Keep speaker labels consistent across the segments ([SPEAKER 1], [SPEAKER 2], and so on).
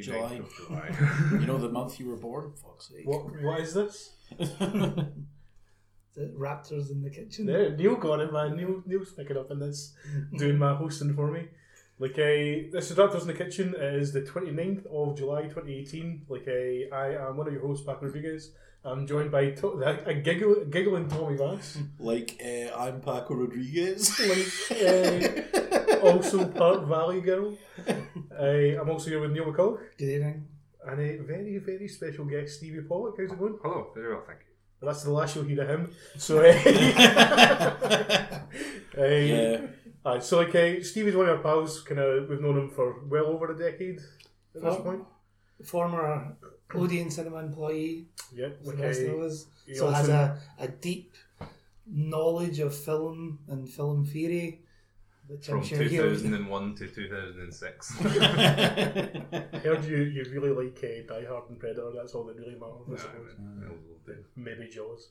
[SPEAKER 1] July.
[SPEAKER 2] of July.
[SPEAKER 1] You know the month you were born? Fuck's sake.
[SPEAKER 3] What, what is this?
[SPEAKER 4] The raptors in the kitchen.
[SPEAKER 3] There, Neil got it, man. Neil, Neil's picking up in this, doing my hosting for me. Like, uh, this is Raptors in the Kitchen. It is the 29th of July 2018. Like, uh, I am one of your hosts, Paco Rodriguez. I'm joined by to- a, giggle, giggling Tommy Vass.
[SPEAKER 1] like, uh, I'm Paco Rodriguez.
[SPEAKER 3] Like, uh, also part Valley Girl. Uh, I'm also here with Neil McCulloch
[SPEAKER 4] Good evening.
[SPEAKER 3] and a very, very special guest, Stevie Pollock. How's it going?
[SPEAKER 2] Hello, Oh, very well, thank you.
[SPEAKER 3] That's the last you'll hear of him. So, um, uh, uh,
[SPEAKER 1] yeah.
[SPEAKER 3] Aye, so like uh, Stevie's one of our pals. Kind of, we've known him for well over a decade at this
[SPEAKER 4] Oh.
[SPEAKER 3] point.
[SPEAKER 4] Former Odeon Cinema employee,
[SPEAKER 3] Yeah, like,
[SPEAKER 4] like the rest
[SPEAKER 3] uh,
[SPEAKER 4] of us.
[SPEAKER 3] he
[SPEAKER 4] So has
[SPEAKER 3] also-
[SPEAKER 4] a, a deep knowledge of film and film theory, which
[SPEAKER 2] From
[SPEAKER 4] I'm sure he'll.
[SPEAKER 2] 2001 to 2006.
[SPEAKER 3] I heard you, you really like uh, Die Hard and Predator. That's all that really matters. I suppose. Maybe Jaws.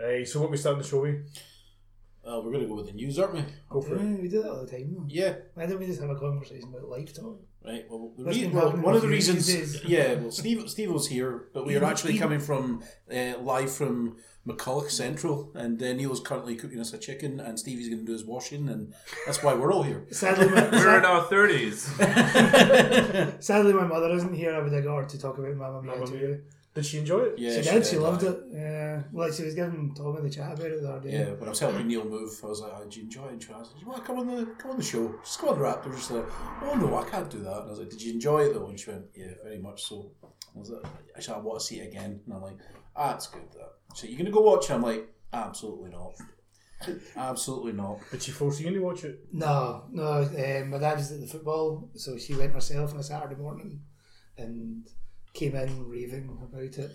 [SPEAKER 3] Aye, so what we starting the show with?
[SPEAKER 1] Uh, we're going to go with the news, aren't we?
[SPEAKER 3] Go for it.
[SPEAKER 4] Yeah, we do that all the time. Though.
[SPEAKER 1] Yeah.
[SPEAKER 4] Why don't we just have a conversation about life talk?
[SPEAKER 1] Right. Well, the
[SPEAKER 4] That's
[SPEAKER 1] rea-
[SPEAKER 4] been
[SPEAKER 1] well
[SPEAKER 4] happening
[SPEAKER 1] one of
[SPEAKER 4] for
[SPEAKER 1] the
[SPEAKER 4] me these
[SPEAKER 1] reasons.
[SPEAKER 4] days.
[SPEAKER 1] Yeah. Well, Steve Steve was here, but we are
[SPEAKER 4] Even-
[SPEAKER 1] actually
[SPEAKER 4] even-
[SPEAKER 1] coming from uh, live from McCulloch Central, and uh, Neil is currently cooking us a chicken, and Stevie's going to do his washing, and that's why we're all here.
[SPEAKER 4] Sadly,
[SPEAKER 2] We're in
[SPEAKER 4] my,
[SPEAKER 2] our 30s.
[SPEAKER 4] sadly, my mother isn't here. I would have got her to talk about Mamma Mia.
[SPEAKER 3] Mamma
[SPEAKER 4] too.
[SPEAKER 3] Mia. Did she enjoy it?
[SPEAKER 1] Yeah,
[SPEAKER 4] she did. She
[SPEAKER 1] aye.
[SPEAKER 4] loved it. Yeah. Well, like she was giving Tommy the chat about it the other day.
[SPEAKER 1] Yeah, when I was helping Neil move, I was like, oh, "Do you enjoy it?" And she was like, "You want to come on the come on the show? Just come on the Raptors." She's like, "Oh no, I can't do that." And I was like, "Did you enjoy it though?" And she went, "Yeah, very much so." I was like, "Actually, I want to see it again." And I'm like, "Ah, it's good." That. So you're gonna go watch it? I'm like, "Absolutely not." Absolutely not.
[SPEAKER 3] Did she force you to watch it?
[SPEAKER 4] No, no. Um, my dad was at the football, so she went herself on a Saturday morning, and came in raving about it.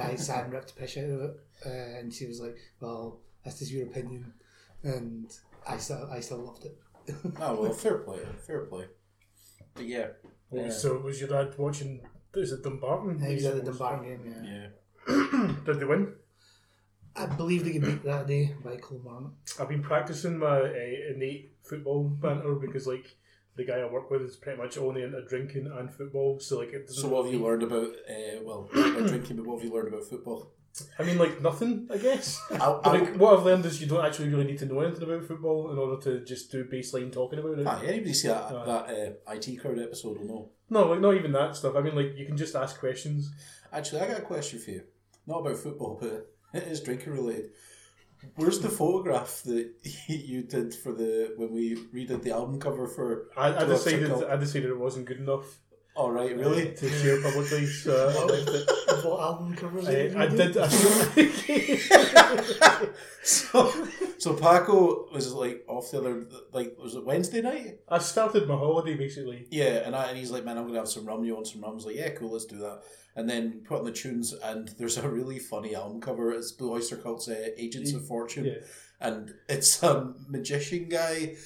[SPEAKER 4] I sat and ripped a piss out of it, uh, and she was like, "Well, this is your opinion," and I still, I still loved it.
[SPEAKER 1] Oh well, fair play, fair play. But yeah, Yeah.
[SPEAKER 3] So was your dad watching? Is it Dumbarton?
[SPEAKER 4] He was at the Dumbarton game. Yeah.
[SPEAKER 1] yeah.
[SPEAKER 3] Did they win?
[SPEAKER 4] I believe they got beat that day by Kilmarnock.
[SPEAKER 3] I've been practicing my uh, innate football banter because like the guy I work with is pretty much only into drinking and football. So like it doesn't.
[SPEAKER 1] So what have you learned about? Uh, well, about drinking, but what have you learned about football?
[SPEAKER 3] I mean, like nothing, I guess.
[SPEAKER 1] I,
[SPEAKER 3] But,
[SPEAKER 1] I,
[SPEAKER 3] like, what I've learned is you don't actually really need to know anything about football in order to just do baseline talking about it.
[SPEAKER 1] Aye, anybody see that that uh, IT crowd episode will know.
[SPEAKER 3] No, like not even that stuff. I mean, like you can just ask questions.
[SPEAKER 1] Actually, I got a question for you. Not about football, but it is drinking related. Where's the photograph that you did for the when we redid the album cover for?
[SPEAKER 3] I, I
[SPEAKER 1] Drugs Are
[SPEAKER 3] decided,
[SPEAKER 1] Cult?
[SPEAKER 3] I decided it wasn't good enough.
[SPEAKER 1] All right,
[SPEAKER 3] uh,
[SPEAKER 1] really?
[SPEAKER 3] To share publicly, so uh, I left it.
[SPEAKER 4] what album cover? is it?
[SPEAKER 3] I, I did. I,
[SPEAKER 1] so, so Paco was like off the other like was it Wednesday night?
[SPEAKER 3] I started my holiday basically.
[SPEAKER 1] Yeah, and I, and he's like, man, I'm gonna have some rum. You want some rum? I was like, yeah, cool, let's do that. And then put on the tunes, and there's a really funny album cover. It's Blue Oyster Cult's uh, Agents of Fortune.
[SPEAKER 3] Mm, Yeah.
[SPEAKER 1] and it's a magician guy,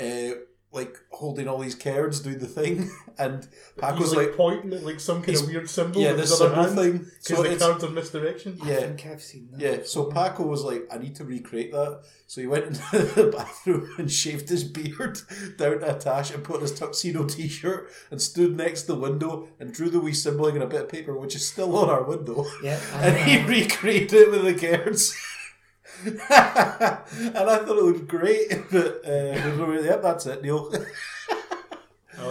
[SPEAKER 1] uh, like holding all these cards, doing the thing, and Paco's
[SPEAKER 3] He's
[SPEAKER 1] like,
[SPEAKER 3] like, pointing at like some kind
[SPEAKER 1] he's-
[SPEAKER 3] of weird symbol.
[SPEAKER 1] "Yeah,
[SPEAKER 3] with
[SPEAKER 1] this
[SPEAKER 3] his other hand,
[SPEAKER 1] symbol thing."
[SPEAKER 3] Because
[SPEAKER 1] So
[SPEAKER 3] the
[SPEAKER 1] it's
[SPEAKER 3] cards are misdirection.
[SPEAKER 4] I
[SPEAKER 1] yeah.
[SPEAKER 4] think I've seen that.
[SPEAKER 1] yeah. So
[SPEAKER 3] Mm-hmm.
[SPEAKER 1] Paco was like, "I need to recreate that." So he went into the bathroom and shaved his beard down to a tash and put on his tuxedo T-shirt and stood next to the window and drew the wee symbol in a bit of paper, which is still on our window.
[SPEAKER 4] Yeah, I
[SPEAKER 1] and he
[SPEAKER 4] know.
[SPEAKER 1] recreated it with the cards. and I thought it looked great, but uh, we were like, yep, that's it, Neil.
[SPEAKER 3] I,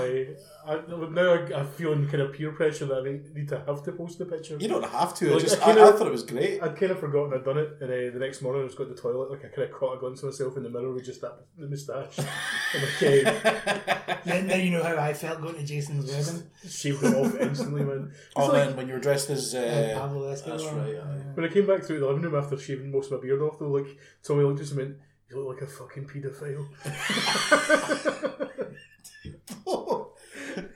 [SPEAKER 3] I, now I, I feel in kind of peer pressure that I need to have to post the picture.
[SPEAKER 1] You don't have to. I
[SPEAKER 3] Like,
[SPEAKER 1] just
[SPEAKER 3] I
[SPEAKER 1] I,
[SPEAKER 3] kinda-
[SPEAKER 1] I thought it was great.
[SPEAKER 3] I'd kind of forgotten I'd done it, and uh, the next morning I was going to the toilet. Like I kind of caught a glimpse of myself in the mirror with just that the moustache. I'm like, eh,
[SPEAKER 4] Now, now you know how I felt going to Jason's wedding.
[SPEAKER 3] shaved it off instantly, man. It's
[SPEAKER 1] Oh
[SPEAKER 3] like-
[SPEAKER 1] man, when you were dressed as
[SPEAKER 4] Uh,
[SPEAKER 1] uh,
[SPEAKER 4] Pablo Escobar.
[SPEAKER 1] that's right, aye.
[SPEAKER 4] Yeah.
[SPEAKER 3] when I came back through the living room after shaving most of my beard off, though, like Tommy looked at me and went, "You look like a fucking paedophile."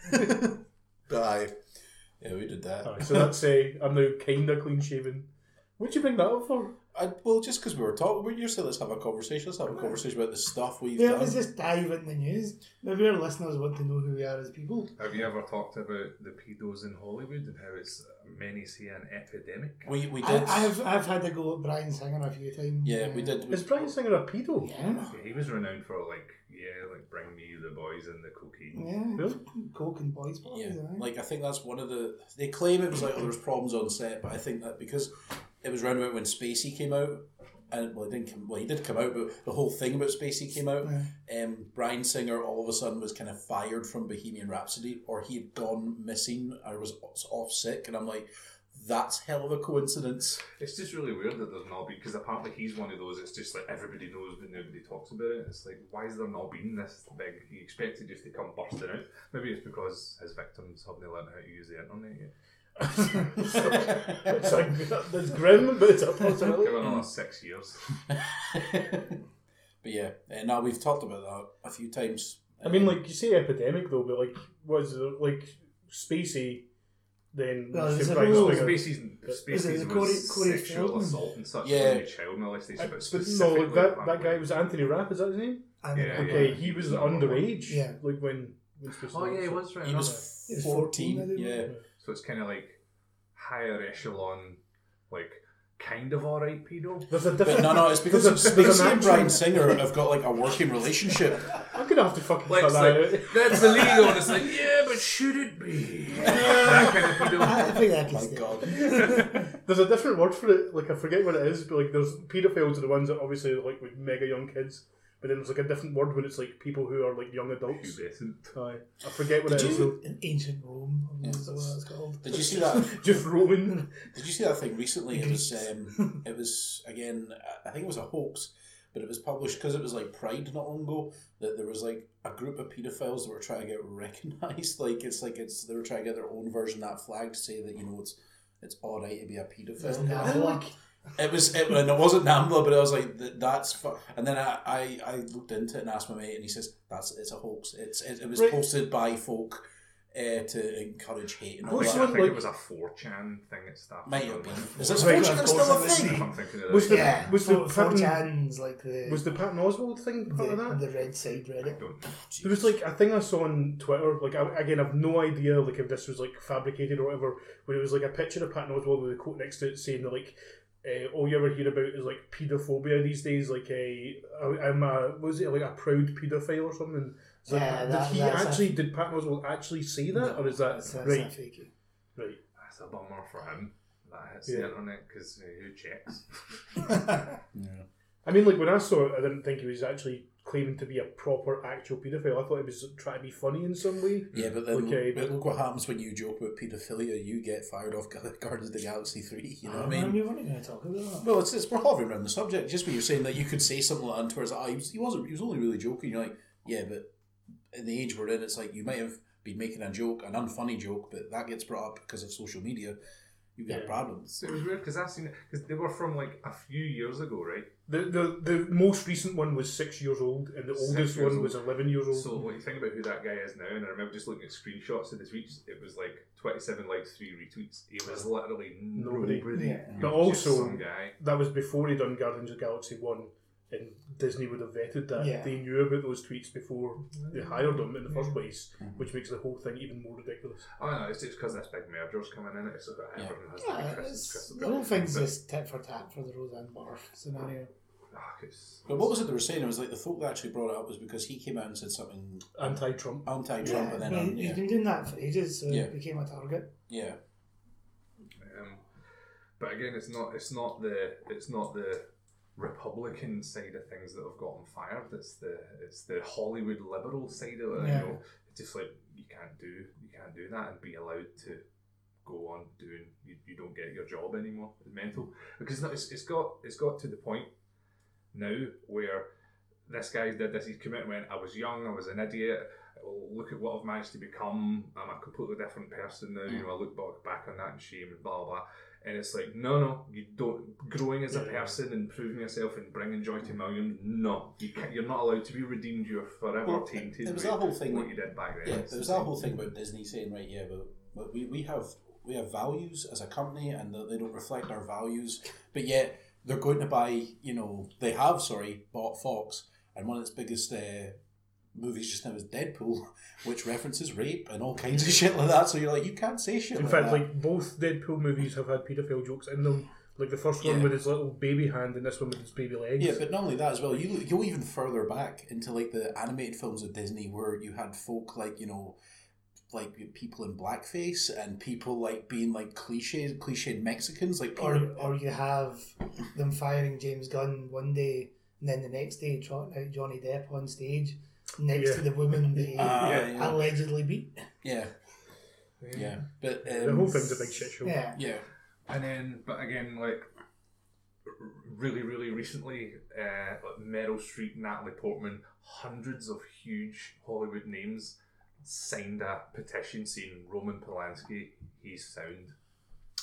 [SPEAKER 1] but aye. yeah, we did that.
[SPEAKER 3] Alright, so that's uh, I'm now kind of clean shaven. What'd you bring that up for?
[SPEAKER 1] I, well, just because we were talking, we- you said let's have a conversation. Let's have a conversation about the stuff we've
[SPEAKER 4] Yeah,
[SPEAKER 1] done.
[SPEAKER 4] let's just dive in the news. Maybe our listeners want to know who we are as people.
[SPEAKER 2] Have you ever talked about the pedos in Hollywood and how it's uh, many see an epidemic?
[SPEAKER 1] we we
[SPEAKER 4] I,
[SPEAKER 1] did.
[SPEAKER 4] I've I've had to go at Brian Singer a few times.
[SPEAKER 1] yeah,
[SPEAKER 4] Uh,
[SPEAKER 1] we did. We,
[SPEAKER 3] Is Brian Singer a pedo?
[SPEAKER 4] Yeah,
[SPEAKER 2] Yeah, he was renowned for like, yeah, like bring me the boys and the cocaine.
[SPEAKER 4] yeah.
[SPEAKER 3] Really?
[SPEAKER 4] Coke and boys' parties.
[SPEAKER 1] Yeah,
[SPEAKER 4] aye.
[SPEAKER 1] like I think that's one of the. They claim it was like oh, there was problems on set, but I think that because it was round about when Spacey came out, and well, it didn't come. Well, he did come out, but the whole thing about Spacey came out.
[SPEAKER 4] Yeah.
[SPEAKER 1] Um, Brian Singer all of a sudden was kind of fired from Bohemian Rhapsody, or he had gone missing, or was off sick, and I'm like, that's hell of a coincidence.
[SPEAKER 2] It's just really weird that there's not been because apparently he's one of those. It's just like everybody knows, but nobody talks about it. It's like why is there not been this big? You expect it just to come bursting out. Maybe it's because his victims haven't learned how to use the internet yet.
[SPEAKER 3] It's like, that's grim, but it's a
[SPEAKER 2] Give
[SPEAKER 3] possibility.
[SPEAKER 2] it another six years.
[SPEAKER 1] but yeah, uh, now we've talked about that a few times.
[SPEAKER 3] I mean, like you say, epidemic though, but like, was it like spacey? Then
[SPEAKER 4] Well, there's
[SPEAKER 3] say
[SPEAKER 4] a
[SPEAKER 3] Brian
[SPEAKER 4] rule.
[SPEAKER 3] Singer.
[SPEAKER 2] Oh, Species,
[SPEAKER 4] Is it
[SPEAKER 2] species
[SPEAKER 4] the
[SPEAKER 2] was
[SPEAKER 4] Corey- Corey
[SPEAKER 2] sexual
[SPEAKER 4] Feldman?
[SPEAKER 2] assault and such
[SPEAKER 1] Yeah.
[SPEAKER 2] yeah. a child unless they
[SPEAKER 3] I-
[SPEAKER 2] sp-
[SPEAKER 3] Uh, but no,
[SPEAKER 2] specifically
[SPEAKER 3] like that, that
[SPEAKER 2] planned
[SPEAKER 3] guy
[SPEAKER 2] it.
[SPEAKER 3] was Anthony Rapp. Is that his name?
[SPEAKER 4] And
[SPEAKER 2] Yeah,
[SPEAKER 4] Coke.
[SPEAKER 2] yeah.
[SPEAKER 3] Okay, he was
[SPEAKER 2] Yeah.
[SPEAKER 3] underage.
[SPEAKER 4] Yeah.
[SPEAKER 3] like when. when Spacey
[SPEAKER 2] Oh yeah, he
[SPEAKER 3] so-
[SPEAKER 2] was right.
[SPEAKER 1] he
[SPEAKER 2] enough.
[SPEAKER 1] was
[SPEAKER 3] uh,
[SPEAKER 4] He was 14,
[SPEAKER 1] 14,
[SPEAKER 4] I didn't
[SPEAKER 1] yeah.
[SPEAKER 4] know.
[SPEAKER 2] So it's kind of like higher echelon, like kind of alright pedo.
[SPEAKER 3] There's a
[SPEAKER 1] But
[SPEAKER 3] different.
[SPEAKER 1] no, no, it's because of
[SPEAKER 3] there's a- there's an
[SPEAKER 1] Spacey and
[SPEAKER 3] action-
[SPEAKER 1] Brian Singer have got like a working relationship.
[SPEAKER 3] I'm gonna have to fucking
[SPEAKER 2] Like,
[SPEAKER 3] cut
[SPEAKER 2] it's
[SPEAKER 3] that out.
[SPEAKER 2] like, that's illegal. And it's like, yeah, but should it be? that kind of
[SPEAKER 4] I I
[SPEAKER 2] pedo.
[SPEAKER 4] think I can
[SPEAKER 1] My
[SPEAKER 4] stay.
[SPEAKER 1] God.
[SPEAKER 3] There's a different word for it. Like I forget what it is, but like there's paedophiles are the ones that obviously like with mega young kids. But then there's like a different word when it's like people who are like young adults.
[SPEAKER 2] Pubescent.
[SPEAKER 3] Aye. I forget what
[SPEAKER 1] Did
[SPEAKER 3] it is.
[SPEAKER 1] you-
[SPEAKER 4] In ancient Rome, I
[SPEAKER 1] Yeah.
[SPEAKER 4] don't know what it's called.
[SPEAKER 1] Did you see that?
[SPEAKER 3] though. Just Rowan.
[SPEAKER 1] Did you see that thing recently? It was um, it was again. I think it was a hoax, but it was published because it was like Pride not long ago that there was like a group of paedophiles that were trying to get recognised. Like it's like it's they were trying to get their own version of that flag to say that you know it's it's all right to be a paedophile.
[SPEAKER 4] Isn't that like
[SPEAKER 1] It was, it, and it wasn't Nambla, but I was like, "Th- "That's." Fu-. And then I, I, I looked into it and asked my mate, and he says, "That's it's a hoax. It's it, it was
[SPEAKER 3] Right.
[SPEAKER 1] posted by folk uh, to encourage hate and all
[SPEAKER 3] Which
[SPEAKER 2] Like, I
[SPEAKER 1] that."
[SPEAKER 3] one-
[SPEAKER 2] think
[SPEAKER 3] like-
[SPEAKER 2] it was a 4chan thing at stuff.
[SPEAKER 1] Might have been. Is
[SPEAKER 2] it
[SPEAKER 1] this
[SPEAKER 3] Right,
[SPEAKER 1] fortune
[SPEAKER 3] of
[SPEAKER 1] still a
[SPEAKER 4] course it is.
[SPEAKER 1] thing?
[SPEAKER 2] I'm thinking of
[SPEAKER 3] Was
[SPEAKER 2] that.
[SPEAKER 3] the-
[SPEAKER 4] yeah,
[SPEAKER 3] was
[SPEAKER 4] was
[SPEAKER 3] the
[SPEAKER 4] the
[SPEAKER 3] pattern-
[SPEAKER 4] like the
[SPEAKER 3] Was the Patton Oswald thing part of
[SPEAKER 4] the,
[SPEAKER 3] that?
[SPEAKER 4] the red side
[SPEAKER 2] I
[SPEAKER 4] Reddit.
[SPEAKER 2] don't
[SPEAKER 1] Oh,
[SPEAKER 2] know.
[SPEAKER 3] There was like a thing I saw on Twitter. Like I, again, I've no idea like if this was like fabricated or whatever. But it was like a picture of Patton Oswald with a quote next to it saying that like uh, all you ever hear about is like paedophobia these days. Like a I'm a what was it like a proud paedophile or something. So
[SPEAKER 4] Yeah,
[SPEAKER 3] did
[SPEAKER 4] that-
[SPEAKER 3] he
[SPEAKER 4] that's a-
[SPEAKER 3] actually did Patton Oswald actually say that or is that
[SPEAKER 4] That's, that's
[SPEAKER 3] right?
[SPEAKER 4] a fake.
[SPEAKER 3] Right.
[SPEAKER 2] That's a bummer for him. That hits
[SPEAKER 3] Yeah.
[SPEAKER 2] the internet because who checks?
[SPEAKER 1] Yeah.
[SPEAKER 3] I mean, like when I saw it, I didn't think he was actually claiming to be a proper actual paedophile. I thought he was trying to be funny in some way.
[SPEAKER 1] Yeah, but then
[SPEAKER 3] Okay,
[SPEAKER 1] but look what happens when you joke about paedophilia. You get fired off Gu- Guardians of the Galaxy three. Ah, You know what I mean?
[SPEAKER 4] we weren't going to talk about that.
[SPEAKER 1] Well, it's, it's we're hovering around the subject. Just when you're saying that you could say something like that, and towards oh, he, was, he wasn't. He was only really joking. You're like, yeah, but in the age we're in, it's like you might have been making a joke, an unfunny joke, but that gets brought up because of social media. You get
[SPEAKER 3] Yeah.
[SPEAKER 1] problems.
[SPEAKER 2] So it was weird because I seen it because they were from like a few years ago, right?
[SPEAKER 3] The, the the most recent one was six years old, and the
[SPEAKER 2] Six
[SPEAKER 3] oldest
[SPEAKER 2] years
[SPEAKER 3] one
[SPEAKER 2] old.
[SPEAKER 3] was eleven years old.
[SPEAKER 2] So when you think about who that guy is now, and I remember just looking at screenshots of the tweets, it was like 27 likes, three retweets. He was literally
[SPEAKER 3] Nobody.
[SPEAKER 2] nobody.
[SPEAKER 4] Yeah.
[SPEAKER 2] He
[SPEAKER 3] But
[SPEAKER 2] was just
[SPEAKER 3] also-
[SPEAKER 2] some guy.
[SPEAKER 3] that was before he done Guardians of the Galaxy One, and Disney would have vetted that.
[SPEAKER 4] Yeah.
[SPEAKER 3] They knew about those tweets before they hired him in the first place, which makes the whole thing even more ridiculous.
[SPEAKER 2] Oh no, it's just because this big merger's coming in. It's like
[SPEAKER 1] Yeah.
[SPEAKER 2] everyone has
[SPEAKER 4] Yeah,
[SPEAKER 2] to be Chris.
[SPEAKER 4] it's-
[SPEAKER 2] Chris.
[SPEAKER 4] the whole thing's just tit for tat for the Roseanne Barr scenario.
[SPEAKER 2] Ah, 'cause-
[SPEAKER 1] But what was it they were saying? It was like the folk that actually brought it up was because he came out and said something
[SPEAKER 3] Anti-Trump.
[SPEAKER 1] anti-Trump, and then
[SPEAKER 4] well,
[SPEAKER 1] um,
[SPEAKER 4] he's
[SPEAKER 1] yeah,
[SPEAKER 4] been doing that for ages, so
[SPEAKER 1] Yeah.
[SPEAKER 4] it became a target.
[SPEAKER 1] yeah,
[SPEAKER 2] Um, but again, it's not. It's not the. It's not the Republican side of things that have gotten fired. It's the. It's the Hollywood liberal side of it.
[SPEAKER 4] Yeah.
[SPEAKER 2] You know, it's just like you can't do. You can't do that and be allowed to go on doing. You, you don't get your job anymore. It's mental because no, it's, it's got. It's got to the point now where this guy did this. He's committed when I was young. I was an idiot. Look at what I've managed to become. I'm a completely different person now. You know, I look back, back on that in shame and blah blah. blah. And it's like, no, no, you don't. Growing as a
[SPEAKER 3] Yeah.
[SPEAKER 2] person and proving yourself and bringing joy to millions, no, you can't, you're not allowed to be redeemed. You're forever
[SPEAKER 1] Well,
[SPEAKER 2] tainted.
[SPEAKER 1] there was
[SPEAKER 2] with
[SPEAKER 1] that whole thing
[SPEAKER 2] What
[SPEAKER 1] that-
[SPEAKER 2] you did back then.
[SPEAKER 1] yeah.
[SPEAKER 2] It's
[SPEAKER 1] There was
[SPEAKER 2] the
[SPEAKER 1] that
[SPEAKER 2] same.
[SPEAKER 1] whole thing about Disney saying, right, yeah, but, but we, we have we have values as a company, and that they don't reflect our values, but yet they're going to buy, you know, they have, sorry, bought Fox, and one of its biggest uh, movies just now is Deadpool, which references rape and all kinds of shit like that. So you're like, you can't say shit
[SPEAKER 3] In
[SPEAKER 1] like
[SPEAKER 3] fact,
[SPEAKER 1] that.
[SPEAKER 3] like both Deadpool movies have had paedophile jokes in them. Like the first one
[SPEAKER 1] Yeah.
[SPEAKER 3] with his little baby hand, and this one with his baby legs.
[SPEAKER 1] Yeah, but not only that as well. You you go even further back into like the animated films of Disney, where you had folk like you know, like people in blackface and people like being like cliched cliched Mexicans, like Uh,
[SPEAKER 4] Or, or you have them firing James Gunn one day and then the next day trotting out Johnny Depp on stage next
[SPEAKER 3] Yeah.
[SPEAKER 4] to the woman they
[SPEAKER 1] Ah, yeah, yeah.
[SPEAKER 4] allegedly beat.
[SPEAKER 1] yeah, yeah. But um,
[SPEAKER 3] the whole thing's a big shit show.
[SPEAKER 4] Yeah.
[SPEAKER 1] Yeah,
[SPEAKER 2] And then, but again, like r- really, really recently, uh, like Meryl Streep, Natalie Portman, hundreds of huge Hollywood names signed a petition saying Roman Polanski, he's sound.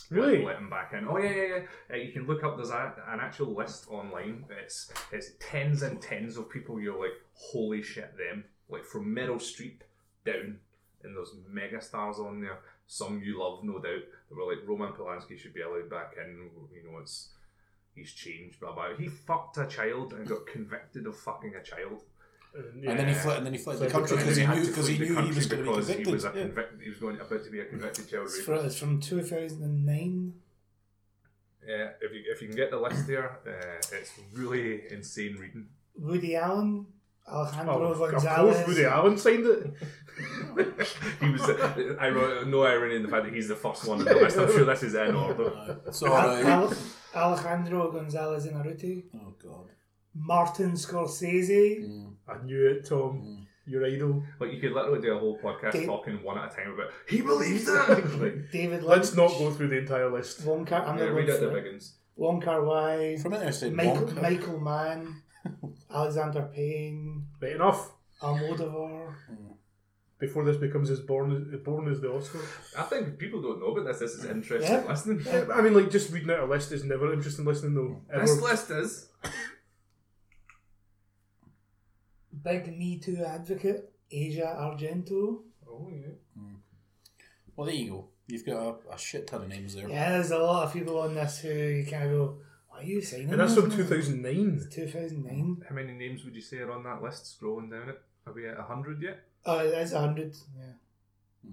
[SPEAKER 3] Really?
[SPEAKER 2] Let him back in. Oh yeah, yeah, yeah. Uh, you can look up. There's a, an actual list online. It's it's tens and tens of people. You're like, holy shit, them. Like from Meryl Streep down, and there's mega stars on there. Some you love, no doubt. They were like Roman Polanski should be allowed back in. You know, it's he's changed. Blah blah. He fucked a child and got convicted of fucking a child.
[SPEAKER 3] And, yeah.
[SPEAKER 1] and then he fled, and then he fled the
[SPEAKER 3] Fled the
[SPEAKER 1] country
[SPEAKER 3] country.
[SPEAKER 1] because he
[SPEAKER 2] had
[SPEAKER 1] knew
[SPEAKER 2] to
[SPEAKER 1] because he
[SPEAKER 2] flee
[SPEAKER 1] knew
[SPEAKER 2] the
[SPEAKER 1] he was
[SPEAKER 2] country
[SPEAKER 1] going to be
[SPEAKER 2] because He was, a
[SPEAKER 1] convicted. Yeah.
[SPEAKER 2] convict- he was going about to be a convicted child
[SPEAKER 4] It's,
[SPEAKER 2] rapist.
[SPEAKER 4] fro- it's from 2009.
[SPEAKER 2] Yeah, Uh, if you if you can get the list there, uh, it's really insane reading.
[SPEAKER 4] Woody Allen, Alejandro
[SPEAKER 3] Oh, of
[SPEAKER 4] Gonzalez.
[SPEAKER 3] course, Woody Allen signed it.
[SPEAKER 2] he was. The, I wrote no irony in the fact that he's the first one on the list. I'm sure this is in order.
[SPEAKER 1] So uh,
[SPEAKER 4] Al- Al- Alejandro Gonzalez Inarritu,
[SPEAKER 1] oh god,
[SPEAKER 4] Martin Scorsese,
[SPEAKER 3] I knew it, Tom. Your idol.
[SPEAKER 2] Like you could literally do a whole podcast
[SPEAKER 4] Okay.
[SPEAKER 2] talking one at a time about he believes it. like,
[SPEAKER 4] David Lynch.
[SPEAKER 3] Let's not go through the entire list.
[SPEAKER 4] Wong Kar. I'm
[SPEAKER 2] yeah,
[SPEAKER 4] not
[SPEAKER 2] read
[SPEAKER 4] going
[SPEAKER 2] out the
[SPEAKER 4] for it.
[SPEAKER 2] big ones.
[SPEAKER 4] Wong Kar Wai,
[SPEAKER 1] from it I said
[SPEAKER 4] Michael
[SPEAKER 1] Wonka.
[SPEAKER 4] Michael Mann, Alexander Payne,
[SPEAKER 3] Right enough.
[SPEAKER 4] Almodovar.
[SPEAKER 3] Before this becomes as born born as the Oscar.
[SPEAKER 2] I think people don't know, but this this is interesting
[SPEAKER 4] Yeah.
[SPEAKER 2] listening.
[SPEAKER 3] Yeah, I mean, like just reading out a list is never interesting listening though.
[SPEAKER 2] This
[SPEAKER 3] Ever.
[SPEAKER 2] list is
[SPEAKER 4] Big Me Too advocate, Asia Argento.
[SPEAKER 2] oh yeah,
[SPEAKER 1] Well, there you go. You've got a, a shit ton of names there.
[SPEAKER 4] Yeah, there's a lot of people on this who you kind of go, why are you signing
[SPEAKER 3] And that's
[SPEAKER 4] this
[SPEAKER 3] from
[SPEAKER 4] now?"
[SPEAKER 3] 2009.
[SPEAKER 4] 2009.
[SPEAKER 2] how many names would you say are on that list? Scrolling down it, are we at hundred yet?
[SPEAKER 4] Oh, that's 100. Yeah.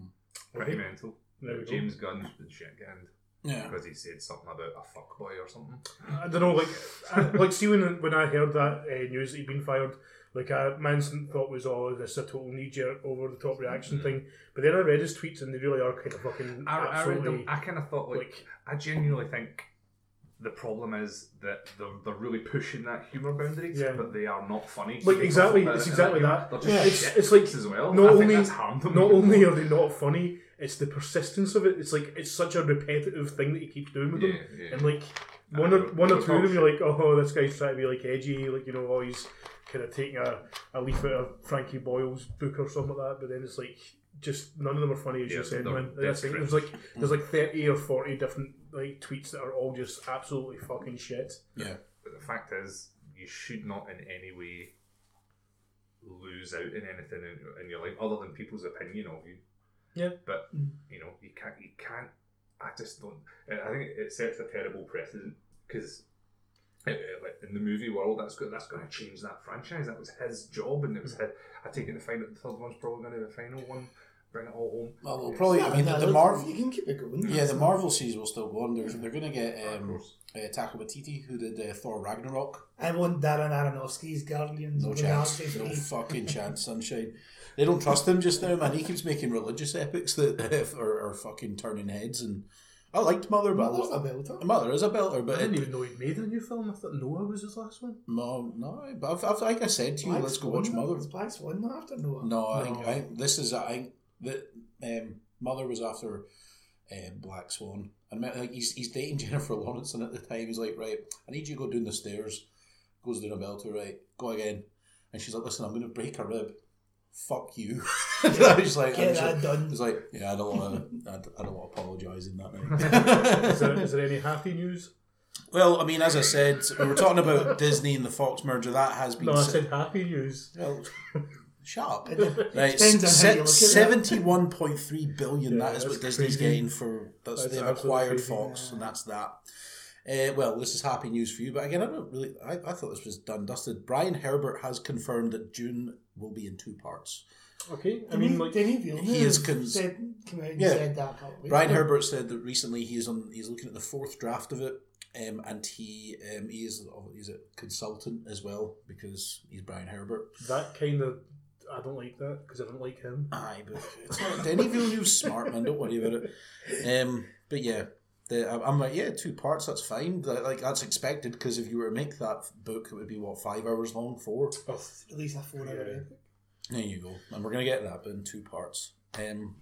[SPEAKER 2] Pretty mental.
[SPEAKER 3] There we go.
[SPEAKER 2] James Gunn's been shit canned
[SPEAKER 1] Yeah.
[SPEAKER 2] because he said something about a fuckboy or something.
[SPEAKER 3] I don't know, like, I, like see when when I heard that uh, news that he'd been fired, like I, my instant thought was, oh, this is a total knee jerk over the top reaction thing. But then I read his tweets, and they really are kind of fucking
[SPEAKER 2] Mm. I, I, read
[SPEAKER 3] absolutely.
[SPEAKER 2] them, I kind of thought like,
[SPEAKER 3] like-
[SPEAKER 2] I genuinely think the problem is that they're, they're really pushing that humour boundary,
[SPEAKER 3] Yeah.
[SPEAKER 2] but they are not funny.
[SPEAKER 3] Like, exactly,
[SPEAKER 2] They're-
[SPEAKER 3] it's
[SPEAKER 2] they're
[SPEAKER 3] exactly
[SPEAKER 2] not-
[SPEAKER 3] that.
[SPEAKER 2] They're
[SPEAKER 3] Yeah,
[SPEAKER 2] just
[SPEAKER 3] it's-
[SPEAKER 2] shit
[SPEAKER 3] it's like,
[SPEAKER 2] as well.
[SPEAKER 3] not
[SPEAKER 2] I think
[SPEAKER 3] only-
[SPEAKER 2] that's harmed them.
[SPEAKER 3] not only are they not funny, it's the persistence of it. It's like it's such a repetitive thing that he keeps doing with
[SPEAKER 2] yeah,
[SPEAKER 3] them,
[SPEAKER 2] yeah.
[SPEAKER 3] and like
[SPEAKER 2] I
[SPEAKER 3] one
[SPEAKER 2] know,
[SPEAKER 3] or one or
[SPEAKER 2] it's
[SPEAKER 3] two of
[SPEAKER 2] all
[SPEAKER 3] them, you're like, oh, this guy's trying to be like edgy, like you know, oh, he's kind of taking a, a leaf out of Frankie Boyle's book or something like that. But then it's like just none of them are funny as
[SPEAKER 2] Yeah,
[SPEAKER 3] you said,
[SPEAKER 2] they're
[SPEAKER 3] man.
[SPEAKER 2] dead
[SPEAKER 3] That's the thing. There's
[SPEAKER 2] cringe.
[SPEAKER 3] like there's like thirty or forty different like tweets that are all just absolutely fucking shit.
[SPEAKER 1] Yeah.
[SPEAKER 2] But the fact is, you should not in any way lose out in anything in, in your life other than people's opinion of you.
[SPEAKER 3] Yeah.
[SPEAKER 2] But you know, you can't. You can't. I just don't. I I think it sets a terrible precedent because. Like in the movie world, that's go- that's going to change that franchise. That was his job, and it was his. I take it the final, the third one's probably going to be the final one. Bring it all home.
[SPEAKER 1] Well, we'll
[SPEAKER 2] It's-
[SPEAKER 1] probably. Oh, I mean,
[SPEAKER 4] No,
[SPEAKER 1] the,
[SPEAKER 4] no,
[SPEAKER 1] the Marvel.
[SPEAKER 4] You can keep it going.
[SPEAKER 1] Yeah, the Marvel series will still go on. They're, they're going to get
[SPEAKER 2] Of
[SPEAKER 1] um,
[SPEAKER 2] course.
[SPEAKER 1] uh, Taika Waititi, who did uh, Thor Ragnarok.
[SPEAKER 4] I want Darren Aronofsky's Guardians
[SPEAKER 1] No
[SPEAKER 4] of the Galaxy
[SPEAKER 1] chance. No
[SPEAKER 4] 3.
[SPEAKER 1] fucking chance, Sunshine. They don't trust him just now, man. He keeps making religious epics that are, are fucking turning heads. And I liked Mother, but I
[SPEAKER 4] Mother's
[SPEAKER 1] lo-
[SPEAKER 4] a belter.
[SPEAKER 1] Mother is a belter,
[SPEAKER 3] I
[SPEAKER 1] but
[SPEAKER 3] didn't
[SPEAKER 1] it,
[SPEAKER 3] even know he'd made a new film. I thought Noah was his last one.
[SPEAKER 1] no, no. But I've, I've, like I said to you,
[SPEAKER 4] Black
[SPEAKER 1] let's go
[SPEAKER 4] Swan,
[SPEAKER 1] watch
[SPEAKER 4] though.
[SPEAKER 1] Mother.
[SPEAKER 4] It's Black Swan, not after Noah.
[SPEAKER 1] No, I think
[SPEAKER 3] No.
[SPEAKER 1] I think this is I think that um, Mother was after uh, Black Swan, and I- like he's he's dating Jennifer Lawrence, and at the time he's like, right, I need you to go down the stairs. Goes down a belter, right, go again, and she's like, listen, I'm going to break a rib. Fuck you. And I was like, I
[SPEAKER 4] Get
[SPEAKER 1] was
[SPEAKER 4] that
[SPEAKER 1] like, I
[SPEAKER 4] done.
[SPEAKER 1] was like, yeah, I don't want to, I don't- I don't want to apologise in that
[SPEAKER 3] Is there,
[SPEAKER 1] night.
[SPEAKER 3] is there any happy news?
[SPEAKER 1] well, I mean, as I said, we were talking about Disney and the Fox merger. That has been
[SPEAKER 3] No, I
[SPEAKER 1] set-
[SPEAKER 3] said happy news.
[SPEAKER 1] well, shut up.
[SPEAKER 4] It
[SPEAKER 1] Right,
[SPEAKER 4] depends on how you look at it.
[SPEAKER 1] seventy-one point three billion.
[SPEAKER 3] Yeah,
[SPEAKER 1] that is what
[SPEAKER 3] that's
[SPEAKER 1] Disney's
[SPEAKER 3] crazy.
[SPEAKER 1] getting for. That's,
[SPEAKER 3] That's
[SPEAKER 1] they've
[SPEAKER 3] absolutely
[SPEAKER 1] acquired
[SPEAKER 3] crazy,
[SPEAKER 1] Fox, and that's that. Uh, well, this is happy news for you, but again, I don't really. I, I thought this was done dusted. Brian Herbert has confirmed that June will be in two parts.
[SPEAKER 3] Okay, I mean, like,
[SPEAKER 4] Denis Villeneuve
[SPEAKER 1] is cons-
[SPEAKER 4] said, came out and
[SPEAKER 1] Yeah.
[SPEAKER 4] said that a couple of weeks
[SPEAKER 1] Brian
[SPEAKER 4] ago.
[SPEAKER 1] Herbert said that recently he's on. He's looking at the fourth draft of it, um, and he um, he is he's a consultant as well because he's Brian Herbert.
[SPEAKER 3] that kind of. I don't like that because I don't like him.
[SPEAKER 1] Aye, but it's not Denny Villeneuve's smart man. Don't worry about it. Um, but yeah, the, I- I'm like, yeah, two parts. That's fine. That, like that's expected because if you were to make that book, it would be what five hours long. Four.
[SPEAKER 3] Oh,
[SPEAKER 4] At least a four hour
[SPEAKER 3] Yeah.
[SPEAKER 4] epic.
[SPEAKER 1] There you go. And we're gonna get that in two parts. Um,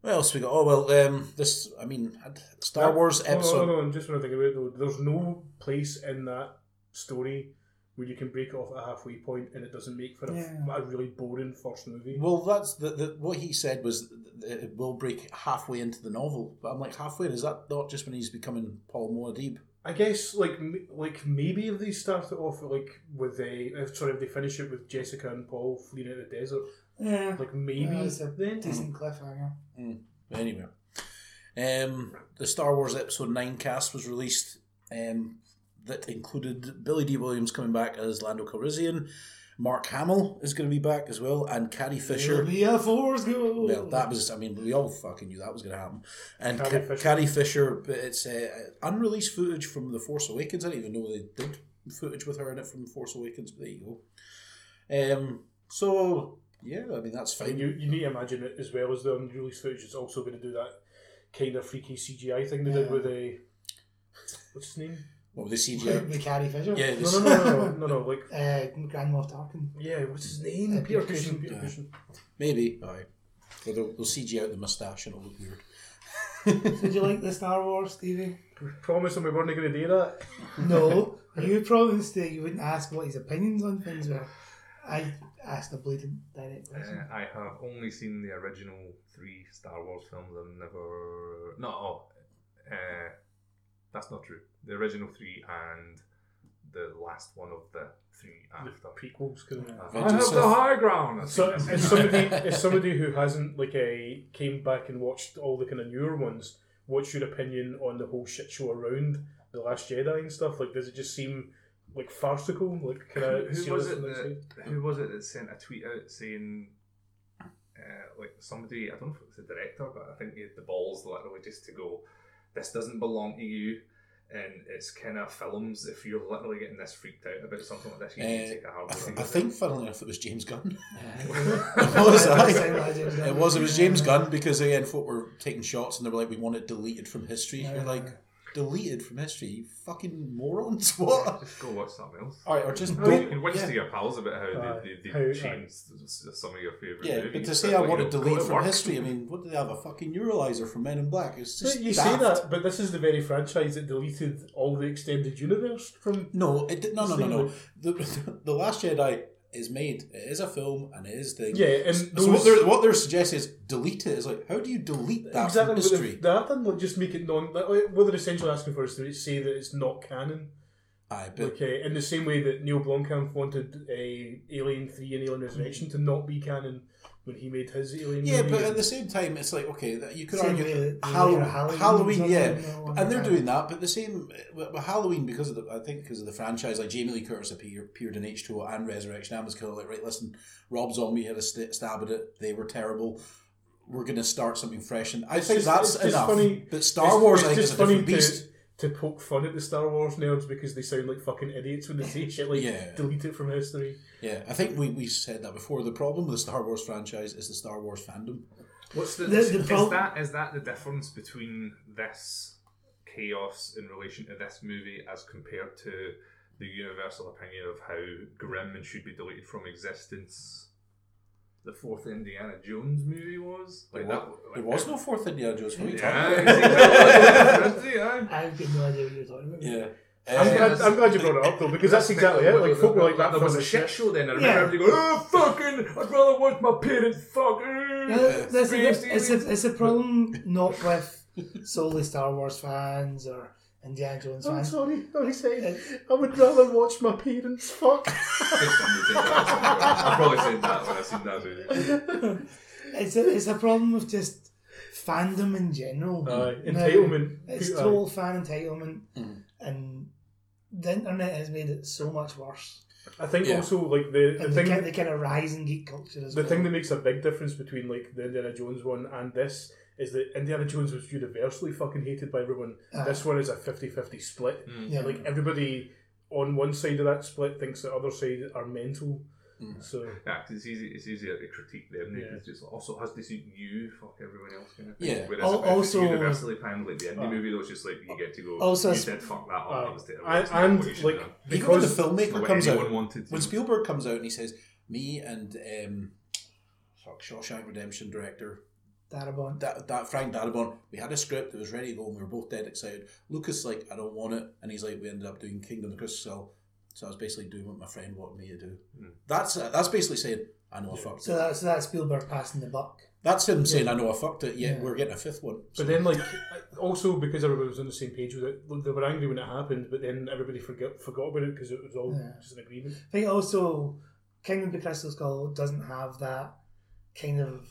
[SPEAKER 1] what else we got? Oh well, um, this. I mean, Star
[SPEAKER 3] That-
[SPEAKER 1] Wars
[SPEAKER 3] Oh, hold on,
[SPEAKER 1] episode.
[SPEAKER 3] Hold on, just want to think about it though. There's no place in that story where you can break it off at a halfway point and it doesn't make for a,
[SPEAKER 4] Yeah.
[SPEAKER 3] a really boring first movie.
[SPEAKER 1] Well, that's the, the what he said was that it will break halfway into the novel. But I'm like halfway. Is that not just when he's becoming Paul Muad'Dib?
[SPEAKER 3] I guess like m- like maybe if they start it off like with a if, sorry if they finish it with Jessica and Paul fleeing out of the desert
[SPEAKER 4] Yeah.
[SPEAKER 3] like maybe
[SPEAKER 4] Yeah, it's a
[SPEAKER 3] then
[SPEAKER 4] Decent
[SPEAKER 1] Mm.
[SPEAKER 4] cliffhanger.
[SPEAKER 1] Anyway, um, the Star Wars Episode Nine cast was released. Um, that included Billy D. Williams coming back as Lando Calrissian. Mark Hamill is going to be back as well, and Carrie Fisher.
[SPEAKER 4] Be a force go.
[SPEAKER 1] Well, that was, I mean, we all fucking knew that was going to happen. And Ca-
[SPEAKER 3] Carrie
[SPEAKER 1] Carrie
[SPEAKER 3] Fisher.
[SPEAKER 1] Fisher. but it's uh, unreleased footage from The Force Awakens. I didn't even know they did footage with her in it from The Force Awakens, but there you go. Um, so, yeah, I mean, that's fine.
[SPEAKER 3] And you, you need to imagine it as well as the unreleased footage is also going to do that kind of freaky CGI thing they did
[SPEAKER 4] Yeah.
[SPEAKER 3] with a what's his name
[SPEAKER 1] What with the CGI?
[SPEAKER 4] The Carrie Fisher.
[SPEAKER 1] Yeah, the
[SPEAKER 3] no no no no no, no like
[SPEAKER 4] Uh, Grand Moff Tarkin.
[SPEAKER 3] yeah what's his name
[SPEAKER 4] Uh,
[SPEAKER 3] Peter
[SPEAKER 4] Peter
[SPEAKER 3] Cushing
[SPEAKER 4] Cushing.
[SPEAKER 3] Peter
[SPEAKER 1] Yeah.
[SPEAKER 3] Cushing
[SPEAKER 1] Maybe. Aye. Or they'll, they'll CG out the moustache and it'll look weird.
[SPEAKER 4] Did you like the Star Wars, Stevie?
[SPEAKER 3] We promised him we weren't going to do that.
[SPEAKER 4] No. you promised that you wouldn't ask what his opinions on things were. I asked a blatant direct question.
[SPEAKER 2] Uh, I have only seen the original three Star Wars films. I've never. No, oh, uh, that's not true. The original three and the last one of the three after.
[SPEAKER 3] prequels,
[SPEAKER 2] I have the high ground. I've
[SPEAKER 3] So, uh,
[SPEAKER 2] seen that.
[SPEAKER 3] as somebody, as somebody who hasn't like a came back and watched all the kind of newer ones, what's your opinion on the whole shit show around the Last Jedi and stuff? Like, does it just seem like farcical? Like, can I
[SPEAKER 2] who,
[SPEAKER 3] see
[SPEAKER 2] who was
[SPEAKER 3] this
[SPEAKER 2] it
[SPEAKER 3] on the
[SPEAKER 2] that,
[SPEAKER 3] side?
[SPEAKER 2] who was it that sent a tweet out saying uh, like somebody I don't know if it was the director but I think he had the balls literally just to go this doesn't belong to you and it's kind of films if you're literally getting this freaked out about something like this you need
[SPEAKER 1] Uh,
[SPEAKER 2] to take a hard
[SPEAKER 1] I,
[SPEAKER 2] look
[SPEAKER 1] th-
[SPEAKER 2] at
[SPEAKER 1] I
[SPEAKER 2] it."
[SPEAKER 1] think, funnily enough, it was James Gunn.
[SPEAKER 4] it
[SPEAKER 1] was, aye.
[SPEAKER 4] I.
[SPEAKER 1] It was. It was James Gunn because again, folk were taking shots and they were like, "We want it deleted from history." You're like, "Deleted from history? You fucking morons! What?"
[SPEAKER 2] just go watch something else
[SPEAKER 1] All right, or just
[SPEAKER 3] I
[SPEAKER 2] I mean, you
[SPEAKER 1] don't.
[SPEAKER 2] can whinge
[SPEAKER 1] Oh, yeah.
[SPEAKER 2] to your pals about how
[SPEAKER 3] Uh,
[SPEAKER 2] they, they, they
[SPEAKER 3] how-
[SPEAKER 2] changed s- s- some of your favourite
[SPEAKER 1] Yeah,
[SPEAKER 2] movies.
[SPEAKER 1] but to say I
[SPEAKER 2] like,
[SPEAKER 1] want
[SPEAKER 2] you
[SPEAKER 1] it
[SPEAKER 2] know,
[SPEAKER 1] deleted
[SPEAKER 2] go
[SPEAKER 1] from
[SPEAKER 2] work.
[SPEAKER 1] history, I mean, what do they have? A fucking neuralizer from Men in Black? It's just
[SPEAKER 3] But you say
[SPEAKER 1] daft.
[SPEAKER 3] that, but this is the very franchise that deleted all the extended universe from.
[SPEAKER 1] No, it did, no, no, no,
[SPEAKER 3] Same
[SPEAKER 1] no.
[SPEAKER 3] with-
[SPEAKER 1] The, the Last Jedi is made. It is a film and it is thing.
[SPEAKER 3] Yeah, and
[SPEAKER 1] so what
[SPEAKER 3] those-
[SPEAKER 1] they're what they're suggesting is delete it. It's like, how do you delete that
[SPEAKER 3] exactly
[SPEAKER 1] from history?
[SPEAKER 3] They have done like, just make it non. Like, what they're essentially asking for is to say that it's not canon.
[SPEAKER 1] Aye, but
[SPEAKER 3] Okay, in the same way that Neil Blomkamp wanted a Alien Three and Alien Resurrection to not be canon when he made his Alien.
[SPEAKER 1] Yeah,
[SPEAKER 3] movie.
[SPEAKER 1] but at the same time, it's like okay, that you could
[SPEAKER 4] Same
[SPEAKER 1] argue
[SPEAKER 4] way
[SPEAKER 1] that
[SPEAKER 4] that they
[SPEAKER 1] Hall-
[SPEAKER 4] make a Halloween
[SPEAKER 1] Halloween,
[SPEAKER 4] something,
[SPEAKER 1] yeah,
[SPEAKER 4] no one
[SPEAKER 1] and they're
[SPEAKER 4] can.
[SPEAKER 1] doing that. But the same, well, well, Halloween because of the, I think because of the franchise, like Jamie Lee Curtis appear, appeared in H two O and Resurrection. I was kind of like, right, listen, Rob Zombie had a st- stab at it; they were terrible. We're going to start something fresh, and I
[SPEAKER 3] It's
[SPEAKER 1] think
[SPEAKER 3] just-
[SPEAKER 1] that's
[SPEAKER 3] it's just
[SPEAKER 1] enough.
[SPEAKER 3] funny-
[SPEAKER 1] but Star
[SPEAKER 3] It's-
[SPEAKER 1] Wars,
[SPEAKER 3] it's
[SPEAKER 1] I think,
[SPEAKER 3] just
[SPEAKER 1] is a different
[SPEAKER 3] funny
[SPEAKER 1] beast.
[SPEAKER 3] To, to poke fun at the Star Wars nerds because they sound like fucking idiots when they say shit like
[SPEAKER 1] Yeah.
[SPEAKER 3] delete it from history.
[SPEAKER 1] Yeah, I think we, we said that before. The problem with the Star Wars franchise is the Star Wars fandom.
[SPEAKER 2] What's the,
[SPEAKER 4] The- the
[SPEAKER 2] is
[SPEAKER 4] prob-
[SPEAKER 2] that is that the difference between this chaos in relation to this movie as compared to the universal opinion of how grim and should be deleted from existence? The fourth Indiana Jones movie was like
[SPEAKER 1] There
[SPEAKER 2] that.
[SPEAKER 1] wa-
[SPEAKER 2] like
[SPEAKER 1] there was no fourth Indiana Jones. What are you
[SPEAKER 2] Yeah,
[SPEAKER 1] talking
[SPEAKER 2] exactly.
[SPEAKER 1] about?
[SPEAKER 2] That's it, aye.
[SPEAKER 4] I've got no idea what you're talking about.
[SPEAKER 1] yeah.
[SPEAKER 3] I'm,
[SPEAKER 1] Uh,
[SPEAKER 3] glad, I'm glad you brought it up though because that's exactly it. Like folk were like that.
[SPEAKER 2] There was
[SPEAKER 3] film
[SPEAKER 2] a
[SPEAKER 3] is
[SPEAKER 2] shit show then. I
[SPEAKER 4] Yeah.
[SPEAKER 2] remember everybody going, "Oh fucking, I'd rather watch my parents fucking."
[SPEAKER 4] No, that's the,
[SPEAKER 2] Space
[SPEAKER 4] thing. it's, a, it's a problem not with solely Star Wars fans or Indiana Jones
[SPEAKER 3] I'm
[SPEAKER 4] fans.
[SPEAKER 3] sorry, I'm excited. I would rather watch my parents fuck. Uh,
[SPEAKER 2] I probably said that when I seen that movie.
[SPEAKER 4] It's a, it's a problem of just fandom in general.
[SPEAKER 3] Aye,
[SPEAKER 4] now.
[SPEAKER 3] entitlement.
[SPEAKER 4] It's
[SPEAKER 3] Aye.
[SPEAKER 4] total fan entitlement,
[SPEAKER 1] Mm.
[SPEAKER 4] and the internet has made it so much worse.
[SPEAKER 3] I think
[SPEAKER 1] Yeah.
[SPEAKER 3] also like the, the
[SPEAKER 4] And the,
[SPEAKER 3] thing
[SPEAKER 4] kind, the kind of rising geek culture as
[SPEAKER 3] The
[SPEAKER 4] well.
[SPEAKER 3] thing that makes a big difference between like the Indiana Jones one and this is that Indiana Jones was universally fucking hated by everyone.
[SPEAKER 4] Ah.
[SPEAKER 3] This one is a 50-50 split.
[SPEAKER 2] Hmm.
[SPEAKER 4] yeah,
[SPEAKER 3] Like everybody on one side of that split thinks the other side are mental.
[SPEAKER 1] Mm.
[SPEAKER 3] So
[SPEAKER 2] Yeah, 'cause it's easy. It's easier to critique them.
[SPEAKER 3] Yeah.
[SPEAKER 2] Yeah. It's just like, also it has to suit you. Fuck everyone else. Kind of thing.
[SPEAKER 1] Yeah.
[SPEAKER 2] Whereas
[SPEAKER 4] Al-
[SPEAKER 2] if it's
[SPEAKER 4] also-
[SPEAKER 2] universally panned like the indie
[SPEAKER 3] Uh,
[SPEAKER 2] movie, though, it's just like you get to go.
[SPEAKER 4] also
[SPEAKER 2] you
[SPEAKER 4] it's-
[SPEAKER 2] did fuck that up.
[SPEAKER 3] uh,
[SPEAKER 2] that was terrible,
[SPEAKER 3] and,
[SPEAKER 2] it's not what you
[SPEAKER 3] and
[SPEAKER 2] should
[SPEAKER 3] like
[SPEAKER 2] have done.
[SPEAKER 1] Even when the
[SPEAKER 3] because
[SPEAKER 2] Not
[SPEAKER 1] filmmaker
[SPEAKER 2] what
[SPEAKER 1] comes
[SPEAKER 2] anyone
[SPEAKER 1] out,
[SPEAKER 2] wanted to.
[SPEAKER 1] when Spielberg comes out and he says, "Me and um, fuck Shawshank Redemption director
[SPEAKER 4] Darabont.
[SPEAKER 1] that, that Frank Darabont, we had a script, it was ready to go, and we were both dead excited. Lucas like, I don't want it, and he's like, we ended up doing Kingdom of the Crystal Skull. So I was basically doing what my friend wanted me to do.
[SPEAKER 3] Hmm.
[SPEAKER 2] Mm.
[SPEAKER 1] That's uh, that's basically saying I know I fucked
[SPEAKER 4] So
[SPEAKER 1] it.
[SPEAKER 4] that's so that's Spielberg passing the buck.
[SPEAKER 1] That's him saying I know I fucked it. Yet
[SPEAKER 4] Yeah.
[SPEAKER 1] we're getting a fifth one. So
[SPEAKER 3] but then like also because everybody was on the same page with it, look, they were angry when it happened, but then everybody forgot forgot about it because it was all
[SPEAKER 4] Yeah.
[SPEAKER 3] just an agreement.
[SPEAKER 4] I think also Kingdom of the Crystal Skull doesn't have that kind of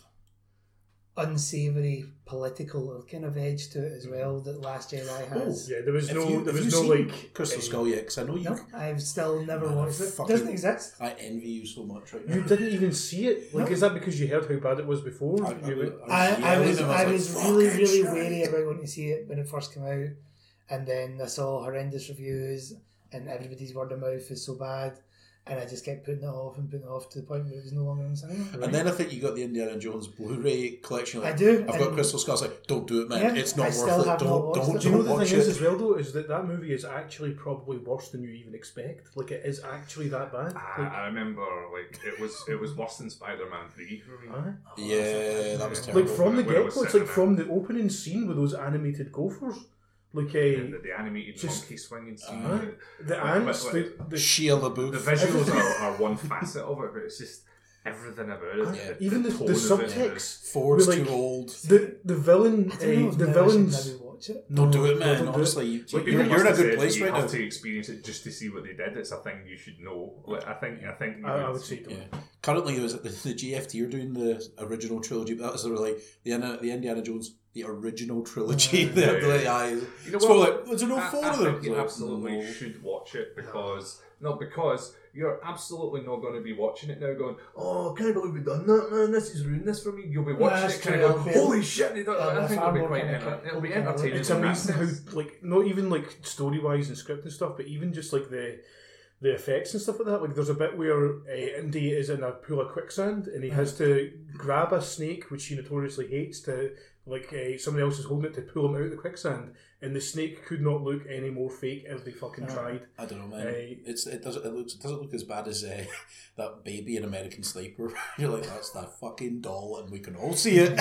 [SPEAKER 4] unsavory political or kind of edge to it as well that Last Jedi has.
[SPEAKER 3] Mm-hmm. Oh, Yeah, there was
[SPEAKER 1] if
[SPEAKER 3] no
[SPEAKER 1] you,
[SPEAKER 3] there
[SPEAKER 1] if
[SPEAKER 3] was
[SPEAKER 1] you
[SPEAKER 3] no
[SPEAKER 1] seen
[SPEAKER 3] like
[SPEAKER 1] Crystal
[SPEAKER 3] any-
[SPEAKER 1] Skull yet, because I know you.
[SPEAKER 4] No, I've still never
[SPEAKER 1] Man, I
[SPEAKER 4] watched it.
[SPEAKER 1] fucking-
[SPEAKER 4] Doesn't exist.
[SPEAKER 1] I envy you so much right now.
[SPEAKER 3] You didn't even see it. Like,
[SPEAKER 4] No.
[SPEAKER 3] is that because you heard how bad it was before?
[SPEAKER 1] I,
[SPEAKER 3] You went-
[SPEAKER 4] I, I
[SPEAKER 1] yelled
[SPEAKER 4] was
[SPEAKER 1] at him,
[SPEAKER 4] I
[SPEAKER 1] like,
[SPEAKER 4] was really
[SPEAKER 1] "Fucking
[SPEAKER 4] really
[SPEAKER 1] shit."
[SPEAKER 4] wary about going to see it when it first came out, and then I saw horrendous reviews and everybody's word of mouth is so bad, and I just kept putting it off and putting it off to the point where it was no longer on the cinema.
[SPEAKER 1] And then I think you got the Indiana Jones Blu-ray collection.
[SPEAKER 4] I
[SPEAKER 1] Like,
[SPEAKER 4] do.
[SPEAKER 1] I've got
[SPEAKER 4] and-
[SPEAKER 1] Crystal Skull. It's like, don't do it, man.
[SPEAKER 4] Yeah,
[SPEAKER 1] it's
[SPEAKER 4] I
[SPEAKER 1] not
[SPEAKER 4] still
[SPEAKER 1] worth
[SPEAKER 4] have
[SPEAKER 1] it.
[SPEAKER 4] not
[SPEAKER 1] Don't,
[SPEAKER 4] watched
[SPEAKER 1] don't,
[SPEAKER 4] it.
[SPEAKER 3] Do you know
[SPEAKER 1] don't
[SPEAKER 3] the
[SPEAKER 1] watch
[SPEAKER 3] thing is
[SPEAKER 1] it.
[SPEAKER 3] as well though is that that movie is actually probably worse than you even expect. Like it is actually that bad.
[SPEAKER 2] I,
[SPEAKER 3] Like,
[SPEAKER 2] Ah, I remember like it was it was worse than Spider Man Three for me.
[SPEAKER 3] aye.
[SPEAKER 1] Yeah, that was
[SPEAKER 2] Like,
[SPEAKER 1] terrible.
[SPEAKER 3] ah. like from the
[SPEAKER 2] When I
[SPEAKER 3] get
[SPEAKER 2] was
[SPEAKER 3] go, it's
[SPEAKER 2] sitting
[SPEAKER 3] like from the opening scene with those animated gophers, like a,
[SPEAKER 2] The, the animated
[SPEAKER 3] Just-
[SPEAKER 2] monkey swinging scene.
[SPEAKER 1] Uh-huh.
[SPEAKER 2] the-
[SPEAKER 3] the
[SPEAKER 2] Wait,
[SPEAKER 3] ants.
[SPEAKER 2] wait, wait.
[SPEAKER 3] the- the-
[SPEAKER 1] Shia LaBeouf.
[SPEAKER 2] The visuals are, are one facet of it, but it's just everything about it.
[SPEAKER 1] Yeah.
[SPEAKER 3] even the,
[SPEAKER 2] tone
[SPEAKER 3] the
[SPEAKER 2] of it,
[SPEAKER 3] subtext,
[SPEAKER 1] Ford's
[SPEAKER 3] We're like-
[SPEAKER 1] too old.
[SPEAKER 3] the the villain,
[SPEAKER 4] I
[SPEAKER 3] uh,
[SPEAKER 4] don't know if
[SPEAKER 3] the
[SPEAKER 4] maybe I should
[SPEAKER 3] villains.
[SPEAKER 4] Maybe watch it.
[SPEAKER 1] Don't do
[SPEAKER 3] No,
[SPEAKER 1] it, man.
[SPEAKER 3] don't do it.
[SPEAKER 1] Honestly, you,
[SPEAKER 2] Like,
[SPEAKER 1] you're,
[SPEAKER 2] people
[SPEAKER 1] you're in a
[SPEAKER 2] must have
[SPEAKER 1] good
[SPEAKER 2] said
[SPEAKER 1] place
[SPEAKER 2] you
[SPEAKER 1] right
[SPEAKER 2] have
[SPEAKER 1] now.
[SPEAKER 2] to experience it just to see what they did. It's a thing you should know. Like, I think, I think. you
[SPEAKER 3] I, I would say don't.
[SPEAKER 1] Yeah. Currently, it was at the, the GFT are doing the original trilogy, but that was really like the, Indiana- the Indiana Jones, the original trilogy.
[SPEAKER 4] Yeah.
[SPEAKER 1] they're like, aye.
[SPEAKER 2] You know
[SPEAKER 1] It's more
[SPEAKER 2] what?
[SPEAKER 1] like, there's no
[SPEAKER 2] I-
[SPEAKER 1] four
[SPEAKER 2] I
[SPEAKER 1] of them.
[SPEAKER 2] think you
[SPEAKER 1] Like,
[SPEAKER 2] absolutely
[SPEAKER 1] no.
[SPEAKER 2] should watch it because not because you're absolutely not going to be watching it now. Going, oh, can I believe we've done that, man? This is ruined this for me. You'll be
[SPEAKER 4] Well,
[SPEAKER 2] watching
[SPEAKER 4] that's
[SPEAKER 2] it, kind
[SPEAKER 4] true,
[SPEAKER 2] of
[SPEAKER 4] I'll be-
[SPEAKER 2] going, holy shit! They don't,
[SPEAKER 4] I'll be
[SPEAKER 2] I think
[SPEAKER 4] far
[SPEAKER 2] it'll be
[SPEAKER 4] more
[SPEAKER 2] quite,
[SPEAKER 4] kind of
[SPEAKER 2] enter-
[SPEAKER 4] ca-
[SPEAKER 2] it'll be
[SPEAKER 4] kind of
[SPEAKER 2] entertaining.
[SPEAKER 3] it's
[SPEAKER 2] in that
[SPEAKER 3] amazing
[SPEAKER 2] sense.
[SPEAKER 3] how like not even like story wise and script and stuff, but even just like the the effects and stuff like that. Like there's a bit where uh, Indy is in a pool of quicksand and he has to grab a snake which he notoriously hates to like uh, somebody else is holding it to pull him out of the quicksand, and the snake could not look any more fake if they fucking
[SPEAKER 4] Ah.
[SPEAKER 3] tried.
[SPEAKER 1] I don't know, man.
[SPEAKER 3] Aye.
[SPEAKER 1] it's it doesn't it looks it doesn't look as bad as uh, that baby in American Sniper. You're like that's that fucking doll, and we can all see it.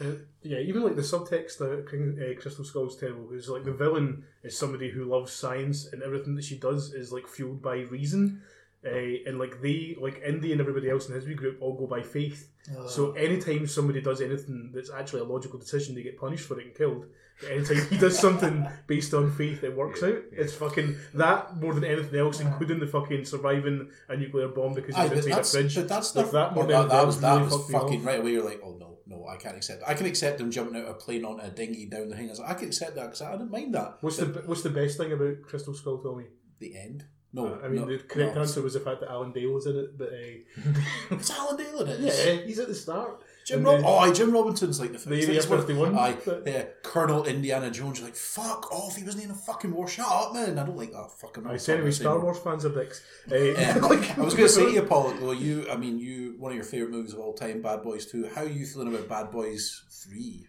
[SPEAKER 3] Uh, yeah, even like the subtext that King, uh, Crystal Skull's terrible is like the villain is somebody who loves science and everything that she does is like fueled by reason. Uh, and like they, like Indy and everybody else in his wee group all go by faith.
[SPEAKER 4] Uh,
[SPEAKER 1] Ah.
[SPEAKER 3] So anytime somebody does anything that's actually a logical decision, they get punished for it and killed. But anytime he does something based on faith, it works
[SPEAKER 2] Yeah,
[SPEAKER 3] out.
[SPEAKER 2] yeah.
[SPEAKER 3] It's fucking that more than anything else, including the fucking surviving a nuclear bomb because
[SPEAKER 1] Ah. Aye,
[SPEAKER 3] he's
[SPEAKER 1] but
[SPEAKER 3] inside a
[SPEAKER 1] that's,
[SPEAKER 3] fridge.
[SPEAKER 1] but that's
[SPEAKER 3] Like
[SPEAKER 1] the,
[SPEAKER 3] that
[SPEAKER 1] that,
[SPEAKER 3] more
[SPEAKER 1] that,
[SPEAKER 3] than anything
[SPEAKER 1] was,
[SPEAKER 3] else
[SPEAKER 1] that
[SPEAKER 3] really
[SPEAKER 1] was
[SPEAKER 3] fucked me
[SPEAKER 1] fucking
[SPEAKER 3] off.
[SPEAKER 1] right away. You're like, oh no, no, I can't accept. That. I can accept them jumping out of a plane onto a dinghy down the thing. I, was like, I can accept that because I didn't mind that.
[SPEAKER 3] What's the what's the best thing about Crystal Skull? Tell me.
[SPEAKER 1] The end. No,
[SPEAKER 3] I mean,
[SPEAKER 1] no,
[SPEAKER 3] the correct
[SPEAKER 1] no.
[SPEAKER 3] answer was the fact that Alan Dale was in it, but uh,
[SPEAKER 1] It's Alan Dale in it.
[SPEAKER 3] yeah, he's at the start.
[SPEAKER 1] Jim
[SPEAKER 3] And
[SPEAKER 1] Rob-
[SPEAKER 3] then-
[SPEAKER 1] oh, aye, Jim Robinson's like the
[SPEAKER 3] The
[SPEAKER 1] first-
[SPEAKER 3] Area 51,
[SPEAKER 1] Aye,
[SPEAKER 3] but-
[SPEAKER 1] yeah, Colonel Indiana Jones. You're like, fuck off. He wasn't in a fucking war. Shut up, man. I don't like that fucking.
[SPEAKER 3] I said anyway, Star Wars fans are dicks. Uh,
[SPEAKER 1] Yeah.
[SPEAKER 3] like-
[SPEAKER 1] I was going to say to you, Paul, though, you, I mean, you, one of your favourite movies of all time, Bad Boys 2. How are you feeling about Bad Boys 3?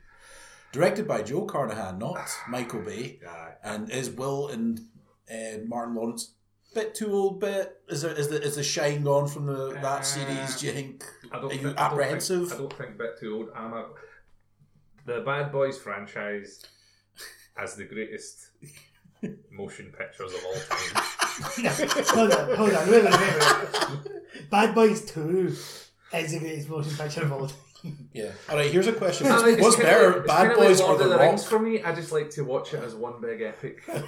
[SPEAKER 1] Directed by Joe Carnahan, not Michael Bay,
[SPEAKER 2] Yeah,
[SPEAKER 1] and is Will and uh, Martin Lawrence bit too old, bit? Is, there, is, the, is the shine gone from the
[SPEAKER 2] Uh,
[SPEAKER 1] that series, do you think?
[SPEAKER 2] I don't
[SPEAKER 1] Are you
[SPEAKER 2] think,
[SPEAKER 1] apprehensive?
[SPEAKER 2] I don't think, I don't think bit too old. I'm a, the Bad Boys franchise has the greatest motion pictures of all time.
[SPEAKER 4] no, hold on, hold on, wait a minute, wait a minute. Bad Boys Two is the greatest motion picture of all time.
[SPEAKER 1] Yeah. All right. Here's a question:
[SPEAKER 2] It's
[SPEAKER 1] What's,
[SPEAKER 2] like- it's
[SPEAKER 1] what's
[SPEAKER 2] kinda like-
[SPEAKER 1] better,
[SPEAKER 2] it's
[SPEAKER 1] Bad
[SPEAKER 2] kinda like
[SPEAKER 1] Boys
[SPEAKER 2] Lord
[SPEAKER 1] or
[SPEAKER 2] of
[SPEAKER 1] The
[SPEAKER 2] the Rings
[SPEAKER 1] Rock?
[SPEAKER 2] for me. I just like to watch it as one big epic. and,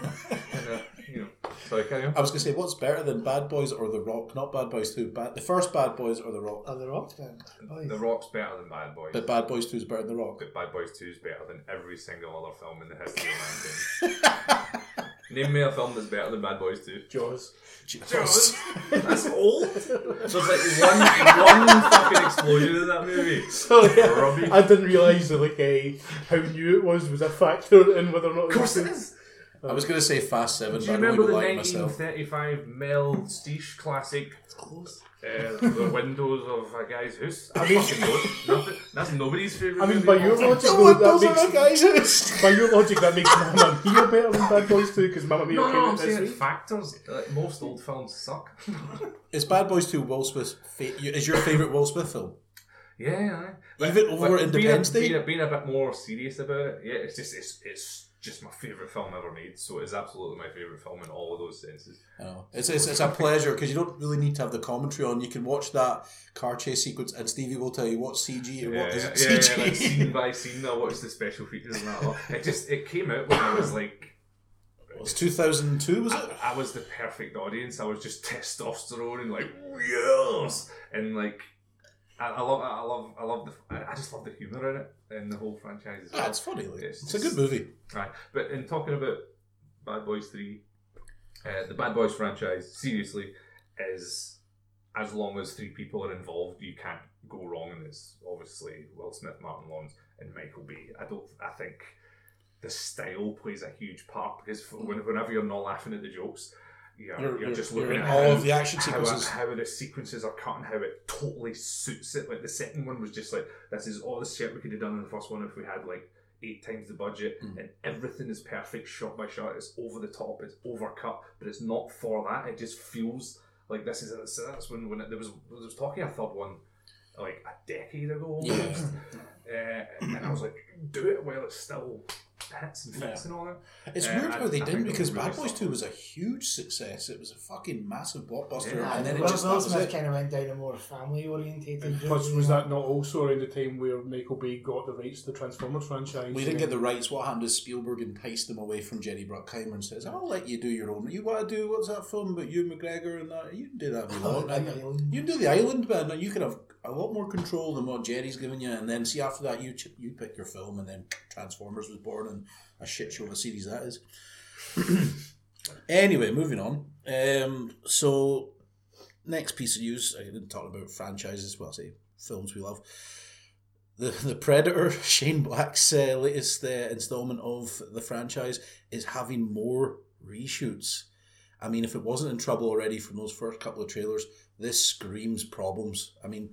[SPEAKER 2] uh, you know, sorry, carry on.
[SPEAKER 1] I was gonna say, what's better than Bad Boys or The Rock? Not Bad Boys Two. Bad, the first Bad Boys or The Rock.
[SPEAKER 4] Are the rocks better? Boys.
[SPEAKER 2] The Rock's better than Bad Boys.
[SPEAKER 1] But Bad Boys Two is better than The Rock.
[SPEAKER 2] But Bad Boys 2 is better than every single other film in the history of mankind. Name me a film that's better than Bad Boys 2.
[SPEAKER 3] Jaws.
[SPEAKER 1] Jesus.
[SPEAKER 2] That's old. So it's like one, one fucking explosion in that movie.
[SPEAKER 3] So
[SPEAKER 2] Robbie.
[SPEAKER 3] yeah, I didn't realise that like eh, how new it was was a factor in whether or not.
[SPEAKER 2] Of course it is.
[SPEAKER 1] I was gonna say Fast Seven, but
[SPEAKER 2] Do you
[SPEAKER 1] I don't
[SPEAKER 2] remember
[SPEAKER 1] really
[SPEAKER 2] the
[SPEAKER 1] like myself.
[SPEAKER 2] 1935 Mel Steesh classic?
[SPEAKER 4] Close.
[SPEAKER 2] Uh, the windows of a guy's house. I fucking know. Nothing, that's nobody's favourite.
[SPEAKER 3] I mean,
[SPEAKER 2] movie
[SPEAKER 3] by
[SPEAKER 2] of
[SPEAKER 3] your
[SPEAKER 2] all time.
[SPEAKER 3] logic,
[SPEAKER 1] No,
[SPEAKER 3] though,
[SPEAKER 1] it
[SPEAKER 3] that
[SPEAKER 1] doesn't
[SPEAKER 3] makes
[SPEAKER 1] look guys.
[SPEAKER 3] by your logic that makes Mamma Mia better than Bad Boys Two because Mamma Mia
[SPEAKER 2] No,
[SPEAKER 3] came
[SPEAKER 2] no, I'm
[SPEAKER 3] out this
[SPEAKER 2] saying it
[SPEAKER 3] week.
[SPEAKER 2] factors. Like, most old films suck.
[SPEAKER 1] Is Bad Boys Two Will Smith's fa- is your favorite Will Smith film?
[SPEAKER 2] yeah, aye. But-
[SPEAKER 1] Even over
[SPEAKER 2] but
[SPEAKER 1] Independence
[SPEAKER 2] being a,
[SPEAKER 1] Day?
[SPEAKER 2] Being a, being a bit more serious about it, yeah, it's just it's it's just my favourite film ever made. So it's absolutely my favourite film in all of those senses.
[SPEAKER 1] No, Oh, it's, it's, it's a pleasure because you don't really need to have the commentary on. You can watch that car chase sequence, and Stevie will tell you what CG and what isn't
[SPEAKER 2] yeah, yeah, like
[SPEAKER 1] CG.
[SPEAKER 2] scene by scene. I watched the special features and that. lot. It just it came out when I was like.
[SPEAKER 1] it was 2002, was it?
[SPEAKER 2] I, I was the perfect audience. I was just testosterone and like yes, and like I, I love, I love, I love the, I, I just love the humor in it and the whole franchise as well.
[SPEAKER 1] Ah, it's funny. Like,
[SPEAKER 2] It's
[SPEAKER 1] it's, a good movie.
[SPEAKER 2] Right. But in talking about Bad Boys 3, uh, the Bad Boys franchise, seriously, is as long as three people are involved, you can't go wrong. And it's obviously Will Smith, Martin Lawrence, and Michael Bay. I don't, I think the style plays a huge part because for when, whenever you're not laughing at the jokes, you're,
[SPEAKER 1] You're,
[SPEAKER 2] you're, just
[SPEAKER 1] you're
[SPEAKER 2] looking
[SPEAKER 1] in
[SPEAKER 2] at
[SPEAKER 1] all
[SPEAKER 2] how-
[SPEAKER 1] of the action sequences.
[SPEAKER 2] how, how the sequences are cut and how it totally suits it. Like the second one was just like this is all the shit we could have done in the first one if we had like eight times the budget
[SPEAKER 1] Mm.
[SPEAKER 2] and everything is perfect shot by shot. It's over the top, it's overcut, but it's not for that. It just feels like this is it. So that's when when it, there was there was talking a third one like a decade ago almost.
[SPEAKER 1] Yeah.
[SPEAKER 2] Uh, and I was like, do it while it's still hits and fits
[SPEAKER 1] Yeah.
[SPEAKER 2] and all that.
[SPEAKER 1] It's
[SPEAKER 2] Yeah,
[SPEAKER 1] weird
[SPEAKER 2] I-
[SPEAKER 1] how they
[SPEAKER 2] I
[SPEAKER 1] didn't
[SPEAKER 2] think it
[SPEAKER 1] because
[SPEAKER 2] was really
[SPEAKER 1] Bad Boys
[SPEAKER 2] something.
[SPEAKER 1] 2 was a huge success. It was a fucking massive blockbuster,
[SPEAKER 2] Yeah.
[SPEAKER 1] and then it
[SPEAKER 4] Will,
[SPEAKER 1] just that
[SPEAKER 4] Will
[SPEAKER 1] was
[SPEAKER 4] Smith
[SPEAKER 1] it.
[SPEAKER 4] kind of went down a more family orientated
[SPEAKER 3] Plus, was that not also around the time where Michael Bay got the rights to the Transformers franchise?
[SPEAKER 1] We didn't get the rights. What happened is Spielberg enticed them away from Jerry Bruckheimer and says, "I'll let you do your own. You want to do what's that film about you McGregor and that? You can do that if you want. And You can do the island, man. and You can have a lot more control than what Jerry's giving you, and then see after that you ch- you pick your film, and then Transformers was born, and a shit show of a series that is. anyway, moving on. Um, so next piece of news. I didn't talk about franchises. Well, I say films we love. The, the Predator, Shane Black's uh, latest uh, installment of the franchise, is having more reshoots. I mean, if it wasn't in trouble already from those first couple of trailers, this screams problems. I mean,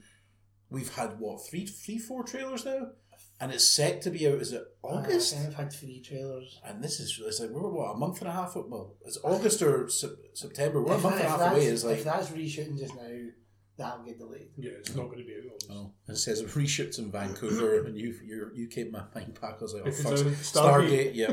[SPEAKER 1] we've had what three, three, four trailers now, and it's set to be out. Is it
[SPEAKER 4] Uh,
[SPEAKER 1] August?
[SPEAKER 4] I've had three trailers.
[SPEAKER 1] And this is it's like we're what a month and a half. Well, it's August or sep- September. We're a month and a half
[SPEAKER 4] that's,
[SPEAKER 1] away. It's like
[SPEAKER 4] if that's reshooting just now, that'll get delayed.
[SPEAKER 3] Yeah, it's not going to be out.
[SPEAKER 1] I know. oh, And it says reshipped in Vancouver, and you you you came my mind back. I was like, oh,
[SPEAKER 3] Because
[SPEAKER 1] fuck,
[SPEAKER 3] of Stargate.
[SPEAKER 1] Stargate, yeah.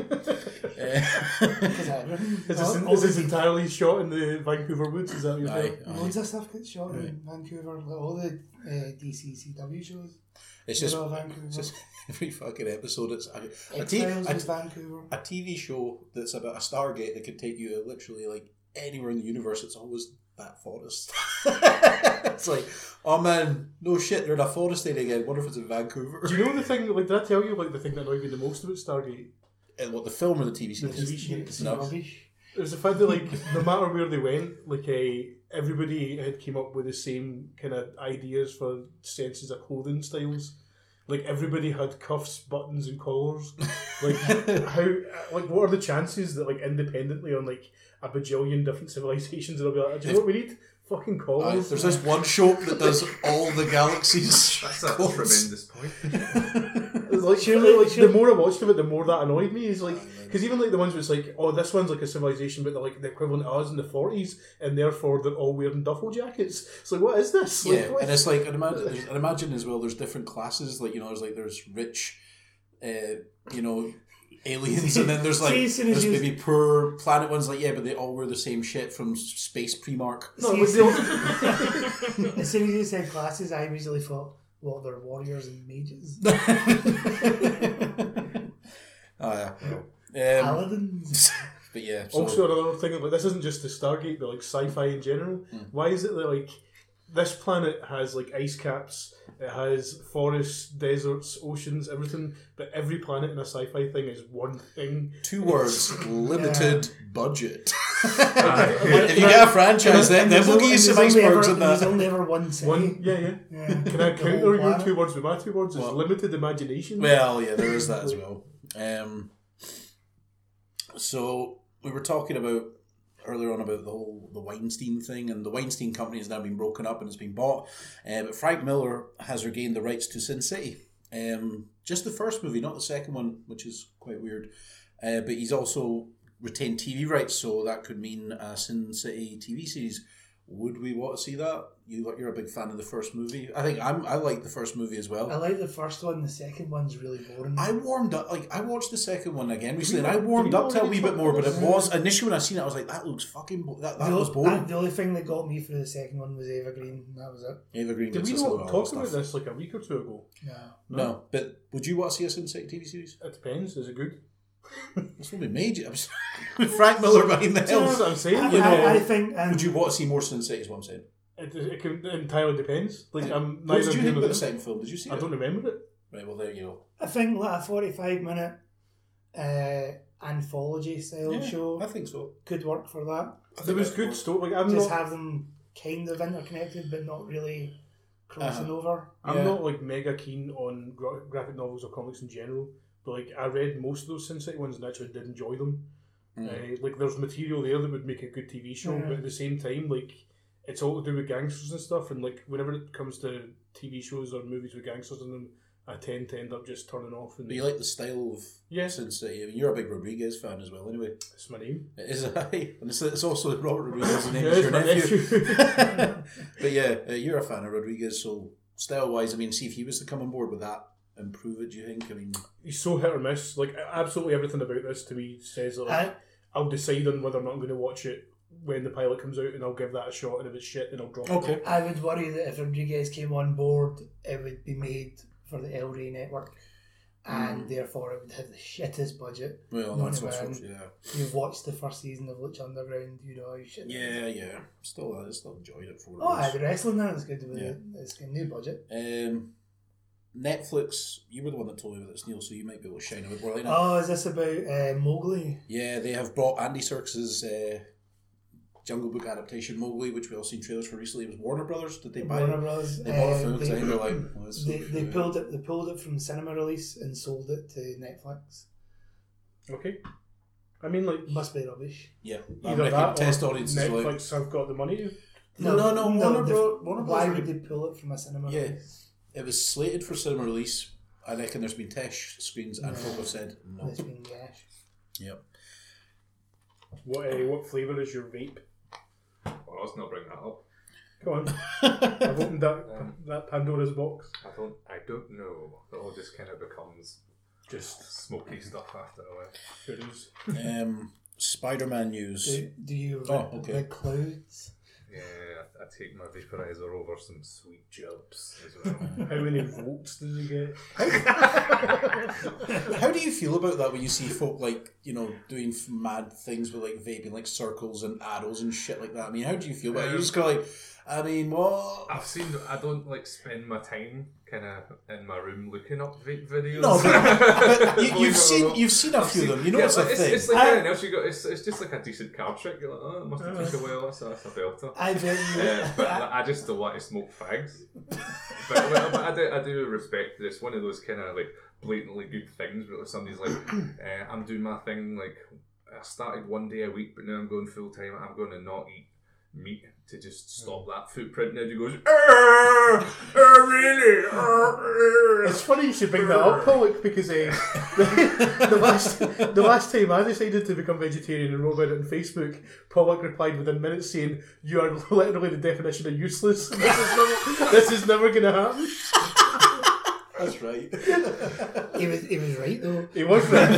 [SPEAKER 4] Because
[SPEAKER 1] Uh,
[SPEAKER 4] everyone-
[SPEAKER 3] Is
[SPEAKER 4] all-
[SPEAKER 3] this,
[SPEAKER 4] all
[SPEAKER 3] is this
[SPEAKER 4] the-
[SPEAKER 3] entirely shot in the Vancouver woods? Is that your
[SPEAKER 1] Aye, aye.
[SPEAKER 4] Loads of stuff gets shot
[SPEAKER 1] Right.
[SPEAKER 4] in Vancouver. Like all the uh, DCCW shows.
[SPEAKER 1] It's
[SPEAKER 4] they're
[SPEAKER 1] just
[SPEAKER 4] all Vancouver.
[SPEAKER 1] it's just every fucking episode. It's a, a, t-
[SPEAKER 4] X-Files
[SPEAKER 1] a,
[SPEAKER 4] was Vancouver.
[SPEAKER 1] a TV show that's about a Stargate that could take you to literally like anywhere in the universe. It's always that forest. it's like, oh man, no shit, they're in a forest area again. Wonder if it's in Vancouver.
[SPEAKER 3] Do you know the thing? Like, did I tell you like the thing that annoyed me the most about Stargate?
[SPEAKER 1] And what the film or the TV
[SPEAKER 3] The
[SPEAKER 1] series?
[SPEAKER 3] TV
[SPEAKER 4] Yeah, it's
[SPEAKER 3] show.
[SPEAKER 1] No.
[SPEAKER 4] rubbish.
[SPEAKER 3] It was the fact that like no matter where they went, like eh, everybody had came up with the same kind of ideas for senses of clothing styles. Like everybody had cuffs, buttons, and collars. Like how? Like what are the chances that like independently on like a bajillion different civilizations it'll be like, do you know what we need? Fucking
[SPEAKER 1] Aye,
[SPEAKER 3] collars.
[SPEAKER 1] there's this one shop that does all the galaxies.
[SPEAKER 2] That's a
[SPEAKER 1] clothes.
[SPEAKER 2] tremendous point.
[SPEAKER 3] like, surely, like, the more I watched of it, the more that annoyed me. Is like,
[SPEAKER 1] Oh,
[SPEAKER 3] because even like the ones where it's like, oh, this one's like a civilization, but they're like the equivalent of us in the forties, and therefore they're all wearing duffel jackets. It's like, what is this? Like,
[SPEAKER 1] Yeah,
[SPEAKER 3] what-
[SPEAKER 1] and it's like I'd imagine, there's- I'd imagine as well. There's different classes, like you know, there's like there's rich, uh, you know, aliens, and then there's like
[SPEAKER 4] See, as soon as
[SPEAKER 1] there's
[SPEAKER 4] you-
[SPEAKER 1] maybe poor planet ones. Like yeah, but they all wear the same shit from space pre mark.
[SPEAKER 3] no, like, they all-
[SPEAKER 4] As soon as you said classes, I immediately thought what they're warriors and mages,
[SPEAKER 1] Oh yeah. well, Um,
[SPEAKER 4] paladins.
[SPEAKER 1] but yeah. So,
[SPEAKER 3] Also, another thing like this isn't just the Stargate, but like sci-fi in general.
[SPEAKER 1] Hmm.
[SPEAKER 3] Why is it that like this planet has like ice caps, it has forests, deserts, oceans, everything, but every planet in a sci-fi thing is one thing.
[SPEAKER 1] two words: limited budget.
[SPEAKER 2] Aye.
[SPEAKER 1] if you get a franchise, then
[SPEAKER 4] And
[SPEAKER 1] then
[SPEAKER 4] Uh, there's
[SPEAKER 1] we'll
[SPEAKER 4] only-
[SPEAKER 1] give you some
[SPEAKER 4] there's only
[SPEAKER 1] icebergs
[SPEAKER 4] ever-
[SPEAKER 1] and
[SPEAKER 4] There's
[SPEAKER 1] that.
[SPEAKER 4] only ever one city.
[SPEAKER 3] One, yeah, yeah.
[SPEAKER 4] Yeah.
[SPEAKER 3] Can I
[SPEAKER 4] The
[SPEAKER 3] counter
[SPEAKER 4] whole
[SPEAKER 3] your
[SPEAKER 4] planet.
[SPEAKER 3] two words with my two words? Is
[SPEAKER 1] Oh, What?
[SPEAKER 3] limited imagination.
[SPEAKER 1] Well, yeah, there is that as well. Um, so we were talking about earlier on about the whole the Weinstein thing, and the Weinstein company has now been broken up and it's been bought. Uh, but Frank Miller has regained the rights to Sin City. Um, just the first movie, not the second one, which is quite weird. Uh, but he's also retained TV rights, so that could mean a Sin City TV series. Would we want to see that? You, you're a big fan of the first movie. I think I'm. I like the first movie as well.
[SPEAKER 4] I like the first one. The second one's really boring.
[SPEAKER 1] I warmed up. Like I watched the second one again recently,
[SPEAKER 3] we
[SPEAKER 1] and I
[SPEAKER 3] not-
[SPEAKER 1] warmed
[SPEAKER 3] did we
[SPEAKER 1] up to it a
[SPEAKER 3] already
[SPEAKER 1] wee bit
[SPEAKER 3] talk
[SPEAKER 1] more. But
[SPEAKER 3] about
[SPEAKER 1] it
[SPEAKER 3] this?
[SPEAKER 1] was initially when I seen it, I was like, "That looks fucking. Bo- that that
[SPEAKER 4] the,
[SPEAKER 1] was
[SPEAKER 4] o-
[SPEAKER 1] boring."
[SPEAKER 4] I- the only thing that got me through the second one was Evergreen. and That was it.
[SPEAKER 1] Evergreen.
[SPEAKER 3] Did
[SPEAKER 1] gets
[SPEAKER 3] we
[SPEAKER 1] us a lot
[SPEAKER 3] not
[SPEAKER 1] of
[SPEAKER 3] talk
[SPEAKER 1] stuff.
[SPEAKER 3] about this like a week or two ago?
[SPEAKER 4] No.
[SPEAKER 1] No, but would you want to see us in City TV series?
[SPEAKER 3] It depends. Is it good?
[SPEAKER 1] That's what we made you. I'm sorry. Frank Miller behind the
[SPEAKER 3] Do you know
[SPEAKER 1] hills.
[SPEAKER 3] what I'm saying?
[SPEAKER 4] I,
[SPEAKER 1] You know,
[SPEAKER 4] I, I think. Um,
[SPEAKER 1] Would you want to see more Sin City? Is what I'm saying.
[SPEAKER 3] It, it, can, it entirely depends. Like I'm
[SPEAKER 1] What
[SPEAKER 3] neither
[SPEAKER 1] did you
[SPEAKER 3] here
[SPEAKER 1] think
[SPEAKER 3] nor
[SPEAKER 1] about the
[SPEAKER 3] there.
[SPEAKER 1] second film? Did you see
[SPEAKER 3] I
[SPEAKER 1] it?
[SPEAKER 3] don't remember it.
[SPEAKER 1] Right. Well, there you go.
[SPEAKER 4] I think like a forty-five minute uh, anthology style
[SPEAKER 1] Yeah, I
[SPEAKER 4] show
[SPEAKER 1] think so.
[SPEAKER 4] could work for that.
[SPEAKER 1] I
[SPEAKER 3] There
[SPEAKER 1] think
[SPEAKER 3] was
[SPEAKER 1] that
[SPEAKER 3] good story. Like I'm
[SPEAKER 4] Just
[SPEAKER 3] not,
[SPEAKER 4] have them kind of interconnected, but not really crossing
[SPEAKER 1] Uh-huh.
[SPEAKER 4] over.
[SPEAKER 3] I'm
[SPEAKER 1] Yeah.
[SPEAKER 3] not like mega keen on gra- graphic novels or comics in general, but like I read most of those Sin City ones and actually did enjoy them. Uh, like there's material there that would make a good TV show,
[SPEAKER 4] Yeah.
[SPEAKER 3] but at the same time, like it's all to do with gangsters and stuff. And like whenever it comes to TV shows or movies with gangsters in them, I tend to end up just turning off. And
[SPEAKER 1] But you like the style of
[SPEAKER 3] Yeah.
[SPEAKER 1] Sin City. I mean, you're a big Rodriguez fan as well, anyway.
[SPEAKER 3] it's my name.
[SPEAKER 1] It is, aye. and it's, it's also Robert Rodriguez's name.
[SPEAKER 3] Yeah,
[SPEAKER 1] is
[SPEAKER 3] it's
[SPEAKER 1] your
[SPEAKER 3] my
[SPEAKER 1] nephew.
[SPEAKER 3] nephew.
[SPEAKER 1] but yeah, uh, you're a fan of Rodriguez, so style wise, I mean, see if he was to come on board with that, improve it. Do you think? I mean,
[SPEAKER 3] He's so hit or miss. Like absolutely everything about this to me says that. Like,
[SPEAKER 4] I,
[SPEAKER 3] I'll decide on whether or not I'm going to watch it when the pilot comes out, and I'll give that a shot. And if it's shit, then I'll drop it.
[SPEAKER 4] I would worry that if Rodriguez came on board, it would be made for the El Rey network, and
[SPEAKER 1] Mm.
[SPEAKER 4] therefore it would have the shittest budget.
[SPEAKER 1] well,
[SPEAKER 4] No,
[SPEAKER 1] that's
[SPEAKER 4] no,
[SPEAKER 1] also
[SPEAKER 4] man.
[SPEAKER 1] yeah,
[SPEAKER 4] You've watched the first season of Lucha Underground, you know you should.
[SPEAKER 1] yeah, yeah. Still, I still enjoyed it for. what it
[SPEAKER 4] Oh, aye,
[SPEAKER 1] was.
[SPEAKER 4] the wrestling now is good. With
[SPEAKER 1] Yeah.
[SPEAKER 4] it. It's got new budget.
[SPEAKER 1] Um, Netflix. You were the one that told me about this, Neil, so you might be able to shine a bit more light on it.
[SPEAKER 4] Oh, is this about uh, Mowgli?
[SPEAKER 1] Yeah, they have brought Andy Serkis's uh, Jungle Book adaptation Mowgli, which we all seen trailers for recently. It was Warner Brothers. Did they buy
[SPEAKER 4] Warner
[SPEAKER 1] it?
[SPEAKER 4] Bros.
[SPEAKER 1] They bought it
[SPEAKER 4] Uh,
[SPEAKER 1] from because I
[SPEAKER 4] they,
[SPEAKER 1] think they're like well, it's
[SPEAKER 4] they,
[SPEAKER 1] not
[SPEAKER 4] they
[SPEAKER 1] good.
[SPEAKER 4] pulled it. They pulled it from cinema release and sold it to Netflix.
[SPEAKER 3] Okay. I mean, like
[SPEAKER 4] Must be rubbish.
[SPEAKER 1] Yeah, that
[SPEAKER 3] either
[SPEAKER 1] might
[SPEAKER 3] that or
[SPEAKER 1] test audiences
[SPEAKER 3] Netflix uh,
[SPEAKER 1] like
[SPEAKER 3] have got the money. to-
[SPEAKER 1] No, no, no, Warner
[SPEAKER 4] they-
[SPEAKER 1] Bro- Warner
[SPEAKER 4] Why
[SPEAKER 1] Bros.
[SPEAKER 4] would they pull it from a cinema?
[SPEAKER 1] Yeah.
[SPEAKER 4] release?
[SPEAKER 1] It was slated for cinema release. I reckon there's been test screens, and folk have said no.
[SPEAKER 4] It's been gash.
[SPEAKER 1] Yep.
[SPEAKER 3] What uh, what flavour is your vape?
[SPEAKER 2] Well, let's not bring that up.
[SPEAKER 3] Come on, I've opened that that Pandora's box.
[SPEAKER 2] I don't. I don't know. It all just kind of becomes
[SPEAKER 3] Just
[SPEAKER 1] Mm-hmm.
[SPEAKER 2] smoky stuff after a while.
[SPEAKER 3] sure is.
[SPEAKER 1] um, Spider-Man news.
[SPEAKER 4] Do, do you
[SPEAKER 1] Oh,
[SPEAKER 4] read
[SPEAKER 1] okay.
[SPEAKER 4] the clouds?
[SPEAKER 2] Yeah, I, I take my vaporizer over some sweet jobs as well.
[SPEAKER 3] How many volts does he get?
[SPEAKER 1] How do you feel about that when you see folk like you know doing f- mad things with like vaping, like circles and arrows and shit like that? I mean, how do you feel about it? You just go like, I mean, what?
[SPEAKER 2] I've seen. I don't like spend my time kind of in my room looking up vape videos.
[SPEAKER 1] No, but, but you,
[SPEAKER 2] Believe it
[SPEAKER 1] you've
[SPEAKER 2] or
[SPEAKER 1] seen
[SPEAKER 2] not.
[SPEAKER 1] you've seen a few of them. You know it's a
[SPEAKER 2] like,
[SPEAKER 1] thing.
[SPEAKER 2] It's, like
[SPEAKER 4] I-
[SPEAKER 2] anything else you got. It's, it's just like a decent carb trick. You're like, oh, it must have taken a while. That's, that's a belter.
[SPEAKER 4] I bet you.
[SPEAKER 2] Uh, but like, I just don't like to smoke fags. but, well, but I do, I do respect that it's one of those kind of like blatantly good things where somebody's like, uh, I'm doing my thing. Like I started one day a week, but now I'm going full time. I'm going to not eat meat to just stop that footprint. Now he goes, "Err, err, really? Eh, Err, err."
[SPEAKER 3] It's funny you should bring that up, Pollock, because uh, the, the last the last time I decided to become vegetarian and wrote about it on Facebook, Pollock replied within minutes saying, "You are literally the definition of useless. This is never, this is never going to happen."
[SPEAKER 1] That's right.
[SPEAKER 4] He was, he was right though.
[SPEAKER 3] He was right.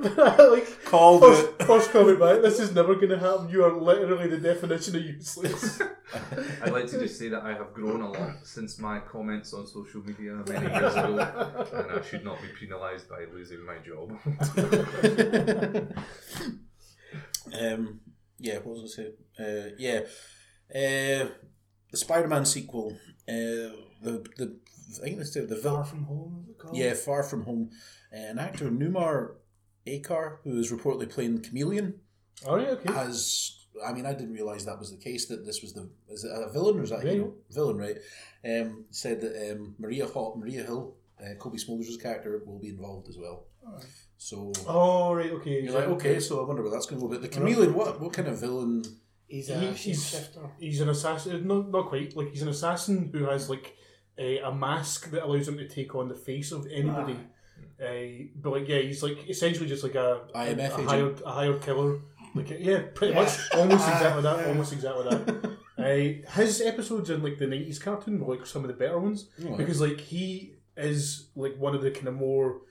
[SPEAKER 3] like,
[SPEAKER 1] Called
[SPEAKER 2] Oh.
[SPEAKER 3] first,
[SPEAKER 1] it.
[SPEAKER 3] first comment back, this is never going to happen. You are literally the definition of useless.
[SPEAKER 2] I'd like to just say that I have grown a lot since my comments on social media many years ago, and I should not be penalised by losing my job.
[SPEAKER 1] Um, yeah, what was I say? Uh, yeah, uh, the Spider-Man sequel. Uh, the the I think it's the the villain.
[SPEAKER 4] Far from home, is it called?
[SPEAKER 1] Yeah, Far From Home. an actor Numar Akar, who is reportedly playing Chameleon,
[SPEAKER 3] Alright, Oh, okay.
[SPEAKER 1] has. I mean, I didn't realize that was the case. That this was the is it a villain or is that a
[SPEAKER 3] Yeah,
[SPEAKER 1] hero? villain, right? Um, said that um, Maria Hot, Maria Hill, uh, Kobe Smulders' character will be involved as well. So
[SPEAKER 3] Oh, right, okay.
[SPEAKER 1] you're like, okay, so I wonder where that's going to go. But the Chameleon, what what kind of villain?
[SPEAKER 4] He's
[SPEAKER 3] He-
[SPEAKER 4] a
[SPEAKER 3] he's-
[SPEAKER 4] shifter.
[SPEAKER 3] He's an assassin, not, not quite, like he's an assassin who has like a, a mask that allows him to take on the face of anybody.
[SPEAKER 1] Ah.
[SPEAKER 3] Uh, but like, yeah, he's like essentially just like a,
[SPEAKER 1] IMF
[SPEAKER 3] a,
[SPEAKER 1] agent.
[SPEAKER 3] hired, a hired killer. Like, yeah, pretty
[SPEAKER 4] Yeah.
[SPEAKER 3] much, almost
[SPEAKER 4] Ah,
[SPEAKER 3] exactly that,
[SPEAKER 4] yeah.
[SPEAKER 3] almost exactly that. Uh, his episodes in like the nineties cartoon were like some of the better ones. because like he is like one of the kind of more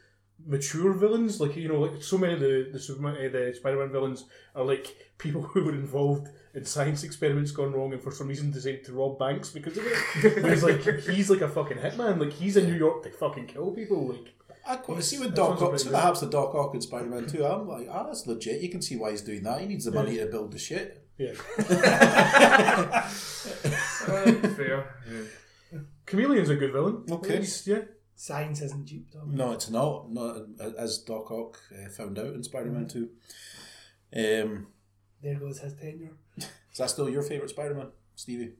[SPEAKER 3] mature villains like you know like so many of the the superman eh, the spider-man villains are like people who were involved in science experiments gone wrong and for some reason decided to rob banks because of it whereas like he's like a fucking hitman like he's in new york to fucking kill people like
[SPEAKER 1] I quite see with
[SPEAKER 3] That
[SPEAKER 1] Doc
[SPEAKER 3] sounds
[SPEAKER 1] Ock,
[SPEAKER 3] pretty
[SPEAKER 1] see
[SPEAKER 3] good.
[SPEAKER 1] what happens to Doc Ock in Spider Man 2. I'm like, ah, that's legit. You can see why he's doing that. He needs the money to build the shit.
[SPEAKER 3] yeah
[SPEAKER 2] Uh, fair. Yeah.
[SPEAKER 3] chameleon's a good villain
[SPEAKER 1] Okay.
[SPEAKER 3] He's- yeah
[SPEAKER 4] Science hasn't duped him.
[SPEAKER 1] No, it's not. Not as Doc Ock uh, found out in Spider Man 2. Um,
[SPEAKER 4] There goes his tenure.
[SPEAKER 1] is that still your favourite Spider Man, Stevie?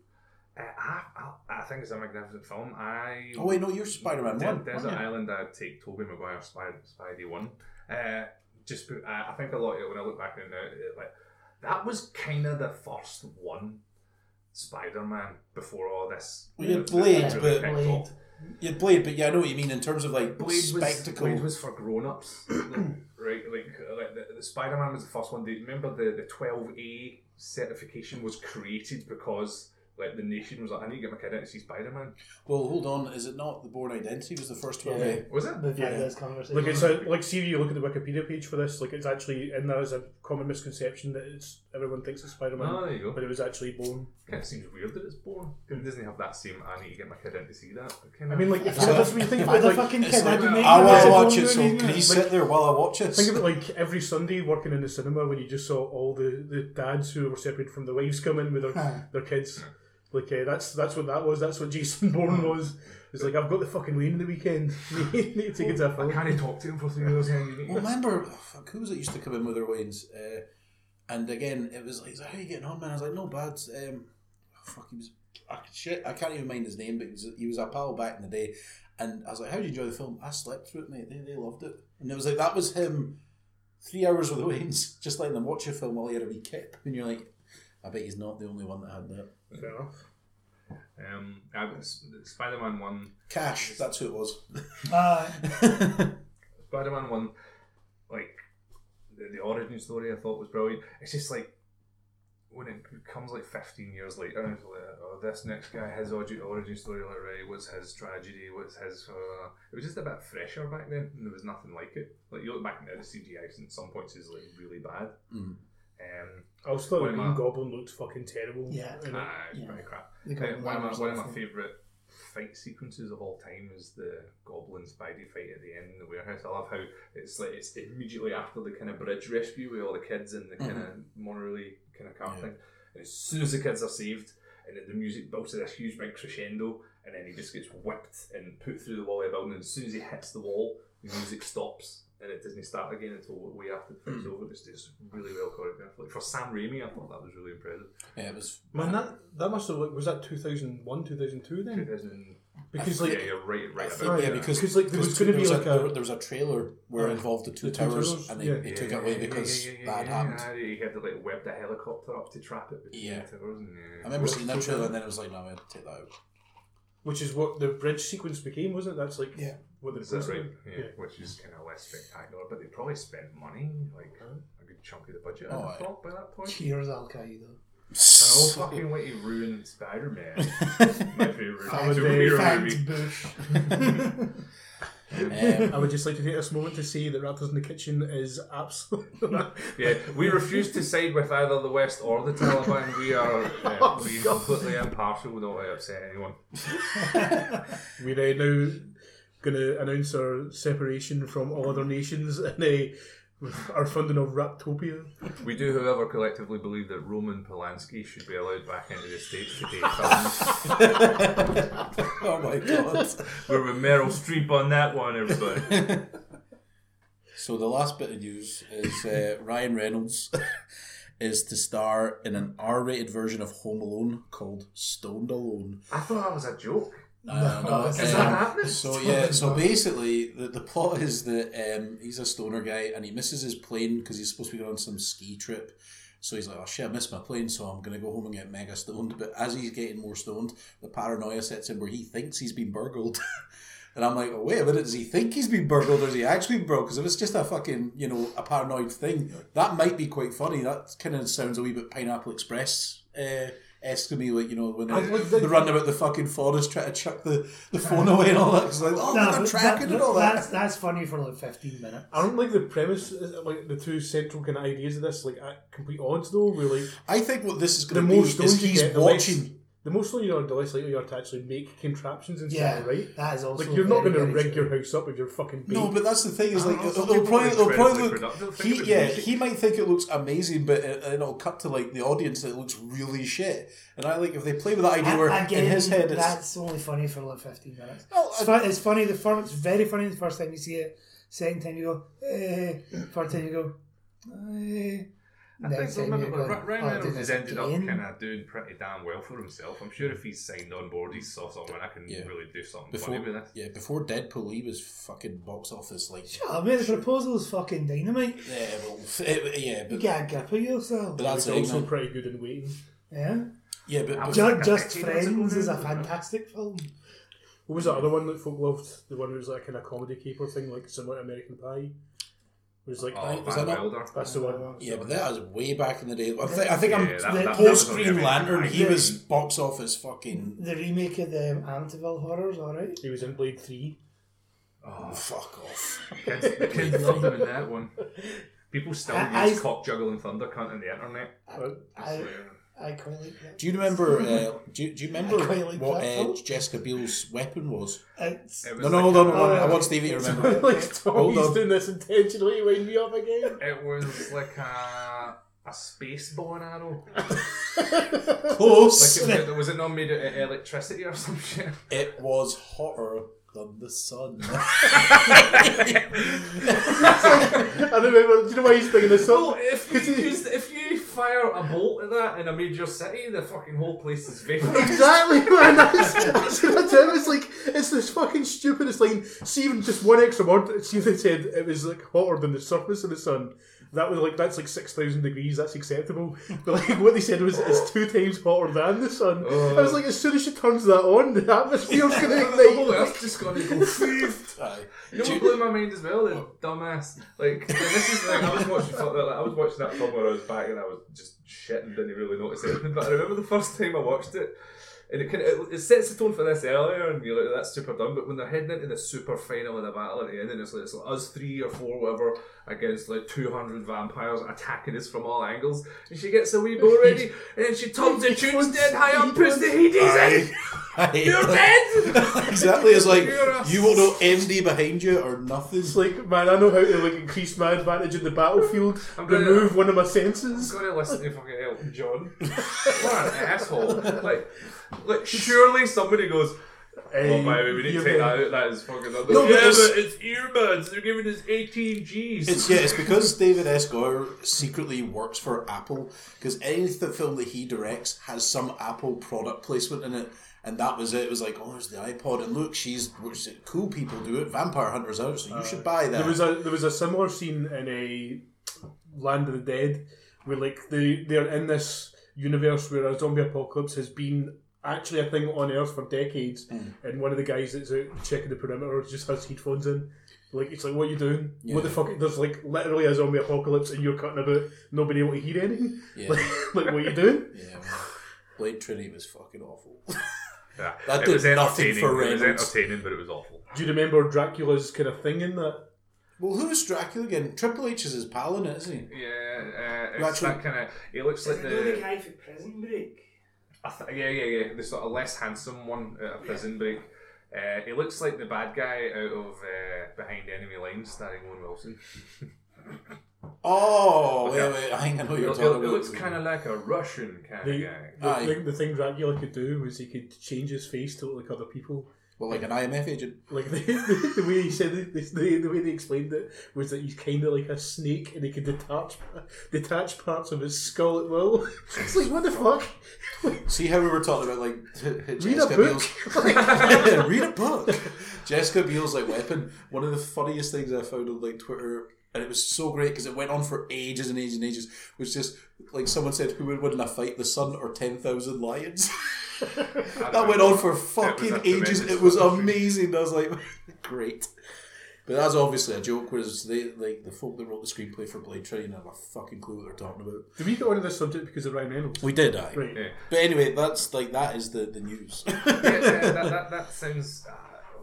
[SPEAKER 2] Uh, I, I, I think it's a magnificent film. I
[SPEAKER 1] Oh, wait, no, you're Spider Man 1.
[SPEAKER 2] Desert, Desert
[SPEAKER 1] weren't you?
[SPEAKER 2] Island, I'd take Toby Maguire Spidey, Spidey one. Uh, just put, I I think a lot of it when I look back on it now, it, like that was kind of the first one Spider Man before all this.
[SPEAKER 1] Well, you had
[SPEAKER 2] this-
[SPEAKER 1] Blade,
[SPEAKER 2] this
[SPEAKER 1] but-
[SPEAKER 2] picked
[SPEAKER 4] Blade.
[SPEAKER 2] up.
[SPEAKER 1] Yeah, Blade, but yeah, I know what you mean in terms of like
[SPEAKER 2] Blade was,
[SPEAKER 1] spectacle.
[SPEAKER 2] Blade was for grown ups, right? Like, uh, like the, the Spider Man was the first one. Do you remember the the twelve A certification was created because like the nation was like, I need to get my kid out to see Spider Man.
[SPEAKER 1] Well, hold on. Is it not The Born Identity was the first 12 eh?
[SPEAKER 2] Was it?
[SPEAKER 4] We've
[SPEAKER 1] Yeah.
[SPEAKER 4] had this conversation.
[SPEAKER 3] like it's a, like see if you look at the wikipedia page for this like it's actually in there is a common misconception that it's everyone thinks it's spider-man
[SPEAKER 2] Oh, there you go.
[SPEAKER 3] but it was actually born
[SPEAKER 2] Kind of seems weird that it's born. It doesn't have that same. I need to get my kid in to see that. Kind
[SPEAKER 3] I
[SPEAKER 2] of.
[SPEAKER 3] mean, like, if
[SPEAKER 1] So-
[SPEAKER 3] that's what you think
[SPEAKER 4] If
[SPEAKER 3] about,
[SPEAKER 4] I'd
[SPEAKER 3] it,
[SPEAKER 4] a
[SPEAKER 3] like,
[SPEAKER 4] fucking
[SPEAKER 1] It's
[SPEAKER 4] kid,
[SPEAKER 1] like,
[SPEAKER 4] I'd be making
[SPEAKER 1] I
[SPEAKER 4] this
[SPEAKER 1] want
[SPEAKER 4] up
[SPEAKER 1] to
[SPEAKER 4] on
[SPEAKER 1] watch it, so
[SPEAKER 4] doing
[SPEAKER 1] can you
[SPEAKER 4] it.
[SPEAKER 1] sit there while I watch it?
[SPEAKER 3] think of it like every Sunday working in the cinema when you just saw all the, the dads who were separated from the wives come in with
[SPEAKER 4] Huh.
[SPEAKER 3] their, their kids. Like, uh, that's that's what that was. That's what Jason Bourne was. It's like, I've got the fucking way in the weekend. need to take it to a
[SPEAKER 2] I
[SPEAKER 3] film.
[SPEAKER 2] can't talk to him for three hours. and you need to-
[SPEAKER 1] Well, remember, oh, fuck, who was it used to come in with their wains? Uh, and again, it was like, "So how you getting on, man? I was like, no bad. Um, oh, fuck, he was I, shit. I can't even mind his name, but he was, he was our pal back in the day. And I was like, how did you enjoy the film? I slept through it, mate. They, they loved it. And it was like that was him, three hours with the wains, just letting them watch a film while he had a wee kip. And you're like, I bet he's not the only one that had that.
[SPEAKER 3] Fair enough.
[SPEAKER 2] Um, Spider Man one.
[SPEAKER 1] Cash, that's who it was.
[SPEAKER 4] Uh,
[SPEAKER 2] Spider Man one. Like the, the origin story, I thought was brilliant. It's just like when it comes like fifteen years later, and it's like, oh, this next guy, his origin, origin story, like right, what's his tragedy, what's his. Uh, it was just a bit fresher back then, and there was nothing like it. Like you look back now, the CGI in some points is like really bad.
[SPEAKER 1] Mm.
[SPEAKER 2] Um,
[SPEAKER 3] I was thought the
[SPEAKER 2] Why
[SPEAKER 3] Green
[SPEAKER 2] not?
[SPEAKER 3] Goblin looked fucking terrible.
[SPEAKER 4] Yeah.
[SPEAKER 3] in it.
[SPEAKER 2] ah, it's
[SPEAKER 4] Yeah.
[SPEAKER 2] pretty crap.
[SPEAKER 4] the
[SPEAKER 2] Uh,
[SPEAKER 4] Goblin
[SPEAKER 2] one of my,
[SPEAKER 4] Rider's
[SPEAKER 2] one of my
[SPEAKER 4] awesome.
[SPEAKER 2] favourite fight sequences of all time is the Goblin Spidey fight at the end in the warehouse. I love how it's like it's immediately after the kind of bridge rescue with all the kids and the kind of monorail kind of car
[SPEAKER 1] Mm-hmm. Yeah.
[SPEAKER 2] thing. And as soon as the kids are saved, and then the music builds to this huge big crescendo, and then he just gets whipped and put through the wall of the building. And as soon as he hits the wall, the music stops. And it doesn't start again until way after the
[SPEAKER 1] Mm.
[SPEAKER 2] fight's over. It's just really well choreographed. Like for Sam Raimi, I thought that was really impressive.
[SPEAKER 1] Yeah, it was.
[SPEAKER 3] Man, that, that must have, like, was that 2001, then?
[SPEAKER 2] 2000
[SPEAKER 3] Because,
[SPEAKER 2] yeah,
[SPEAKER 3] like,
[SPEAKER 2] you're right, right
[SPEAKER 1] I
[SPEAKER 2] about
[SPEAKER 1] think,
[SPEAKER 2] that.
[SPEAKER 1] yeah, because
[SPEAKER 3] Because, like, there was gonna
[SPEAKER 1] two-
[SPEAKER 3] be,
[SPEAKER 1] there
[SPEAKER 3] like,
[SPEAKER 1] a,
[SPEAKER 3] a- Oh,
[SPEAKER 1] there, there was a trailer where it involved the two
[SPEAKER 3] The two
[SPEAKER 1] towers,
[SPEAKER 3] towers,
[SPEAKER 1] and they,
[SPEAKER 3] yeah.
[SPEAKER 1] they took it away because that had happened.
[SPEAKER 2] Yeah, you had to like web the helicopter up to trap it between
[SPEAKER 1] Yeah.
[SPEAKER 2] the towers. And, yeah.
[SPEAKER 1] I remember seeing that trailer, and then it was like, no, I'm gonna take that out.
[SPEAKER 3] which is what the bridge sequence became, wasn't it? That's, like,
[SPEAKER 4] Yeah.
[SPEAKER 3] what the
[SPEAKER 2] Is that right? Yeah,
[SPEAKER 3] Yeah.
[SPEAKER 2] which is kind of less spectacular, but they probably spent money, like a good chunk of the budget,
[SPEAKER 1] Oh,
[SPEAKER 2] I
[SPEAKER 1] aye.
[SPEAKER 2] thought, by that point.
[SPEAKER 4] Cheers, Al Qaeda.
[SPEAKER 2] And all fucking way to ruin Spider Man. My favourite
[SPEAKER 3] I would, uh,
[SPEAKER 2] superhero
[SPEAKER 4] Fact,
[SPEAKER 2] movie.
[SPEAKER 4] Bush.
[SPEAKER 3] I
[SPEAKER 1] Um,
[SPEAKER 3] would just like to take this moment to say that Raptors in the Kitchen is absolutely.
[SPEAKER 2] Yeah, we refuse to side with either the West or the Taliban. We are
[SPEAKER 1] Oh,
[SPEAKER 2] uh, being completely impartial. We don't want to upset anyone.
[SPEAKER 3] We're uh, now going to announce our separation from all other nations and uh, our funding of Raptopia.
[SPEAKER 2] We do, however, collectively believe that Roman Polanski should be allowed back into the States to date films.
[SPEAKER 1] oh my god.
[SPEAKER 2] We're with Meryl Streep on that one, everybody.
[SPEAKER 1] So the last bit of news is uh, Ryan Reynolds is to star in an R-rated version of Home Alone called Stoned Alone.
[SPEAKER 2] I thought that was a joke.
[SPEAKER 1] Uh,
[SPEAKER 4] No,
[SPEAKER 1] no,
[SPEAKER 4] it's
[SPEAKER 2] Is
[SPEAKER 1] um,
[SPEAKER 2] that happening?
[SPEAKER 1] So yeah, so basically the, the plot is that um, he's a stoner guy and he misses his plane because he's supposed to be going on some ski trip. So he's like, oh shit, I missed my plane, so I'm gonna go home and get mega stoned. But as he's getting more stoned, the paranoia sets in where he thinks he's been burgled. and I'm like, oh wait a minute, does he think he's been burgled or is he actually been burgled? Because if it's just a fucking, you know, a paranoid thing, that might be quite funny. That kind of sounds a wee bit Pineapple Express. Uh, Esque to me, like you know, when
[SPEAKER 3] I
[SPEAKER 1] they're,
[SPEAKER 3] would think-
[SPEAKER 1] they're running about the fucking forest trying to chuck the, the phone away and all that. 'cause like, oh,
[SPEAKER 4] No,
[SPEAKER 1] they're
[SPEAKER 4] but
[SPEAKER 1] tracking
[SPEAKER 4] that-
[SPEAKER 1] and all
[SPEAKER 4] That's,
[SPEAKER 1] that.
[SPEAKER 4] that's funny for like 15 minutes.
[SPEAKER 3] I don't like the premise, uh, like the two central kind of ideas of this, like at complete odds though. We're like
[SPEAKER 1] I think what this is
[SPEAKER 3] the
[SPEAKER 1] going to
[SPEAKER 3] more
[SPEAKER 1] be is
[SPEAKER 3] stones you
[SPEAKER 1] he's
[SPEAKER 3] get, the less,
[SPEAKER 1] watching.
[SPEAKER 3] the more stones you are, the less likely you are to actually make contraptions and
[SPEAKER 4] Yeah,
[SPEAKER 3] stuff, right?
[SPEAKER 4] that is also
[SPEAKER 3] Like you're not
[SPEAKER 4] very,
[SPEAKER 3] going to
[SPEAKER 4] very
[SPEAKER 3] rig
[SPEAKER 4] true.
[SPEAKER 3] your house up if you're fucking. Baked.
[SPEAKER 1] No, but that's the thing is like
[SPEAKER 2] I don't know,
[SPEAKER 1] it'll,
[SPEAKER 2] some
[SPEAKER 1] it'll
[SPEAKER 2] people
[SPEAKER 1] probably
[SPEAKER 2] are
[SPEAKER 1] it'll probably
[SPEAKER 2] incredibly
[SPEAKER 1] look
[SPEAKER 2] productive. Think
[SPEAKER 1] he
[SPEAKER 2] of it
[SPEAKER 1] yeah
[SPEAKER 2] as music.
[SPEAKER 1] he might think it looks amazing, but it, and it'll cut to like the audience that it looks really shit. And I like if they play with that idea where
[SPEAKER 4] A- Again,
[SPEAKER 1] in his head it's
[SPEAKER 4] that's only funny for like 15 minutes.
[SPEAKER 1] Well,
[SPEAKER 4] it's, fun, it's funny the first, it's very funny the first time you see it. Second time you go, eh. Third time you go, eh.
[SPEAKER 2] I think
[SPEAKER 4] Next
[SPEAKER 2] so,
[SPEAKER 4] time
[SPEAKER 2] maybe,
[SPEAKER 4] you
[SPEAKER 2] but
[SPEAKER 4] go,
[SPEAKER 2] Ra- Ryan
[SPEAKER 4] oh,
[SPEAKER 2] Reynolds
[SPEAKER 4] did
[SPEAKER 2] has
[SPEAKER 4] this
[SPEAKER 2] ended up
[SPEAKER 4] again.
[SPEAKER 2] kind of doing pretty damn well for himself. I'm sure if he's signed on board, he saw something. I can
[SPEAKER 1] Yeah.
[SPEAKER 2] really do something
[SPEAKER 1] before
[SPEAKER 2] funny with this.
[SPEAKER 1] yeah before Deadpool he was fucking box office like
[SPEAKER 4] Shut up, mate. The proposal's fucking dynamite.
[SPEAKER 1] yeah but, it- yeah
[SPEAKER 4] You
[SPEAKER 1] but,
[SPEAKER 4] get a grip of yourself.
[SPEAKER 1] but
[SPEAKER 3] Like,
[SPEAKER 1] that's
[SPEAKER 3] it's
[SPEAKER 1] it.
[SPEAKER 3] also
[SPEAKER 1] you know.
[SPEAKER 3] pretty good in waiting.
[SPEAKER 4] Yeah.
[SPEAKER 1] Yeah but, but
[SPEAKER 4] Just, just
[SPEAKER 2] Fifteen minutes
[SPEAKER 4] Friends
[SPEAKER 2] ago
[SPEAKER 4] is a
[SPEAKER 2] now, isn't it?
[SPEAKER 4] fantastic film.
[SPEAKER 3] What was that other one that folk loved? The one who was like a kind of comedy caper thing, like similar to American Pie. It was like
[SPEAKER 2] Oh,
[SPEAKER 1] was
[SPEAKER 2] Van
[SPEAKER 1] that not-
[SPEAKER 2] Wilder.
[SPEAKER 3] that's the one.
[SPEAKER 1] Yeah, but that was way back in the day. I, think I think
[SPEAKER 2] Yeah,
[SPEAKER 1] I'm
[SPEAKER 2] that- that- that was
[SPEAKER 1] post
[SPEAKER 2] on
[SPEAKER 1] Green
[SPEAKER 2] every-
[SPEAKER 1] Lantern. He
[SPEAKER 2] I-
[SPEAKER 1] was box office fucking
[SPEAKER 4] The remake of the Amityville Horrors, alright.
[SPEAKER 3] He was in Blade Three.
[SPEAKER 1] oh, fuck off.
[SPEAKER 2] Kids, the kids loved him in that one. People still
[SPEAKER 4] I-
[SPEAKER 2] use
[SPEAKER 4] I-
[SPEAKER 2] cock juggling thunder cunt on the internet.
[SPEAKER 4] I,
[SPEAKER 2] So-
[SPEAKER 4] I quite like that.
[SPEAKER 1] Do you remember? Uh, do, you, do you remember
[SPEAKER 4] I quite like
[SPEAKER 1] what
[SPEAKER 4] that
[SPEAKER 1] uh,
[SPEAKER 4] film.
[SPEAKER 1] Jessica Biel's weapon was?
[SPEAKER 4] It's,
[SPEAKER 2] It was
[SPEAKER 1] No, no, hold
[SPEAKER 2] like
[SPEAKER 1] on,
[SPEAKER 2] a-
[SPEAKER 1] hold on. I
[SPEAKER 4] Oh,
[SPEAKER 1] want Stevie to remember.
[SPEAKER 3] like Tommy's
[SPEAKER 1] on.
[SPEAKER 3] doing this intentionally, winding me up again.
[SPEAKER 2] It was like a a space bow and arrow. Like
[SPEAKER 1] Close.
[SPEAKER 2] it, was- was it not made out of electricity or some shit?
[SPEAKER 1] It was hotter than the sun.
[SPEAKER 3] I remember. Do you know why he's bringing this
[SPEAKER 2] Well,
[SPEAKER 3] up?
[SPEAKER 2] if you use, if you fire a bolt at that in a major city, the fucking whole place is vaporized.
[SPEAKER 3] Exactly, man. That's, that's what it was like. It's this fucking stupidest line. See, even just one extra word. See, they said it was like hotter than the surface of the sun. That was like that's like six thousand degrees. That's acceptable. But like what they said was it's two times hotter than the sun. I was like, as soon as she turns that on, the atmosphere's gonna
[SPEAKER 2] Uh. the whole
[SPEAKER 3] ignite.
[SPEAKER 2] earth's just gonna go.
[SPEAKER 1] Aye.
[SPEAKER 2] You know
[SPEAKER 1] Do
[SPEAKER 2] what blew my mind as well? The dumbass. Like this is like I was watching. fu- Like, I was watching that film when I was back, and I was just shit and didn't really notice anything. But I remember the first time I watched it, and it kind of it, it sets the tone for this earlier, and you're like, "Oh, that's super dumb. But when they're heading into the super final of the battle at the end, and it's like, it's like us three or four, whatever, against like two hundred vampires attacking us from all angles, and she gets a wee bow ready, and then she turns and shoots dead high up, puts the Hades in.
[SPEAKER 1] Aye.
[SPEAKER 2] You're dead.
[SPEAKER 1] Exactly. It's like
[SPEAKER 2] You're a-
[SPEAKER 1] you will know MD behind you or nothing.
[SPEAKER 3] It's like, man, I know how to like increase my advantage in the battlefield.
[SPEAKER 2] I'm gonna-
[SPEAKER 3] Remove one of my
[SPEAKER 2] He's
[SPEAKER 3] senses.
[SPEAKER 2] going to listen to fucking Elton John. what an asshole! Like, like surely somebody goes. Oh,
[SPEAKER 3] Hey,
[SPEAKER 2] by the way, we need to
[SPEAKER 3] you're
[SPEAKER 2] take
[SPEAKER 3] gonna-
[SPEAKER 2] that out. That is fucking. No,
[SPEAKER 1] but it's-
[SPEAKER 2] it's earbuds. They're giving us 18 Gs.
[SPEAKER 1] It's yeah, it's because David S. Goyer secretly works for Apple because any th- film that he directs has some Apple product placement in it, and that was it. It was like, oh, there's the iPod, and look, she's which cool people do it. Vampire Hunters out,
[SPEAKER 2] Uh,
[SPEAKER 1] so you should buy that.
[SPEAKER 3] There was a there was a similar scene in a Land of the Dead where like they they're in this universe where a zombie apocalypse has been actually
[SPEAKER 1] Mm.
[SPEAKER 3] a thing on Earth for decades, and one of the guys that's out checking the perimeter just has headphones in. Like it's like what are you doing? What the
[SPEAKER 1] Yeah.
[SPEAKER 3] fuck? There's like literally a zombie apocalypse, and you're cutting about not being able to hear anything.
[SPEAKER 1] Yeah.
[SPEAKER 3] Like, like what are you doing?
[SPEAKER 1] Yeah, man. Blade Trinity was fucking awful.
[SPEAKER 2] Yeah.
[SPEAKER 1] That
[SPEAKER 2] it
[SPEAKER 1] did
[SPEAKER 2] was
[SPEAKER 1] nothing
[SPEAKER 2] entertaining.
[SPEAKER 1] for
[SPEAKER 2] it was
[SPEAKER 1] Reynolds.
[SPEAKER 2] entertaining, but it was awful.
[SPEAKER 3] Do you remember Dracula's kind of thing in that?
[SPEAKER 1] well, who is Dracula again? Triple H is his pal in it, isn't he?
[SPEAKER 2] Yeah,
[SPEAKER 1] You
[SPEAKER 2] uh, it's
[SPEAKER 1] actually-
[SPEAKER 2] that kind of. It looks
[SPEAKER 5] Is
[SPEAKER 2] like
[SPEAKER 5] it the,
[SPEAKER 2] the.
[SPEAKER 5] the guy for Prison Break?
[SPEAKER 2] I th- yeah, yeah, yeah. The sort of less handsome one out of Prison Break. Uh, he looks like the bad guy out of uh, Behind Enemy Lines, starring Owen Wilson.
[SPEAKER 1] Oh,
[SPEAKER 2] Okay.
[SPEAKER 1] wait, wait, I think I know
[SPEAKER 2] It,
[SPEAKER 1] who you're
[SPEAKER 2] it,
[SPEAKER 1] talking about.
[SPEAKER 2] it looks kind of like a Russian kind of
[SPEAKER 3] The,
[SPEAKER 2] guy.
[SPEAKER 3] the,
[SPEAKER 1] Aye.
[SPEAKER 3] thing, the thing Dracula could do was he could change his face to look like other people.
[SPEAKER 1] well, like an IMF agent.
[SPEAKER 3] Like the, the, way he said it, the, the, the way they explained it was that he's kind of like a snake and he could detach detach parts of his skull at will. It's like what the fuck?
[SPEAKER 1] See how we were talking about like
[SPEAKER 3] Read a
[SPEAKER 1] Jessica
[SPEAKER 3] book.
[SPEAKER 1] Biel's
[SPEAKER 3] Like-
[SPEAKER 1] read a book. Jessica Biel's like weapon. One of the funniest things I found on like Twitter, and it was so great because it went on for ages and ages and ages. Was just like someone said, "Who would win in a fight, the sun or ten thousand lions?" that went on for fucking
[SPEAKER 2] a
[SPEAKER 1] ages.
[SPEAKER 2] tremendous
[SPEAKER 1] It was
[SPEAKER 2] fucking thing.
[SPEAKER 1] amazing. I was like, great. But that's obviously a joke. Whereas they like the folk that wrote the screenplay for Blade Trinity have a fucking clue what they're talking about.
[SPEAKER 3] Did we get onto this subject because of Ryan Reynolds?
[SPEAKER 1] We did, I.
[SPEAKER 3] Right.
[SPEAKER 2] Yeah.
[SPEAKER 1] But anyway, that's like that is the the news.
[SPEAKER 2] yeah, yeah, that, that, that sounds, uh,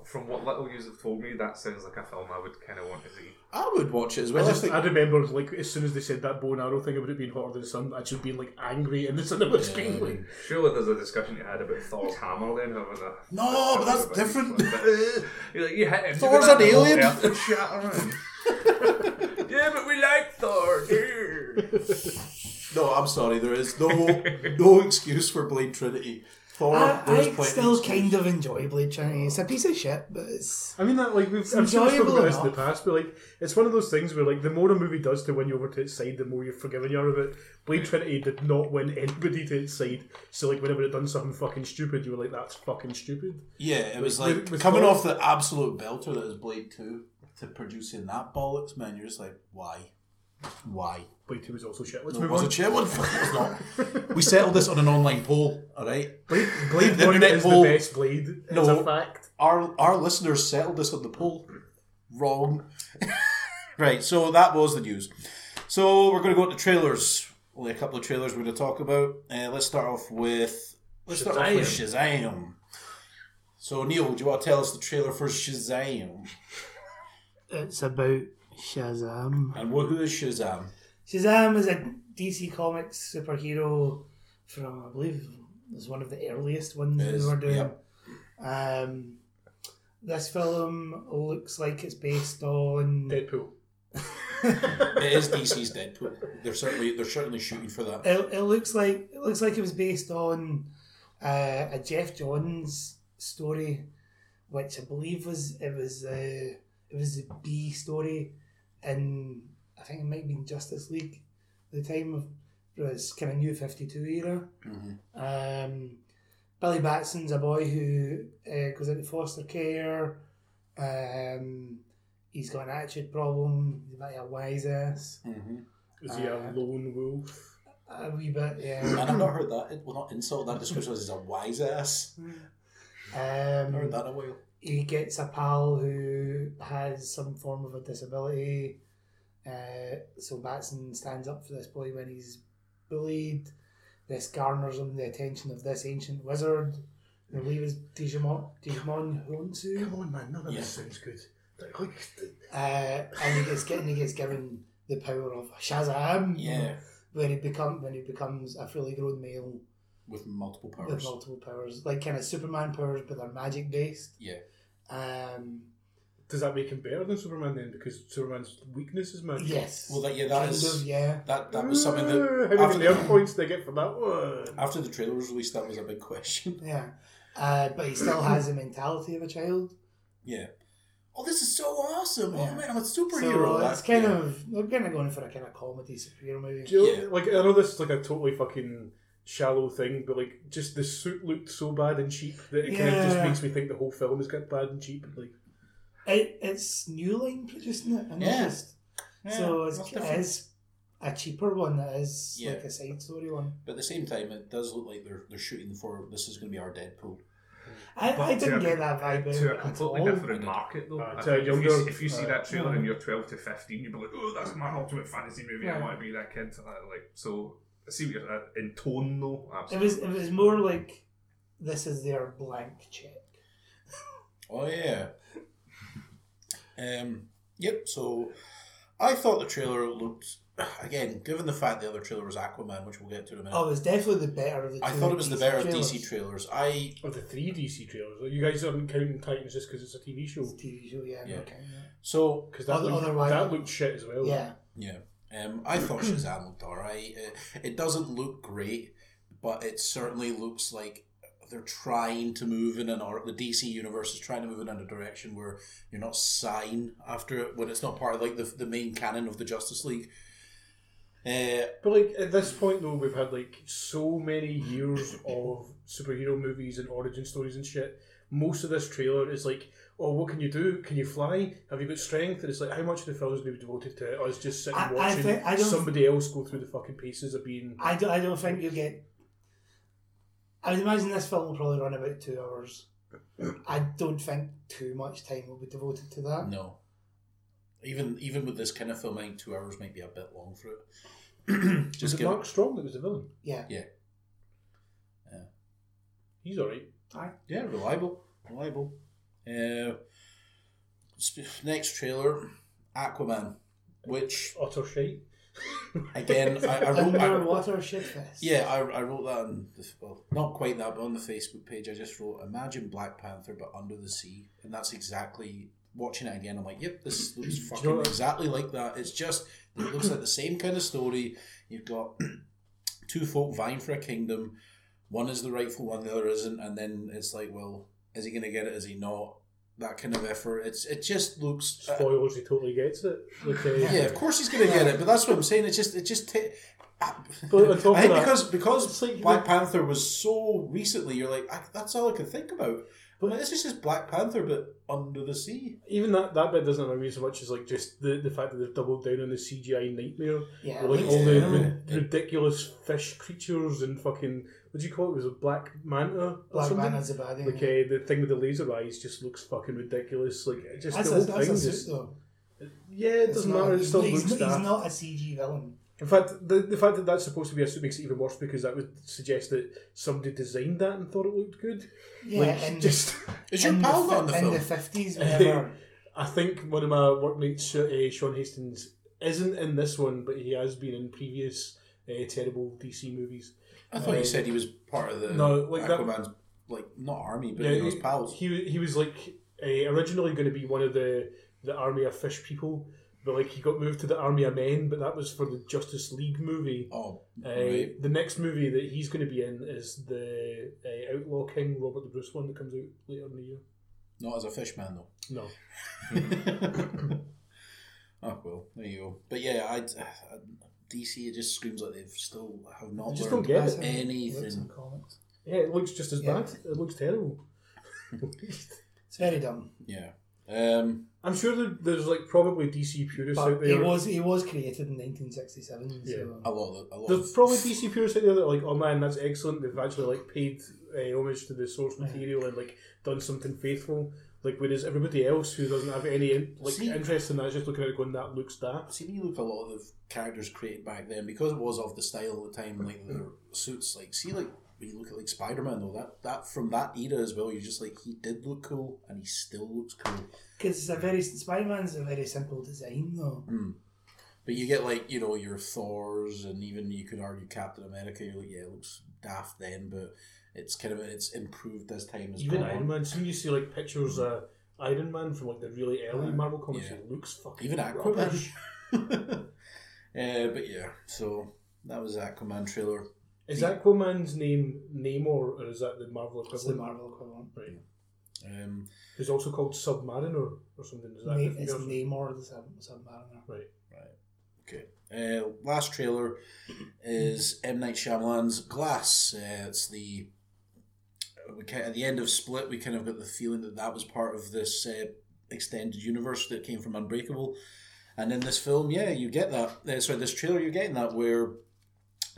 [SPEAKER 2] from what little you have told me, that sounds like a film I would kind of want to see.
[SPEAKER 1] I would watch it as
[SPEAKER 3] I
[SPEAKER 1] well. I
[SPEAKER 3] just
[SPEAKER 1] think-
[SPEAKER 3] I remember like as soon as they said that bow and arrow thing about it being hotter than the sun, actually being like angry in the cinema screen. Like,
[SPEAKER 2] Surely there's a discussion you had about Thor's hammer then, haven't there?
[SPEAKER 1] No, but that's different.
[SPEAKER 2] You're like, you hit him.
[SPEAKER 1] Thor's an alien.
[SPEAKER 2] yeah, but we like Thor. dude.
[SPEAKER 1] No, I'm sorry. There is no no excuse for Blade Trinity. Thor,
[SPEAKER 4] I,
[SPEAKER 1] there's
[SPEAKER 4] I
[SPEAKER 1] plenty
[SPEAKER 4] still
[SPEAKER 1] excuse.
[SPEAKER 4] kind of enjoy Blade Trinity. It's a piece of shit, but it's.
[SPEAKER 3] I mean that like we've I've seen
[SPEAKER 4] enjoyable
[SPEAKER 3] about this in the
[SPEAKER 4] enough.
[SPEAKER 3] past, but like it's one of those things where like the more a movie does to win you over to its side, the more you're forgiven you are of it. Blade Trinity did not win anybody to its side, so like whenever it done something fucking stupid, you were like, "That's fucking stupid."
[SPEAKER 1] Yeah, it was
[SPEAKER 3] With-
[SPEAKER 1] like
[SPEAKER 3] with
[SPEAKER 1] coming
[SPEAKER 3] Thor-
[SPEAKER 1] off the absolute belter that is Blade Two to producing that bollocks, man. You're just like, why, why?
[SPEAKER 3] Blade Two was also shit. Let's
[SPEAKER 1] No, it
[SPEAKER 3] move
[SPEAKER 1] was
[SPEAKER 3] on.
[SPEAKER 1] a chair one. Fuck, it was not. We settled this on an online poll. All right,
[SPEAKER 3] Blade, Blade
[SPEAKER 1] The
[SPEAKER 3] One
[SPEAKER 1] internet
[SPEAKER 3] is
[SPEAKER 1] poll.
[SPEAKER 3] the best Blade. It's
[SPEAKER 1] No.
[SPEAKER 3] a fact.
[SPEAKER 1] our our listeners settled this on the poll. Wrong. right. So that was the news. So we're going to go into trailers. Only a couple of trailers we're going to talk about. Uh, let's start off with let's start off with Shazam. So Neil, do you want to tell us the trailer for Shazam
[SPEAKER 4] It's about Shazam.
[SPEAKER 1] and wh- who is Shazam?
[SPEAKER 4] Shazam is a DC Comics superhero from, I believe, it was one of the earliest ones
[SPEAKER 1] It is,
[SPEAKER 4] we were doing.
[SPEAKER 1] yep.
[SPEAKER 4] Um, this film looks like it's based on. It,
[SPEAKER 3] Deadpool.
[SPEAKER 1] It is DC's Deadpool. They're certainly they're certainly shooting for that.
[SPEAKER 4] it looks like it looks like it was based on uh, a Jeff Johns story, which I believe was it was uh, it was a B story, and I think it might have been Justice League, at the time of it was kind of new Fifty Two era.
[SPEAKER 1] Mhm.
[SPEAKER 4] Um, Billy Batson's a boy who uh, goes into foster care. Um, he's got an attitude problem. He's a bit of a wise ass.
[SPEAKER 1] Mhm.
[SPEAKER 3] Is he a
[SPEAKER 4] Uh,
[SPEAKER 3] lone wolf?
[SPEAKER 4] A wee bit,
[SPEAKER 1] And
[SPEAKER 4] yeah.
[SPEAKER 1] I've not heard that. Well, not insult that description as a wise ass. I've not heard
[SPEAKER 4] Um,
[SPEAKER 1] that in a while.
[SPEAKER 4] he gets a pal who has some form of a disability. Uh, so Batson stands up for this boy when he's bullied. This garners him the attention of this ancient wizard. I believe is Digimon, Digimon Honsu.
[SPEAKER 3] Come on, man. None of
[SPEAKER 1] Yeah.
[SPEAKER 3] this sounds good. Like, like,
[SPEAKER 4] uh, and he gets getting he gets given the power of Shazam.
[SPEAKER 1] Yeah,
[SPEAKER 4] When he become when he becomes a fully grown male
[SPEAKER 1] with multiple
[SPEAKER 4] with
[SPEAKER 1] powers.
[SPEAKER 4] multiple powers, like kind of Superman powers, but they're magic based.
[SPEAKER 1] Yeah.
[SPEAKER 4] Um.
[SPEAKER 3] Does that make him better than Superman then? Because Superman's weakness is magic.
[SPEAKER 4] Yes.
[SPEAKER 1] Well, that yeah, that
[SPEAKER 4] kind
[SPEAKER 1] is
[SPEAKER 4] of. Yeah.
[SPEAKER 1] that that was something that
[SPEAKER 3] Ooh, Ah, How many
[SPEAKER 1] after-
[SPEAKER 3] nerd points they get for that
[SPEAKER 4] Mm.
[SPEAKER 3] one?
[SPEAKER 1] after the trailer was released, that was a big question.
[SPEAKER 4] Yeah. Uh, but he still has the mentality of a child.
[SPEAKER 1] Yeah. Oh, this is so awesome!
[SPEAKER 4] Yeah.
[SPEAKER 1] Oh man, I'm a superhero.
[SPEAKER 4] So
[SPEAKER 1] That's
[SPEAKER 4] it's kind
[SPEAKER 1] yeah.
[SPEAKER 4] of they're kind of going for a kind of comedy superhero movie.
[SPEAKER 3] Do you
[SPEAKER 1] Yeah.
[SPEAKER 3] Like I know this is like a totally fucking shallow thing, but like just the suit looked so bad and cheap that it kind of just
[SPEAKER 4] Yeah.
[SPEAKER 3] makes me think the whole film is got bad and cheap. Like
[SPEAKER 4] It, it's New Line producing it. I
[SPEAKER 1] Yeah.
[SPEAKER 4] noticed.
[SPEAKER 1] Yeah,
[SPEAKER 4] so it's,
[SPEAKER 1] that's
[SPEAKER 4] it
[SPEAKER 1] different.
[SPEAKER 4] is a cheaper one. That is
[SPEAKER 1] Yeah.
[SPEAKER 4] like a side story one.
[SPEAKER 1] But at the same time, it does look like they're they're shooting for this is going to be our Deadpool.
[SPEAKER 4] I, I
[SPEAKER 2] But to
[SPEAKER 4] didn't
[SPEAKER 2] a-
[SPEAKER 4] get that vibe.
[SPEAKER 2] to a
[SPEAKER 4] at
[SPEAKER 2] completely
[SPEAKER 4] all.
[SPEAKER 2] different market though.
[SPEAKER 3] Uh, to
[SPEAKER 2] I think
[SPEAKER 3] a
[SPEAKER 2] if, you,
[SPEAKER 3] younger-
[SPEAKER 2] see- if you see
[SPEAKER 3] uh,
[SPEAKER 2] that trailer
[SPEAKER 4] yeah.
[SPEAKER 2] and you're 12 to 15, you'd be like, oh, that's my ultimate fantasy movie. I
[SPEAKER 4] Yeah.
[SPEAKER 2] want to be that kid. And I- Like, so, I see what you're uh, in tone though.
[SPEAKER 4] It
[SPEAKER 2] Absolutely.
[SPEAKER 4] was it was more like this is their blank check.
[SPEAKER 1] Oh yeah. Um. Yep. So, I thought the trailer looked again, given the fact the other trailer was Aquaman, which we'll get to in a minute.
[SPEAKER 4] Oh, it was definitely the better of the two.
[SPEAKER 1] I thought it was the
[SPEAKER 4] DC
[SPEAKER 1] better of
[SPEAKER 4] trailers.
[SPEAKER 1] DC trailers. I
[SPEAKER 3] Or the three DC trailers. Like, you guys aren't counting Titans just because it's a TV show.
[SPEAKER 4] TV show, yeah.
[SPEAKER 1] Yeah.
[SPEAKER 4] no kidding,
[SPEAKER 1] so
[SPEAKER 3] Because that,
[SPEAKER 4] Other-
[SPEAKER 3] looked-
[SPEAKER 4] otherwise-
[SPEAKER 3] that looked shit as
[SPEAKER 2] Oh.
[SPEAKER 3] well.
[SPEAKER 4] Yeah.
[SPEAKER 1] yeah. Um. I thought Shazam looked alright. It, it doesn't look great, but it certainly looks like they're trying to move in an or the DC universe is trying to move in a direction where you're not sighing after it when it's not part of like the the main canon of the Justice League. Uh,
[SPEAKER 3] But like at this point though, we've had like so many years of superhero movies and origin stories and shit. Most of this trailer is like, oh, what can you do? Can you fly? Have you got strength? And it's like, how much of the film is maybe devoted to us just sitting
[SPEAKER 4] I- I
[SPEAKER 3] watching
[SPEAKER 4] think- I don't-
[SPEAKER 3] somebody else go through the fucking paces of being?
[SPEAKER 4] I don't, I don't think you get. I would imagine this film will probably run about two hours. I don't think too much time will be devoted to that.
[SPEAKER 1] No. Even even with this kind of film, I think two hours might be a bit long for it.
[SPEAKER 3] Was
[SPEAKER 1] Just
[SPEAKER 3] it
[SPEAKER 1] give
[SPEAKER 3] Mark Strong that was the villain?
[SPEAKER 4] Yeah.
[SPEAKER 3] He's all right.
[SPEAKER 1] yeah, reliable, reliable. Uh, sp- next trailer, Aquaman, which
[SPEAKER 3] Utter shite.
[SPEAKER 1] again I, I wrote. I,
[SPEAKER 4] Underwater shit fest.
[SPEAKER 1] yeah, I, I wrote that on the well, not quite that, but on the Facebook page, I just wrote, "Imagine Black Panther, but under the sea," and that's exactly watching it again. I'm like, "Yep, this looks fucking
[SPEAKER 3] what?
[SPEAKER 1] exactly like that." It's just it looks like the same kind of story. You've got two folk vying for a kingdom. One is the rightful one, the other isn't, and then it's like, well, is he going to get it? Is he not? That kind of effort. It's it just looks. uh,
[SPEAKER 3] Spoilers. He totally gets it. Like, uh,
[SPEAKER 1] yeah, of course he's going to get it, but that's what I'm saying. It just it just. ta-
[SPEAKER 3] But on top
[SPEAKER 1] I think
[SPEAKER 3] of that,
[SPEAKER 1] because because
[SPEAKER 3] it's like
[SPEAKER 1] Black Panther was so recently, you're like, I, that's all I can think about. But this is just Black Panther, but under the sea.
[SPEAKER 3] even that, that bit doesn't annoy me so much as like just the, the fact that they've doubled down on the CGI nightmare.
[SPEAKER 4] Yeah.
[SPEAKER 3] With, like
[SPEAKER 1] Yeah.
[SPEAKER 3] all the
[SPEAKER 1] Yeah.
[SPEAKER 3] ri- ridiculous fish creatures and fucking what do you call it? Was it black manta? Or
[SPEAKER 4] Black
[SPEAKER 3] something?
[SPEAKER 4] Man is a bad
[SPEAKER 3] Like uh, the thing with the laser eyes just looks fucking ridiculous. Like it just
[SPEAKER 4] That's
[SPEAKER 3] the
[SPEAKER 4] a,
[SPEAKER 3] whole
[SPEAKER 4] that's
[SPEAKER 3] thing.
[SPEAKER 4] a suit
[SPEAKER 3] just,
[SPEAKER 4] though.
[SPEAKER 3] yeah, it
[SPEAKER 4] It's
[SPEAKER 3] doesn't
[SPEAKER 4] not-
[SPEAKER 3] matter. It
[SPEAKER 4] he's-
[SPEAKER 3] still
[SPEAKER 4] he's,
[SPEAKER 3] looks
[SPEAKER 4] he's
[SPEAKER 3] daft.
[SPEAKER 4] not a CG villain.
[SPEAKER 3] In fact, the, the fact that that's supposed to be a suit makes it even worse because that would suggest that somebody designed that and thought it looked good.
[SPEAKER 4] Yeah,
[SPEAKER 3] like,
[SPEAKER 4] and
[SPEAKER 3] just
[SPEAKER 1] Is your
[SPEAKER 4] in the
[SPEAKER 1] pal
[SPEAKER 4] fi-
[SPEAKER 1] not in the
[SPEAKER 4] in
[SPEAKER 1] film?
[SPEAKER 4] the fifties, whenever
[SPEAKER 3] I think one of my workmates, uh, Sean Hastings, isn't in this one, but he has been in previous uh, terrible DC movies.
[SPEAKER 1] I thought you said he was part of the
[SPEAKER 3] No, like that-
[SPEAKER 1] Aquaman's like not army, but
[SPEAKER 3] Yeah,
[SPEAKER 1] he was
[SPEAKER 3] he-
[SPEAKER 1] pals.
[SPEAKER 3] He wa- he was like uh, originally going to be one of the the army of fish people, but like he got moved to the army of men. But that was for the Justice League movie.
[SPEAKER 1] oh,
[SPEAKER 3] Uh,
[SPEAKER 1] right.
[SPEAKER 3] The next movie that he's going to be in is the uh, Outlaw King Robert the Bruce one that comes out later in the year.
[SPEAKER 1] Not as a fishman though.
[SPEAKER 3] No,
[SPEAKER 1] oh well, there you go. But yeah, I, I DC it just screams like they've still have
[SPEAKER 3] I
[SPEAKER 1] not
[SPEAKER 3] just don't
[SPEAKER 1] learned
[SPEAKER 3] get
[SPEAKER 4] That's
[SPEAKER 3] it.
[SPEAKER 4] how it works in
[SPEAKER 1] anything.
[SPEAKER 4] comics.
[SPEAKER 3] Yeah, it looks just as
[SPEAKER 4] Yeah.
[SPEAKER 3] bad. It looks terrible.
[SPEAKER 4] It's very dumb.
[SPEAKER 1] Yeah. Um,
[SPEAKER 3] I'm sure there, there's like probably DC purists out
[SPEAKER 4] But
[SPEAKER 3] there.
[SPEAKER 4] it was it was created in 1967. So.
[SPEAKER 1] a lot of the- a lot.
[SPEAKER 3] There's
[SPEAKER 1] Of,
[SPEAKER 3] probably DC purists out there that are like, oh man, that's excellent. They've actually like paid uh, homage to the source material and like done something faithful. Like whereas everybody else who doesn't have any like
[SPEAKER 1] See-
[SPEAKER 3] interest in that is just looking at it going, that looks daft.
[SPEAKER 1] See, when you look at a lot of the characters created back then, because it was of the style of the time, like the suits, like see, like when you look at like Spider Man though, that that from that era as well, you're just like he did look cool, and he still looks cool.
[SPEAKER 4] Because it's a very Spider Man's a very simple design though.
[SPEAKER 1] But you get like you know your Thors, and even you could argue Captain America. You're like, yeah, it looks daft then, but it's kind of it's improved as time has
[SPEAKER 3] Even
[SPEAKER 1] gone
[SPEAKER 3] Iron
[SPEAKER 1] on.
[SPEAKER 3] Man. So when you see like pictures of Iron Man from like the really early Marvel comics,
[SPEAKER 1] Yeah.
[SPEAKER 3] it looks fucking
[SPEAKER 1] Even Aquaman.
[SPEAKER 3] rubbish.
[SPEAKER 1] uh, but yeah, so that was Aquaman trailer.
[SPEAKER 3] Is Aquaman's name Namor or is that the Marvel
[SPEAKER 4] It's the
[SPEAKER 3] equivalent?
[SPEAKER 4] Marvel equivalent.
[SPEAKER 3] right.
[SPEAKER 1] Um,
[SPEAKER 3] Who's also called Submariner or something? Is that
[SPEAKER 4] Na-
[SPEAKER 3] different
[SPEAKER 4] it's
[SPEAKER 3] person?
[SPEAKER 4] Namor the Sub- Submariner.
[SPEAKER 3] Right.
[SPEAKER 1] Okay. Uh, last trailer is M Night Shyamalan's Glass. Uh, it's the we kind at the end of Split. We kind of got the feeling that that was part of this uh, extended universe that came from Unbreakable, and in this film, yeah, you get that. Uh, sorry, this trailer, you're getting that where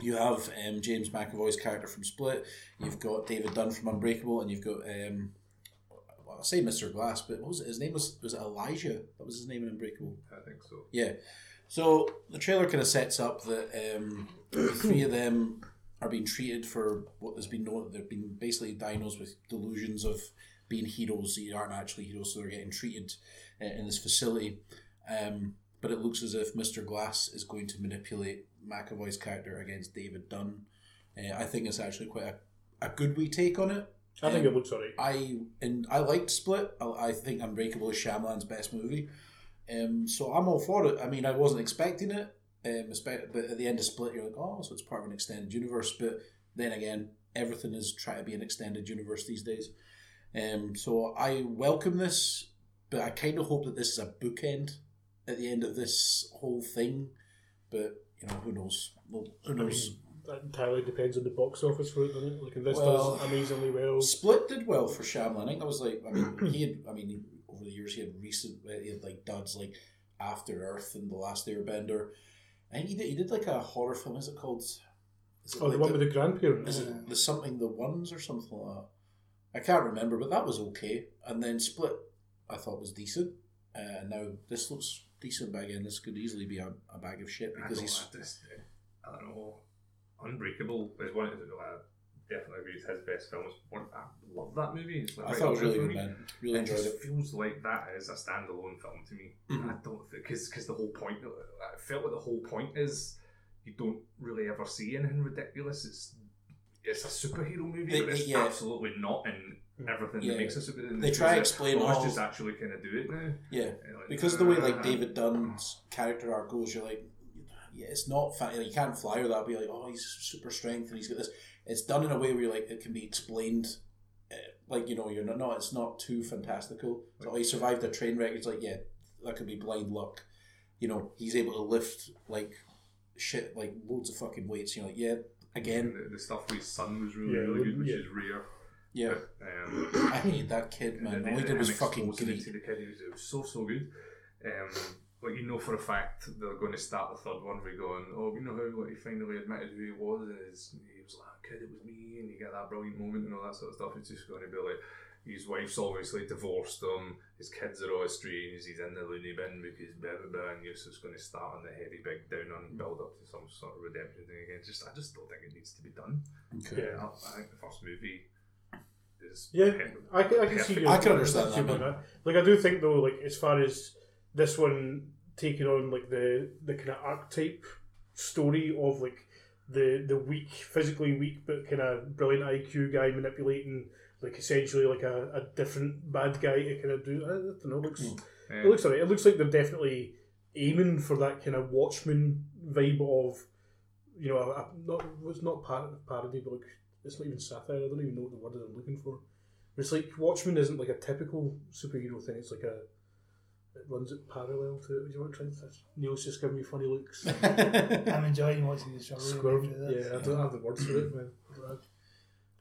[SPEAKER 1] You have um, James McAvoy's character from Split. You've got David Dunn from Unbreakable, and you've got um, well, I say Mr. Glass, but what was it? his name was was it Elijah? That was his name in Unbreakable.
[SPEAKER 2] I think so.
[SPEAKER 1] Yeah. So the trailer kind of sets up that um, the three of them are being treated for what has been known. They've been basically diagnosed with delusions of being heroes. They aren't actually heroes, so they're getting treated uh, in this facility. Um, but it looks as if Mr. Glass is going to manipulate McAvoy's character against David Dunn. Uh, I think it's actually quite a, a good wee take on it.
[SPEAKER 3] I think
[SPEAKER 1] Um,
[SPEAKER 3] it looks alright.
[SPEAKER 1] I and I liked Split. I, I think Unbreakable is Shyamalan's best movie. Um, so I'm all for it. I mean, I wasn't expecting it. Um, espe- but at the end of Split, you're like, oh, so it's part of an extended universe. But then again, everything is trying to be an extended universe these days. Um, so I welcome this, but I kind of hope that this is a bookend at the end of this whole thing. But you know, who knows? Well, who
[SPEAKER 3] I mean,
[SPEAKER 1] knows?
[SPEAKER 3] that entirely depends on the box office for it, doesn't it? Like, if this
[SPEAKER 1] Well-
[SPEAKER 3] does amazingly well,
[SPEAKER 1] Split did well for Shyamalan. I think that was like, I mean, he had, I mean, over the years he had recent, uh, he had like duds like After Earth and The Last Airbender. I think he did, he did like a horror film. Is it called? Is it
[SPEAKER 3] oh, the
[SPEAKER 1] like
[SPEAKER 3] one with the grandparents.
[SPEAKER 1] is it the something the ones or something like that? I can't remember, but that was okay. And then Split, I thought was decent. Uh, now this looks decent, but again, this could easily be a, a bag of shit
[SPEAKER 2] I
[SPEAKER 1] because
[SPEAKER 2] don't,
[SPEAKER 1] he's
[SPEAKER 2] I, just, I don't know. Unbreakable is one. of the- I definitely agree. It's his best film. It's one- I love that movie. It's like
[SPEAKER 1] I
[SPEAKER 2] right
[SPEAKER 1] thought it
[SPEAKER 2] up
[SPEAKER 1] was
[SPEAKER 2] there
[SPEAKER 1] really
[SPEAKER 2] for
[SPEAKER 1] good,
[SPEAKER 2] me.
[SPEAKER 1] man. Really
[SPEAKER 2] it
[SPEAKER 1] enjoyed
[SPEAKER 2] just
[SPEAKER 1] it.
[SPEAKER 2] feels like that is a standalone film to me.
[SPEAKER 1] Mhm.
[SPEAKER 2] I don't think because the whole point. I felt like the whole point is you don't really ever see anything ridiculous. It's it's a superhero movie,
[SPEAKER 1] They-
[SPEAKER 2] but it's
[SPEAKER 1] yeah. Mm.
[SPEAKER 2] absolutely not in everything
[SPEAKER 1] Yeah.
[SPEAKER 2] that makes a superhero.
[SPEAKER 1] They try to explain
[SPEAKER 2] Let's
[SPEAKER 1] all-
[SPEAKER 2] just actually kind of do it now.
[SPEAKER 1] Yeah.
[SPEAKER 2] And like,
[SPEAKER 1] Because of the way like
[SPEAKER 2] uh,
[SPEAKER 1] David Dunn's character arc goes, you're like, yeah, it's not fa- you can't fly or that. Be like, oh, he's super strength and he's got this. It's done in a way where you're like it can be explained. eh, Like you know, you're not. No, it's not too fantastical. So, oh, he survived a train wreck. It's like, yeah, that could be blind luck. You know, he's able to lift like shit, like loads of fucking weights. You're like, yeah, again,
[SPEAKER 2] The, the stuff with his son was really,
[SPEAKER 3] Yeah,
[SPEAKER 2] really good, which
[SPEAKER 3] yeah.
[SPEAKER 2] is rare.
[SPEAKER 1] yeah.
[SPEAKER 2] Um,
[SPEAKER 1] I hate that kid,
[SPEAKER 2] And
[SPEAKER 1] man.
[SPEAKER 2] then
[SPEAKER 1] All he
[SPEAKER 2] they-
[SPEAKER 1] did was
[SPEAKER 2] them
[SPEAKER 1] fucking
[SPEAKER 2] exposing
[SPEAKER 1] greet.
[SPEAKER 2] it to the kid. It was, it was so so good. Um, like you know for a fact they're going to start the third one. We're going, oh, you know how like, he finally admitted who he was, and his, he was like, "Ah, "Kid, it was me," and you get that brilliant moment and all that sort of stuff. It's just going to be like. His wife's obviously divorced him. His kids are all estranged. He's in the loony bin because blah blah blah. And you're just going to start on the heavy big down on build up to some sort of redemption thing again. Just I just don't think it needs to be done.
[SPEAKER 1] Okay.
[SPEAKER 3] yeah.
[SPEAKER 2] I, I think the first movie is
[SPEAKER 3] Yeah,
[SPEAKER 2] perfect.
[SPEAKER 3] I can, I can see
[SPEAKER 2] Perfect.
[SPEAKER 3] your
[SPEAKER 1] I can understand
[SPEAKER 3] see
[SPEAKER 1] that,
[SPEAKER 3] your- Like, I do think though, like as far as this one taking on like the the kind of archetype story of like the the weak, physically weak but kind of brilliant IQ guy manipulating like essentially like a, a different bad guy to kind of do. I don't know. Looks
[SPEAKER 1] Hmm.
[SPEAKER 2] Um,
[SPEAKER 3] it looks alright. It looks like they're definitely aiming for that kind of Watchmen vibe of, you know, a, a, not it's not par- parody, but like, it's not even satire. I don't even know what the word is I'm looking for. It's like Watchmen isn't like a typical superhero thing. It's like a it runs it parallel to it. Do you want to try this? Neil's just giving me funny looks.
[SPEAKER 4] I'm enjoying watching this show.
[SPEAKER 3] Squirm. Yeah, I don't have the words for it, man. I don't have-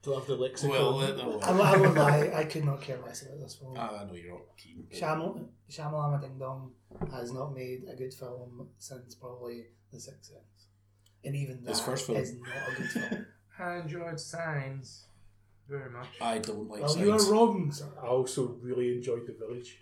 [SPEAKER 3] Don't have the lexicon.
[SPEAKER 1] Well, uh, oh,
[SPEAKER 4] I, I won't lie, I could not care less about this film.
[SPEAKER 1] I know Ah, you're not keen. but-
[SPEAKER 4] Shamal, Shamalama Ding Dong has not made a good film since probably The Sixth Sense. And even that
[SPEAKER 1] His
[SPEAKER 4] is
[SPEAKER 1] first film.
[SPEAKER 4] not a good film.
[SPEAKER 2] I enjoyed Signs very much.
[SPEAKER 1] I don't like.
[SPEAKER 4] well,
[SPEAKER 1] science.
[SPEAKER 4] Oh, you are wrong, sir.
[SPEAKER 3] I also really enjoyed The Village.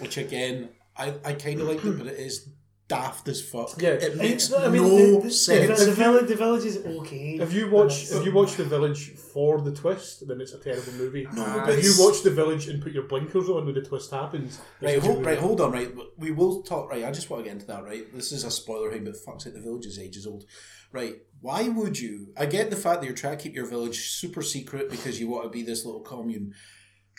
[SPEAKER 1] which again I, I kind of liked it, but it is daft as fuck.
[SPEAKER 3] Yeah.
[SPEAKER 1] it makes
[SPEAKER 4] I mean,
[SPEAKER 1] no
[SPEAKER 4] the, the,
[SPEAKER 1] sense.
[SPEAKER 4] The, the, village, the village is okay.
[SPEAKER 3] If you watch
[SPEAKER 4] but
[SPEAKER 3] if you watch The Village for the twist, then it's a terrible movie.
[SPEAKER 1] No,
[SPEAKER 2] Ah,
[SPEAKER 1] but
[SPEAKER 3] If you
[SPEAKER 1] it's-
[SPEAKER 3] watch The Village and put your blinkers on when the twist happens, it's
[SPEAKER 1] Right,
[SPEAKER 3] a good
[SPEAKER 1] hold, right,
[SPEAKER 3] movie.
[SPEAKER 1] hold on, right. We will talk. Right, I just want to get into that. Right, this is a spoiler thing, but fucks it. The village is ages old. Right, why would you? I get the fact that you're trying to keep your village super secret because you want to be this little commune,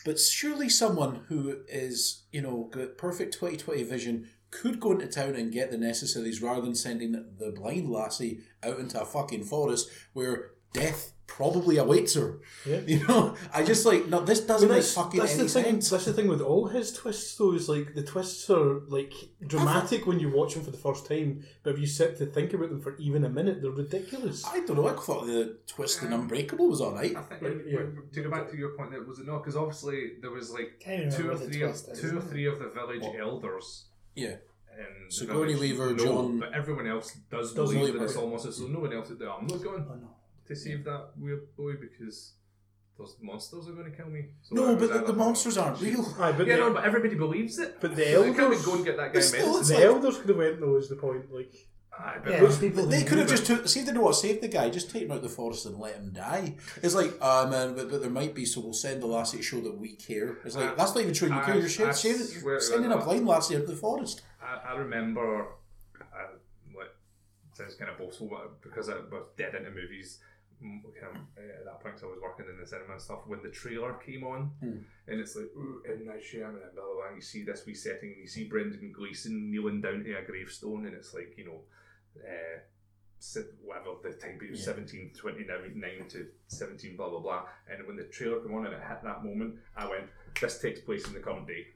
[SPEAKER 1] but surely someone who is, you know, got perfect twenty twenty vision could go into town and get the necessaries rather than sending the blind lassie out into a fucking forest where death probably awaits her.
[SPEAKER 3] Yeah.
[SPEAKER 1] You know, I just like no. This doesn't make
[SPEAKER 3] that's,
[SPEAKER 1] fucking
[SPEAKER 3] that's
[SPEAKER 1] any
[SPEAKER 3] the thing.
[SPEAKER 1] sense.
[SPEAKER 3] That's the thing with all his twists, though. Is like the twists are like dramatic when you watch them for the first time, but if you sit to think about them for even a minute, they're ridiculous.
[SPEAKER 1] I don't know. I thought the twist in Unbreakable was all right.
[SPEAKER 2] I think
[SPEAKER 3] Like, yeah.
[SPEAKER 2] to go back to your point, that was it not because obviously there was like
[SPEAKER 4] Can't even
[SPEAKER 2] two or
[SPEAKER 4] remember the
[SPEAKER 2] three, of,
[SPEAKER 4] twist,
[SPEAKER 2] two or
[SPEAKER 4] isn't it?
[SPEAKER 2] three of the village
[SPEAKER 1] What?
[SPEAKER 2] elders
[SPEAKER 1] Yeah,
[SPEAKER 2] in the
[SPEAKER 1] Sigourney
[SPEAKER 2] village,
[SPEAKER 1] Weaver,
[SPEAKER 2] no,
[SPEAKER 1] John-
[SPEAKER 2] but everyone else
[SPEAKER 1] Does
[SPEAKER 2] does, believe
[SPEAKER 1] believe
[SPEAKER 2] that it's
[SPEAKER 1] her.
[SPEAKER 2] almost as though no one else is there. I'm not going
[SPEAKER 4] Oh no.
[SPEAKER 2] to save that weird boy because those monsters are going to kill me. So
[SPEAKER 1] No,
[SPEAKER 2] that was
[SPEAKER 1] but the,
[SPEAKER 2] either-
[SPEAKER 1] the monsters aren't real.
[SPEAKER 3] Aye, but
[SPEAKER 2] Yeah,
[SPEAKER 3] the,
[SPEAKER 2] no, but everybody believes it.
[SPEAKER 3] But the
[SPEAKER 2] So they can't
[SPEAKER 3] elders-
[SPEAKER 2] go and get that guy
[SPEAKER 1] But still,
[SPEAKER 2] medicine.
[SPEAKER 1] it's
[SPEAKER 3] the
[SPEAKER 1] like-
[SPEAKER 3] elders could have went though. Is the point like?
[SPEAKER 2] Aye, but
[SPEAKER 4] Yeah,
[SPEAKER 2] but-
[SPEAKER 4] those people
[SPEAKER 1] They
[SPEAKER 4] who
[SPEAKER 1] could have
[SPEAKER 4] knew
[SPEAKER 1] just took, see if they know what saved the guy, just take him out of the forest and let him die. It's like, ah man, but, but there might be, so we'll send the lassie to show that we care. It's like
[SPEAKER 2] I-
[SPEAKER 1] that's not even showing you
[SPEAKER 2] I-
[SPEAKER 1] care. You're, sha-
[SPEAKER 2] I
[SPEAKER 1] saving,
[SPEAKER 2] swear
[SPEAKER 1] you're
[SPEAKER 2] to
[SPEAKER 1] sending a
[SPEAKER 2] God.
[SPEAKER 1] blind lassie out of the forest.
[SPEAKER 2] I, I remember, I, like, sounds kind of boastful, but because I was dead into movies m- kind of, uh, at that point, 'cause I was working in the cinema and stuff. When the trailer came on,
[SPEAKER 1] Hmm.
[SPEAKER 2] and it's like, ooh, and I share and blah blah blah. You see this wee setting, and you see Brendan Gleeson kneeling down to a gravestone, and it's like you know, uh, si- whatever the time period,
[SPEAKER 1] Yeah.
[SPEAKER 2] 17, 29 to 17, blah blah blah. And when the trailer came on and it hit that moment, I went, this takes place in the current day.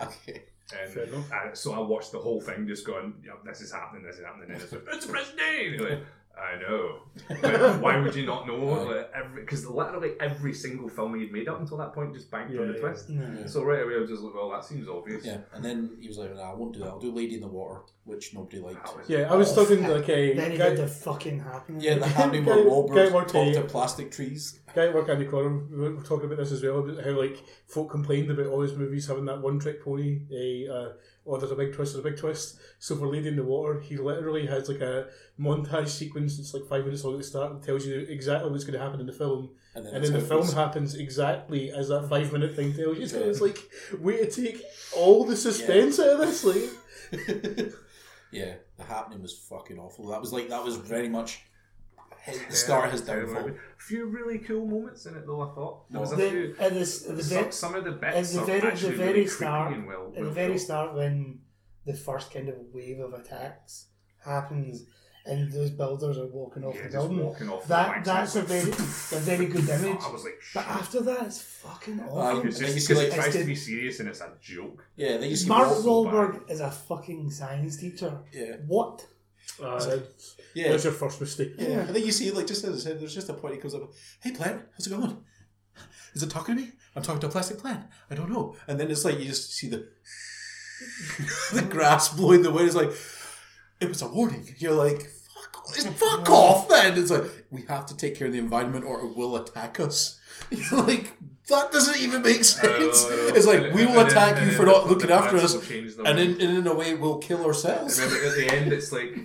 [SPEAKER 1] Okay.
[SPEAKER 2] And
[SPEAKER 3] Fair enough.
[SPEAKER 2] uh, so I watched the whole thing, just going, "Yep, this is happening, this is happening." And it's like, "It's the present day." And you're like, I know. But why would you not know? Like, every because literally every single film he'd made up until that point just banked on
[SPEAKER 3] Yeah,
[SPEAKER 2] the
[SPEAKER 3] yeah.
[SPEAKER 2] twist.
[SPEAKER 4] No.
[SPEAKER 2] So right away, I was just like, "Well, that seems obvious."
[SPEAKER 1] Yeah, and then he was like, nah, I won't do that. I'll do Lady in the Water, which nobody liked.
[SPEAKER 2] That was-
[SPEAKER 3] Yeah, I was
[SPEAKER 1] Oh,
[SPEAKER 3] still thinking like a
[SPEAKER 4] Then he
[SPEAKER 3] guy,
[SPEAKER 4] did the fucking happening.
[SPEAKER 1] Yeah, the happening where
[SPEAKER 3] Guy-
[SPEAKER 1] Wahlberg
[SPEAKER 3] guy worked
[SPEAKER 1] talked
[SPEAKER 3] the-
[SPEAKER 1] to plastic trees.
[SPEAKER 3] guy at work Andy Corrum. We were talking about this as well about how like folk complained about all his movies having that one trick pony. A uh, oh, there's a big twist, there's a big twist. So for Lady in the Water, he literally has like a montage sequence that's like five minutes long at the start and tells you exactly what's going to happen in the film.
[SPEAKER 1] And then,
[SPEAKER 3] And
[SPEAKER 1] it's
[SPEAKER 3] then the
[SPEAKER 1] how
[SPEAKER 3] film
[SPEAKER 1] it's-
[SPEAKER 3] happens exactly as that five minute thing tells you. It's, kind of- it's like, way to take all the suspense out of this. Like,
[SPEAKER 1] yeah, the happening was fucking awful. That was like that was very much his, the start of his
[SPEAKER 2] Terrible
[SPEAKER 1] downfall.
[SPEAKER 2] movie. A few really cool moments in it, though. I thought there was a
[SPEAKER 4] The,
[SPEAKER 2] few.
[SPEAKER 4] at this, at the,
[SPEAKER 2] Some,
[SPEAKER 4] ve-
[SPEAKER 2] some of the
[SPEAKER 4] at
[SPEAKER 2] bits
[SPEAKER 4] the
[SPEAKER 2] are
[SPEAKER 4] very, the
[SPEAKER 2] actually
[SPEAKER 4] very
[SPEAKER 2] really creepy
[SPEAKER 4] start,
[SPEAKER 2] and well.
[SPEAKER 4] at the
[SPEAKER 2] well
[SPEAKER 4] very
[SPEAKER 2] shot.
[SPEAKER 4] start, when the first kind of wave of attacks happens, and those builders are walking off
[SPEAKER 2] Yeah,
[SPEAKER 4] the
[SPEAKER 2] just
[SPEAKER 4] building.
[SPEAKER 2] walking off the
[SPEAKER 4] That
[SPEAKER 2] banks
[SPEAKER 4] that's a
[SPEAKER 2] and
[SPEAKER 4] very, a very good image.
[SPEAKER 2] I was like,
[SPEAKER 4] But
[SPEAKER 2] "Shit."
[SPEAKER 4] after that, it's fucking
[SPEAKER 1] Aye,
[SPEAKER 4] awful.
[SPEAKER 2] It's
[SPEAKER 1] And
[SPEAKER 2] just
[SPEAKER 1] you see,
[SPEAKER 2] because it
[SPEAKER 1] like,
[SPEAKER 2] tries
[SPEAKER 4] it's
[SPEAKER 2] to
[SPEAKER 4] the-
[SPEAKER 2] be serious and it's a joke.
[SPEAKER 1] Yeah, then you see
[SPEAKER 4] Mark
[SPEAKER 1] Wahl-
[SPEAKER 2] Wahl-
[SPEAKER 4] Wahlberg is a fucking science teacher.
[SPEAKER 1] Yeah.
[SPEAKER 4] What?
[SPEAKER 3] uh,
[SPEAKER 1] Yeah,
[SPEAKER 3] That's your first mistake.
[SPEAKER 1] Yeah, and then you see, like, just as I said, there's just a point he comes up, hey, plant, how's it going? Is it talking to me? I'm talking to a plastic plant. I don't know. And then it's like you just see the the grass blowing the wind. It's like, it was a warning. You're like, fuck, it's fuck off then. It's like, we have to take care of the environment or it will attack us. You're like, that doesn't even make sense.
[SPEAKER 2] Oh,
[SPEAKER 1] It's like, we will attack you for not looking after us. And in, and in a way, we'll kill ourselves.
[SPEAKER 2] Remember, at the end, it's like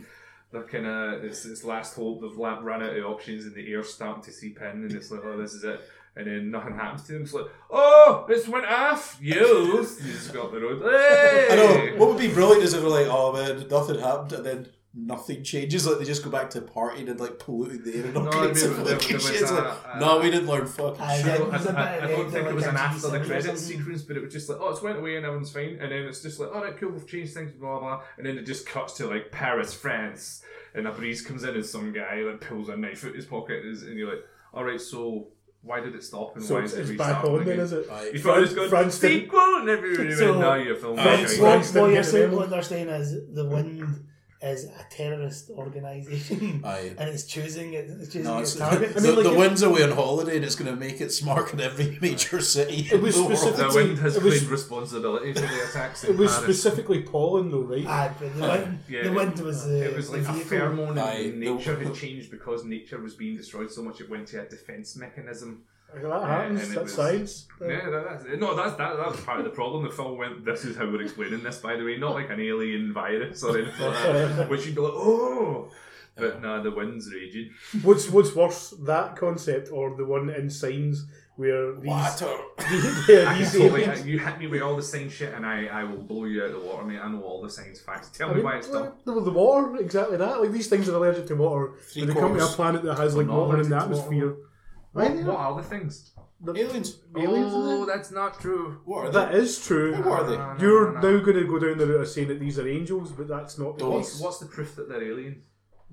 [SPEAKER 2] they're kind of it's, it's last hope. They've la- ran out of options, and the air's starting to seep in, and it's like, oh, this is it. And then nothing happens to them. It's like, oh, it's went off. You, you just got the road. Hey!
[SPEAKER 1] I know. What would be brilliant is if we're like, oh man, nothing happened, and then nothing changes. Like they just go back to partying and like polluting the air and all
[SPEAKER 2] No,
[SPEAKER 1] kinds
[SPEAKER 2] I mean,
[SPEAKER 1] of
[SPEAKER 2] there-
[SPEAKER 1] fucking
[SPEAKER 2] there was
[SPEAKER 1] shit. It's
[SPEAKER 2] a-
[SPEAKER 1] like,
[SPEAKER 2] a-
[SPEAKER 1] no, we didn't learn fucking
[SPEAKER 4] I-
[SPEAKER 1] shit.
[SPEAKER 4] It
[SPEAKER 2] I,
[SPEAKER 4] was a bit
[SPEAKER 2] I- I
[SPEAKER 4] of
[SPEAKER 2] don't
[SPEAKER 4] a-
[SPEAKER 2] think it was an
[SPEAKER 4] like a
[SPEAKER 2] after the
[SPEAKER 4] teaser or
[SPEAKER 2] credits
[SPEAKER 4] something.
[SPEAKER 2] sequence, but it was just like, oh, it's went away and everyone's fine. And then it's just like, all right, cool, we've changed things, blah, blah. And then it just cuts to like Paris, France. And a breeze comes in and some guy like pulls a knife out his pocket and is- and you're like, all right, so why did it stop and
[SPEAKER 3] So
[SPEAKER 2] why
[SPEAKER 3] it's,
[SPEAKER 2] is it
[SPEAKER 3] it's back
[SPEAKER 2] restarting
[SPEAKER 3] on
[SPEAKER 2] again?
[SPEAKER 3] then, is it?
[SPEAKER 1] Right.
[SPEAKER 2] He's probably
[SPEAKER 3] France-
[SPEAKER 2] just going,
[SPEAKER 3] France didn't-
[SPEAKER 2] sequel, and everybody
[SPEAKER 4] So,
[SPEAKER 2] went, now you're filming.
[SPEAKER 3] France
[SPEAKER 2] Okay.
[SPEAKER 3] Right.
[SPEAKER 4] what,
[SPEAKER 3] won.
[SPEAKER 4] what you're
[SPEAKER 3] Right.
[SPEAKER 4] saying, what they're saying is the wind is a terrorist organisation,
[SPEAKER 1] Aye.
[SPEAKER 4] and it's choosing it, it's choosing
[SPEAKER 1] No, it's,
[SPEAKER 4] its target.
[SPEAKER 1] the, the wind's away on holiday and it's going to make it smart in every major city.
[SPEAKER 3] It was
[SPEAKER 1] in the world.
[SPEAKER 3] specific-
[SPEAKER 2] The wind has
[SPEAKER 3] It was-
[SPEAKER 2] claimed responsibility for the attacks in
[SPEAKER 3] It was
[SPEAKER 2] Paris.
[SPEAKER 3] specifically pollen, though, right?
[SPEAKER 4] Aye, but the wind,
[SPEAKER 2] Yeah,
[SPEAKER 4] the wind was the,
[SPEAKER 2] It was like
[SPEAKER 4] the
[SPEAKER 2] a
[SPEAKER 4] vehicle.
[SPEAKER 2] pheromone
[SPEAKER 1] Aye.
[SPEAKER 2] and nature had changed because nature was being destroyed so much it went to a defence mechanism.
[SPEAKER 3] that happens.
[SPEAKER 2] and it
[SPEAKER 3] That's
[SPEAKER 2] was-
[SPEAKER 3] science.
[SPEAKER 2] Yeah, that, that's, no, that's that, that was part of the problem. The film went, this is how we're explaining this, by the way, not like an alien virus or anything like that, which you'd be like, oh. But no, the wind's raging.
[SPEAKER 3] What's what's worse, that concept or the one in Signs where these
[SPEAKER 1] Water.
[SPEAKER 3] yeah,
[SPEAKER 2] I can
[SPEAKER 3] these
[SPEAKER 2] totally,
[SPEAKER 3] aliens-
[SPEAKER 2] you hit me with all the science shit and I, I will blow you out of the water, mate. I know all the science facts. Tell
[SPEAKER 3] I
[SPEAKER 2] me
[SPEAKER 3] mean,
[SPEAKER 2] why it's done.
[SPEAKER 3] like, the, the water, exactly that. Like these things are allergic to water.
[SPEAKER 1] Three
[SPEAKER 3] But they come to a
[SPEAKER 1] quarters.
[SPEAKER 3] planet that has like
[SPEAKER 2] Not
[SPEAKER 3] water in the
[SPEAKER 2] allergic to
[SPEAKER 3] atmosphere.
[SPEAKER 2] What,
[SPEAKER 3] Why not?
[SPEAKER 2] what are the things?
[SPEAKER 1] Aliens.
[SPEAKER 3] Aliens,
[SPEAKER 2] oh,
[SPEAKER 3] isn't
[SPEAKER 2] that's not true.
[SPEAKER 1] What are they?
[SPEAKER 3] That is true.
[SPEAKER 1] Who are they?
[SPEAKER 2] No, no,
[SPEAKER 3] You're
[SPEAKER 2] no, no.
[SPEAKER 3] now going to go down the route of saying that these are angels, but that's not the
[SPEAKER 1] Dogs.
[SPEAKER 3] case.
[SPEAKER 2] What's the proof that they're aliens?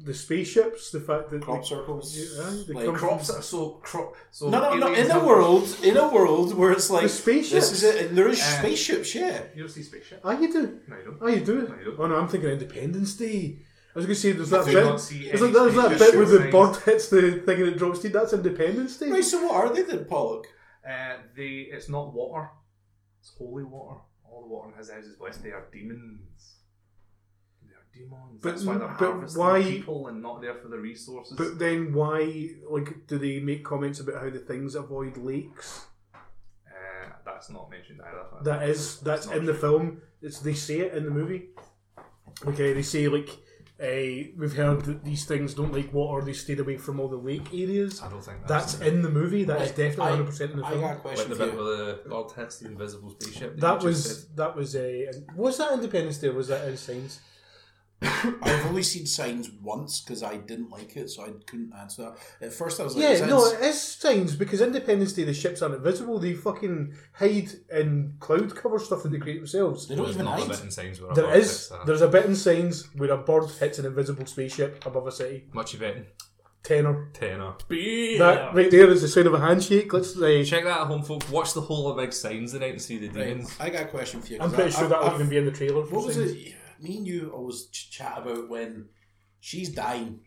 [SPEAKER 3] The spaceships, the fact that
[SPEAKER 1] Crop
[SPEAKER 3] they-
[SPEAKER 1] circles.
[SPEAKER 3] Yeah, they
[SPEAKER 1] like-
[SPEAKER 3] come-
[SPEAKER 2] Crops are so crop. So
[SPEAKER 1] no, no, no. In
[SPEAKER 2] aliens
[SPEAKER 1] a
[SPEAKER 2] have-
[SPEAKER 1] world, in a world where it's like
[SPEAKER 3] The spaceships.
[SPEAKER 1] This is it, and there is
[SPEAKER 2] Uh,
[SPEAKER 1] spaceships. Yeah.
[SPEAKER 2] You don't see spaceship.
[SPEAKER 3] Ah, you do.
[SPEAKER 2] No, you don't.
[SPEAKER 3] Ah, you do.
[SPEAKER 2] No, you don't.
[SPEAKER 3] Oh no, I'm thinking Independence Day. I was going to say there's that
[SPEAKER 2] do
[SPEAKER 3] bit.
[SPEAKER 2] not see
[SPEAKER 3] It's
[SPEAKER 2] any
[SPEAKER 3] like there's that
[SPEAKER 2] spaceships.
[SPEAKER 3] bit where the
[SPEAKER 2] Signs.
[SPEAKER 3] bird hits the thing and it drops dead. That's Independence Day.
[SPEAKER 1] Right. So what are they then, Pollock?
[SPEAKER 2] Uh, they, it's not water. It's holy water. All the water in his house is blessed. They are demons.
[SPEAKER 6] demons.
[SPEAKER 3] But-
[SPEAKER 6] That's why they're
[SPEAKER 3] but
[SPEAKER 6] harvesting
[SPEAKER 3] why-
[SPEAKER 6] people and not there for the resources.
[SPEAKER 3] But then why, like, do they make comments about how the things avoid lakes?
[SPEAKER 6] uh, that's not mentioned either.
[SPEAKER 3] That is that's in the film. It's they say it in the movie. Okay, they say like, uh, we've heard that these things don't like water. They stayed away from all the lake areas.
[SPEAKER 6] I don't think
[SPEAKER 3] That's
[SPEAKER 6] that's,
[SPEAKER 3] in the movie. That is
[SPEAKER 1] Right,
[SPEAKER 3] definitely
[SPEAKER 1] I-
[SPEAKER 3] 100 percent in the
[SPEAKER 1] I
[SPEAKER 3] film.
[SPEAKER 1] got a question
[SPEAKER 2] the
[SPEAKER 1] for
[SPEAKER 2] bit
[SPEAKER 1] you.
[SPEAKER 2] where the Lord hits the invisible spaceship.
[SPEAKER 3] That
[SPEAKER 2] you just
[SPEAKER 3] was
[SPEAKER 2] said.
[SPEAKER 3] that was a was that Independence Day? or Was that in Signs?
[SPEAKER 1] I've only seen Signs once because I didn't like it, so I couldn't answer that. At first, I was like,
[SPEAKER 3] Yeah,
[SPEAKER 1] Signs-
[SPEAKER 3] no, it is Signs because Independence Day the ships aren't invisible. They fucking hide in cloud cover stuff that they create themselves.
[SPEAKER 1] they don't
[SPEAKER 2] There's
[SPEAKER 1] even
[SPEAKER 2] not a
[SPEAKER 1] hide.
[SPEAKER 2] bit in signs where a
[SPEAKER 3] There
[SPEAKER 2] bird
[SPEAKER 3] is
[SPEAKER 2] hits that.
[SPEAKER 3] there's a bit in Signs where a bird hits an invisible spaceship above a city.
[SPEAKER 2] much event
[SPEAKER 3] Tenor.
[SPEAKER 2] tenor.
[SPEAKER 3] That right there is the sound of a handshake. Let's say.
[SPEAKER 2] Check that at home, folks. Watch the whole of Big Signs tonight and see the
[SPEAKER 1] Right,
[SPEAKER 2] demons.
[SPEAKER 1] I got a question for you. 'cause
[SPEAKER 3] I'm pretty
[SPEAKER 1] I-
[SPEAKER 3] sure
[SPEAKER 1] I-
[SPEAKER 3] that'll
[SPEAKER 1] I've-
[SPEAKER 3] even be in the trailer. For
[SPEAKER 1] What was
[SPEAKER 3] Signs.
[SPEAKER 1] it? Me and you always ch- chat about when she's dying.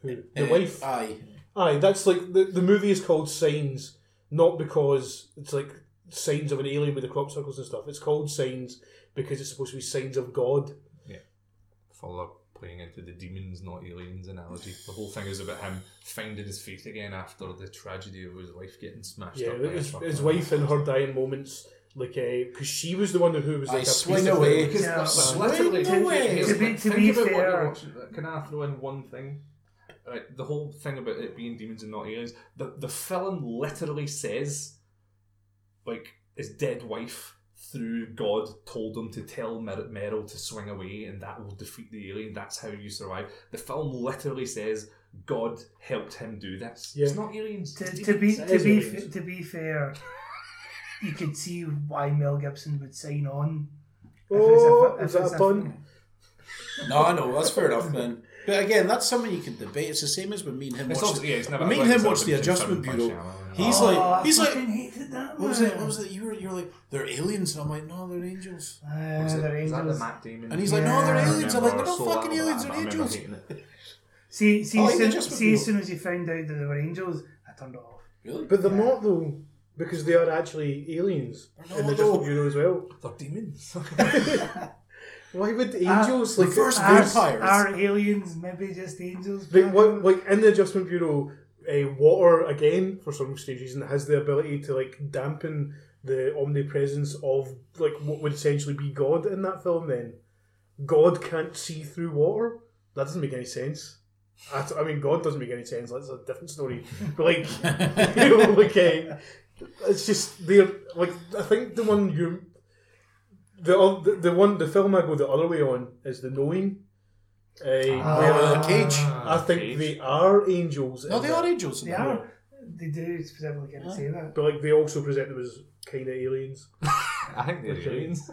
[SPEAKER 3] Who? The
[SPEAKER 1] Eh,
[SPEAKER 3] wife.
[SPEAKER 1] Aye.
[SPEAKER 3] Aye, that's like the, the movie is called Signs, not because it's like signs of an alien with the crop circles and stuff. It's called Signs because it's supposed to be signs of God.
[SPEAKER 2] Further playing into the demons, not aliens analogy. The whole thing is about him finding his faith again after the tragedy of his wife getting smashed
[SPEAKER 3] yeah,
[SPEAKER 2] up. by a
[SPEAKER 3] his,
[SPEAKER 2] truck.
[SPEAKER 3] his wife and her dying moments, like because she was the one who was
[SPEAKER 1] I
[SPEAKER 3] like a
[SPEAKER 1] swing
[SPEAKER 3] piece of
[SPEAKER 1] away.
[SPEAKER 3] it.
[SPEAKER 6] Yeah,
[SPEAKER 1] Swing
[SPEAKER 6] but literally,
[SPEAKER 1] away.
[SPEAKER 6] here's
[SPEAKER 1] To
[SPEAKER 6] the
[SPEAKER 4] be-
[SPEAKER 6] thing.
[SPEAKER 4] to
[SPEAKER 6] Think
[SPEAKER 4] be
[SPEAKER 6] about what you're
[SPEAKER 4] fair-
[SPEAKER 6] watching. Can I throw in one thing?
[SPEAKER 2] Right, the whole thing about it being demons and not aliens, the, the film literally says, like, his dead wife, through God, told him to tell Mer- Meryl to swing away and that will defeat the alien. That's how you survive. The film literally says God helped him do this.
[SPEAKER 3] Yeah.
[SPEAKER 2] It's not aliens.
[SPEAKER 4] To,
[SPEAKER 2] it's
[SPEAKER 4] to be
[SPEAKER 2] demons.
[SPEAKER 4] to be f- to be fair, you could see why Mel Gibson would sign on. if it's a
[SPEAKER 3] Oh,
[SPEAKER 4] fi- if
[SPEAKER 3] is that
[SPEAKER 4] it's
[SPEAKER 3] a
[SPEAKER 4] a-
[SPEAKER 3] pun?
[SPEAKER 1] No, I know that's fair enough, man. But again, that's something you can debate. It's the same as when me and him
[SPEAKER 2] It's
[SPEAKER 1] watched.
[SPEAKER 2] also- yeah, it's never-
[SPEAKER 1] when me
[SPEAKER 2] like
[SPEAKER 1] and him
[SPEAKER 2] it's
[SPEAKER 1] watched the
[SPEAKER 2] never been
[SPEAKER 1] Adjustment
[SPEAKER 2] confirmed by
[SPEAKER 1] Bureau.
[SPEAKER 2] Shyamalan.
[SPEAKER 1] He's
[SPEAKER 4] Oh,
[SPEAKER 1] like,
[SPEAKER 4] I
[SPEAKER 1] he's like,
[SPEAKER 4] fucking hated that.
[SPEAKER 1] what was
[SPEAKER 4] man.
[SPEAKER 1] it? What was it? You were, you were like, they're aliens, and I'm like, no, they're angels.
[SPEAKER 4] Ah,
[SPEAKER 6] Is, it,
[SPEAKER 4] they're
[SPEAKER 6] is that the
[SPEAKER 4] angels.
[SPEAKER 6] Matt Damon?
[SPEAKER 1] Uh, And he's like, no, they're
[SPEAKER 4] Yeah.
[SPEAKER 1] aliens. I'm like, they're
[SPEAKER 2] Remember,
[SPEAKER 1] not
[SPEAKER 2] so
[SPEAKER 1] fucking
[SPEAKER 2] that-
[SPEAKER 1] aliens,
[SPEAKER 2] I
[SPEAKER 1] they're
[SPEAKER 2] remember
[SPEAKER 1] angels.
[SPEAKER 2] hating it.
[SPEAKER 4] See, see,
[SPEAKER 1] I
[SPEAKER 4] as
[SPEAKER 1] like
[SPEAKER 4] soon,
[SPEAKER 1] the adjustment
[SPEAKER 4] see, as
[SPEAKER 1] rule.
[SPEAKER 4] soon as he found out that they were angels, I turned it off.
[SPEAKER 1] Really?
[SPEAKER 3] But they're not though, because they are actually aliens
[SPEAKER 1] They're
[SPEAKER 3] in the
[SPEAKER 1] not,
[SPEAKER 3] Adjustment
[SPEAKER 1] though.
[SPEAKER 3] Bureau as well.
[SPEAKER 2] They're demons.
[SPEAKER 3] Why would angels like
[SPEAKER 1] first
[SPEAKER 3] there's-
[SPEAKER 1] verse-
[SPEAKER 4] Are,
[SPEAKER 1] Vampires.
[SPEAKER 4] are aliens maybe just angels?
[SPEAKER 3] They, what, like in the adjustment bureau, uh, water again for some strange reason has the ability to like dampen the omnipresence of like what would essentially be God in that film. Then God can't see through water. That doesn't make any sense. At, I mean, God doesn't make any sense. That's a different story. But like, you know, like uh, it's just they're like I think the one you. The, oth- the the one the film I go the other way on is the knowing. Uh, where-
[SPEAKER 1] Uh, Cage.
[SPEAKER 2] Ah.
[SPEAKER 3] I think they are angels.
[SPEAKER 1] No,
[SPEAKER 3] in
[SPEAKER 1] they
[SPEAKER 3] that.
[SPEAKER 1] are angels. in
[SPEAKER 4] They
[SPEAKER 1] that.
[SPEAKER 4] are. They do specifically kind of say that.
[SPEAKER 3] But like they also present them as kind of aliens.
[SPEAKER 2] I think they're aliens.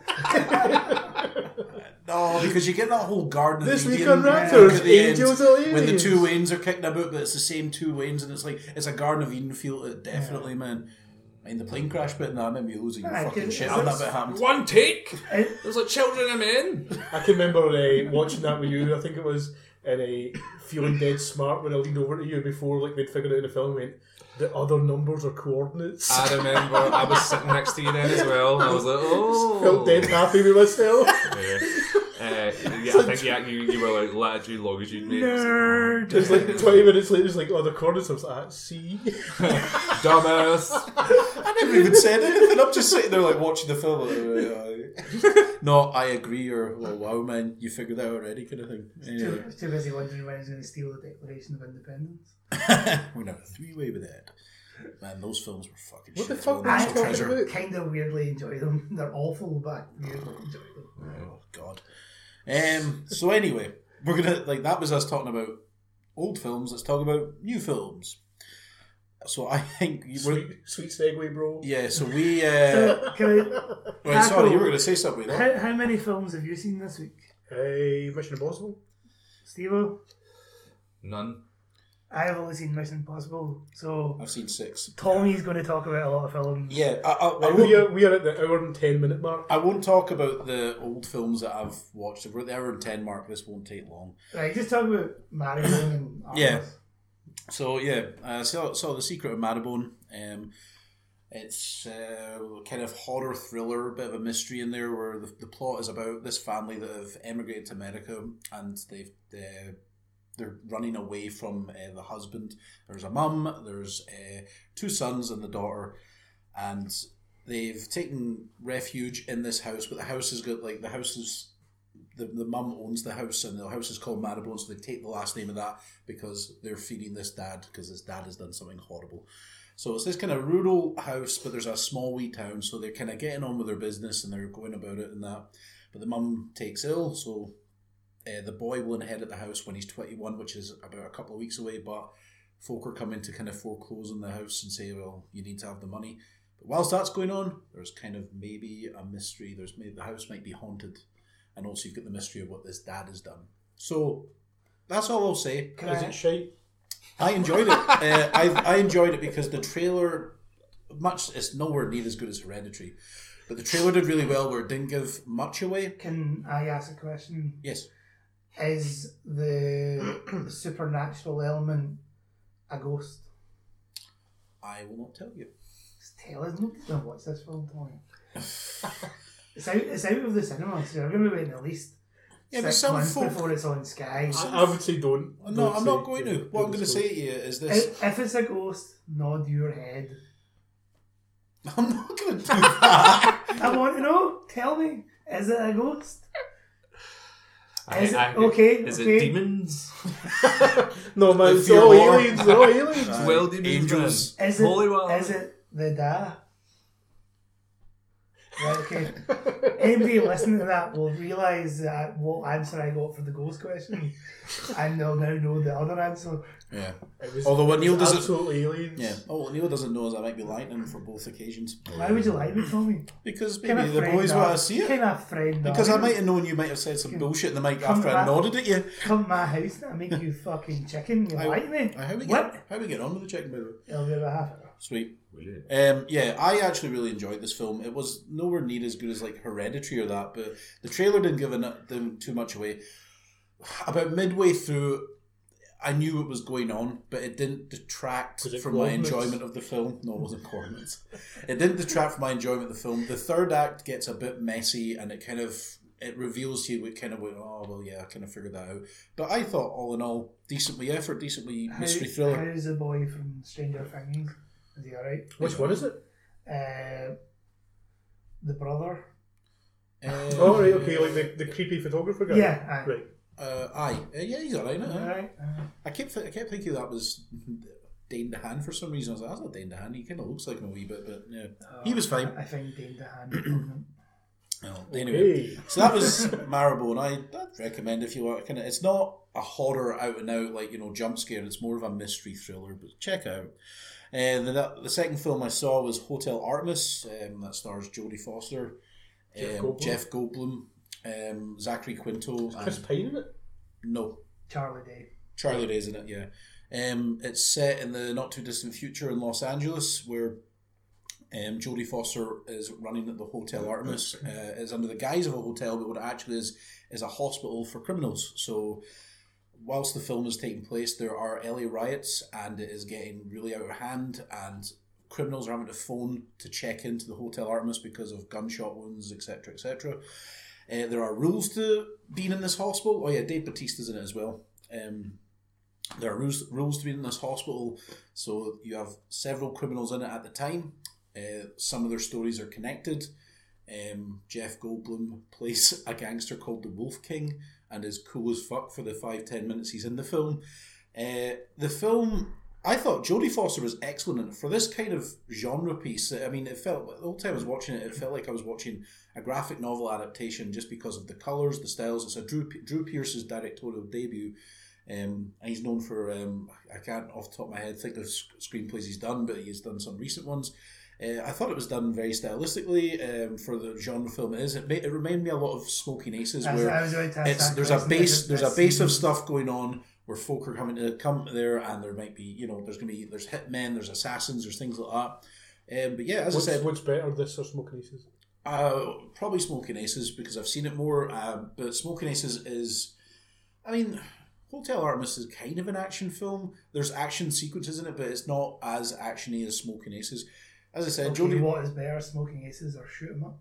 [SPEAKER 1] No, because you get that whole garden.
[SPEAKER 3] This
[SPEAKER 1] of
[SPEAKER 3] week
[SPEAKER 1] Eden
[SPEAKER 3] on
[SPEAKER 1] at
[SPEAKER 3] Raptors,
[SPEAKER 1] the end
[SPEAKER 3] angels are
[SPEAKER 1] When the
[SPEAKER 3] aliens.
[SPEAKER 1] two Waynes are kicking about, but it's the same two Waynes, and it's like it's a Garden of Eden feel. uh, Definitely, man. I mean, the plane crash bit, nah, I remember you losing your
[SPEAKER 4] Ah,
[SPEAKER 1] fucking
[SPEAKER 4] because
[SPEAKER 1] shit
[SPEAKER 4] it's-
[SPEAKER 1] when that bit happened.
[SPEAKER 2] One take.
[SPEAKER 4] Eh?
[SPEAKER 2] There's like children and men.
[SPEAKER 3] I can remember uh, watching that with you. I think it was in a feeling dead smart when I leaned over to you before like they'd figured out in the film. Went the other numbers are coordinates.
[SPEAKER 2] I remember I was sitting next to you then as well. I was like, oh.
[SPEAKER 3] Felt dead happy with myself.
[SPEAKER 2] Yeah. Uh, yeah, I think yeah, you, you were like latitude, longitude, mate.
[SPEAKER 4] Nerd.
[SPEAKER 3] It's like twenty minutes later, it's like oh the coordinates. I was at sea.
[SPEAKER 2] Dumbass.
[SPEAKER 1] I never even said anything. I'm just sitting there like watching the film. like, uh, no, I agree. Or well, wow, man, you figured that out already, kind of thing. Anyway,
[SPEAKER 4] Too, too busy wondering when he's going to steal the Declaration of Independence.
[SPEAKER 1] we're gonna have a three way with that. Man, those films were fucking.
[SPEAKER 3] What
[SPEAKER 1] shit.
[SPEAKER 3] the fuck
[SPEAKER 1] National
[SPEAKER 3] are
[SPEAKER 4] I
[SPEAKER 3] you talking
[SPEAKER 1] Treasure.
[SPEAKER 3] about?
[SPEAKER 4] kind of weirdly enjoy them. They're awful, but I weirdly enjoy them.
[SPEAKER 1] Oh God. Um. So anyway, we're gonna like that was us talking about old films. Let's talk about new films. So I think you were,
[SPEAKER 3] Sweet, sweet segue, bro.
[SPEAKER 1] yeah. So we. Uh,
[SPEAKER 4] Can
[SPEAKER 1] right, sorry, you were gonna say something. eh?
[SPEAKER 4] I,
[SPEAKER 1] No?
[SPEAKER 4] how, how many films have you seen this week,
[SPEAKER 3] Hey, Mission Impossible.
[SPEAKER 4] Steve?
[SPEAKER 2] None.
[SPEAKER 4] I have only seen Mission Impossible, so
[SPEAKER 1] I've seen six.
[SPEAKER 4] Tommy's going to talk about a lot of films.
[SPEAKER 1] Yeah, I, I, I,
[SPEAKER 3] we
[SPEAKER 1] won't,
[SPEAKER 3] are we are at the hour and ten minute mark.
[SPEAKER 1] I won't talk about the old films that I've watched. We're at the hour and ten mark. This won't take long.
[SPEAKER 4] Right, just talk about Mario and Arnold.
[SPEAKER 1] Yeah. So yeah, uh, saw saw the Secret of Maribone. Um, It's uh, kind of horror thriller, bit of a mystery in there, where the, the plot is about this family that have emigrated to America and they've uh, they're running away from uh, the husband. There's a mum, there's uh, two sons and the daughter, and they've taken refuge in this house. But the house has got like the house is the, the mum owns the house, and the house is called Marrowbone, so they take the last name of that because they're feeding this dad because his dad has done something horrible. So it's this kind of rural house, but there's a small wee town, so they're kind of getting on with their business and they're going about it and that. But the mum takes ill, so uh, the boy will inherit the house when he's 21, which is about a couple of weeks away. But folk are coming to kind of foreclose on the house and say, well, you need to have the money. But whilst that's going on, there's kind of maybe a mystery. There's maybe the house might be haunted, and also you've got the mystery of what this dad has done. So that's all I'll say. Uh,
[SPEAKER 7] Can
[SPEAKER 3] Is
[SPEAKER 7] I,
[SPEAKER 3] it shite?
[SPEAKER 1] I enjoyed it. Uh, I, I enjoyed it because the trailer, much it's nowhere near as good as Hereditary, but the trailer did really well where it didn't give much away.
[SPEAKER 4] Can I ask a question?
[SPEAKER 1] Yes,
[SPEAKER 4] Is the supernatural element a ghost?
[SPEAKER 1] I will not tell you.
[SPEAKER 4] Just tell us. Nobody's gonna watch this film, Tony. it's out. It's out of the cinema, so you're gonna be waiting at least
[SPEAKER 1] Yeah, but
[SPEAKER 4] six
[SPEAKER 1] some
[SPEAKER 4] months
[SPEAKER 1] folk.
[SPEAKER 4] before it's on Sky.
[SPEAKER 3] I, I would say don't.
[SPEAKER 1] No,
[SPEAKER 3] Don't
[SPEAKER 1] I'm
[SPEAKER 3] say
[SPEAKER 1] not going
[SPEAKER 3] it.
[SPEAKER 1] to. What
[SPEAKER 3] Don't
[SPEAKER 1] I'm going to
[SPEAKER 3] say
[SPEAKER 1] say
[SPEAKER 3] it.
[SPEAKER 1] to you is this:
[SPEAKER 4] If, if it's a ghost, nod your head.
[SPEAKER 1] I'm not going to do that.
[SPEAKER 4] I want to know. Tell me, is it a ghost?
[SPEAKER 2] I-
[SPEAKER 4] Is it-
[SPEAKER 2] I-
[SPEAKER 4] okay,
[SPEAKER 2] Is
[SPEAKER 4] okay.
[SPEAKER 2] it demons?
[SPEAKER 3] No, man,
[SPEAKER 2] The
[SPEAKER 3] it's all
[SPEAKER 2] fear war.
[SPEAKER 3] aliens. They're all aliens.
[SPEAKER 1] Uh,
[SPEAKER 2] well, demons,
[SPEAKER 1] angels.
[SPEAKER 2] man.
[SPEAKER 4] Is it?
[SPEAKER 2] Holy well.
[SPEAKER 4] Is it the da? Right, okay. Anybody listening to that will realise that what answer I got for the ghost question, and they'll now know the other answer.
[SPEAKER 1] Yeah.
[SPEAKER 3] It was
[SPEAKER 1] Although what Neil doesn't.
[SPEAKER 3] absolutely aliens.
[SPEAKER 1] Yeah. Oh, what Neil doesn't know is I might be lying to him for both occasions.
[SPEAKER 4] Why would you lie to me, Tommy?
[SPEAKER 1] Because
[SPEAKER 4] Can I
[SPEAKER 1] maybe the
[SPEAKER 4] friend
[SPEAKER 1] boys
[SPEAKER 4] that?
[SPEAKER 1] want to see it.
[SPEAKER 4] Can I friend that?
[SPEAKER 1] Because I might have known you might have said some bullshit in the mic
[SPEAKER 4] Come
[SPEAKER 1] after I
[SPEAKER 4] back.
[SPEAKER 1] nodded at you.
[SPEAKER 4] come to my house and I make you fucking chicken. You
[SPEAKER 1] I-
[SPEAKER 4] like me?
[SPEAKER 1] Uh, How we
[SPEAKER 4] What?
[SPEAKER 1] get? How we get on with the chicken? By the way.
[SPEAKER 4] It'll be about half.
[SPEAKER 1] Sweet.
[SPEAKER 2] Brilliant.
[SPEAKER 1] Um, yeah, I actually really enjoyed this film. It was nowhere near as good as like Hereditary or that, but the trailer didn't give eno- them too much away. About midway through, I knew what was going on, but it didn't detract
[SPEAKER 3] Was it
[SPEAKER 1] from my
[SPEAKER 3] coordinates?
[SPEAKER 1] enjoyment of the film. No, it wasn't coordinates. it didn't detract from my enjoyment of the film. The third act gets a bit messy, and it kind of it reveals to you what kind of went. Oh well, yeah, I kind of figured that out. But I thought all in all, decently effort, decently mystery
[SPEAKER 4] How-
[SPEAKER 1] thriller.
[SPEAKER 4] How's the boy from Stranger Things? Is he alright?
[SPEAKER 3] Which one is it?
[SPEAKER 4] Uh, the brother.
[SPEAKER 1] Um,
[SPEAKER 3] Oh, right, okay, like the, the creepy photographer guy.
[SPEAKER 4] Yeah, aye.
[SPEAKER 3] Right.
[SPEAKER 1] Uh, aye, uh, yeah, he's alright. isn't he?
[SPEAKER 4] Alright. Uh,
[SPEAKER 1] I kept th- I kept thinking that was Dane DeHaan for some reason. I was like, that's not Dane DeHaan. He kind of looks like him a wee bit, but yeah, he was fine.
[SPEAKER 4] I think Dane DeHaan. is pregnant.
[SPEAKER 1] Well, anyway,
[SPEAKER 3] Hey.
[SPEAKER 1] so that was Marrowbone. I I'd recommend if you want. Kind of, it's not a horror out and out like you know jump scare. It's more of a mystery thriller. But check out. And then that, the second film I saw was Hotel Artemis. Um, that stars Jodie Foster,
[SPEAKER 3] Jeff
[SPEAKER 1] um,
[SPEAKER 3] Goldblum.
[SPEAKER 1] Jeff Goldblum, um, Zachary Quinto,
[SPEAKER 3] Chris
[SPEAKER 1] and
[SPEAKER 3] Pine in it?
[SPEAKER 1] no
[SPEAKER 4] Charlie Day.
[SPEAKER 1] Charlie Day's in it, yeah. Um, it's set in the not too distant future in Los Angeles, where um, Jodie Foster is running at the Hotel Artemis. Uh, it's under the guise of a hotel, but what it actually is is a hospital for criminals. So, whilst the film is taking place, there are LA riots, and it is getting really out of hand. And criminals are having to phone to check into the Hotel Artemis because of gunshot wounds, etc., etc. Uh, there are rules to being in this hospital. Oh yeah, Dave Batista's in it as well. Um, there are rules, rules to being in this hospital. So you have several criminals in it at the time. Uh, some of their stories are connected. Um, Jeff Goldblum plays a gangster called the Wolf King and is cool as fuck for the five ten minutes he's in the film. Uh, the film, I thought Jodie Foster was excellent in it. for this kind of genre piece. I mean, it felt the whole time I was watching it, it felt like I was watching a graphic novel adaptation just because of the colors, the styles. It's a Drew Drew Pierce's directorial debut. Um, and he's known for um, I can't off the top of my head think of sc- screenplays he's done, but he's done some recent ones. Uh, I thought it was done very stylistically um, for the genre film it is. It, ma- it reminded me a lot of Smoking Aces,
[SPEAKER 4] I was,
[SPEAKER 1] where
[SPEAKER 4] I was about to ask
[SPEAKER 1] it's
[SPEAKER 4] that
[SPEAKER 1] there's a
[SPEAKER 4] question.
[SPEAKER 1] base there's a base of
[SPEAKER 4] That's-
[SPEAKER 1] stuff going on where folk are coming to come there, and there might be you know there's gonna be there's hitmen, there's assassins, there's things like that. Um, but yeah, as
[SPEAKER 3] What's,
[SPEAKER 1] I said,
[SPEAKER 3] what's better, this or Smoking Aces?
[SPEAKER 1] uh, probably Smoking Aces because I've seen it more. Uh, but Smoking Aces is, I mean, Hotel Artemis is kind of an action film. There's action sequences in it, but it's not as actiony as Smoking Aces. As I said,
[SPEAKER 4] Okay,
[SPEAKER 1] Jodie.
[SPEAKER 4] what is better, smoking aces or shoot 'em up?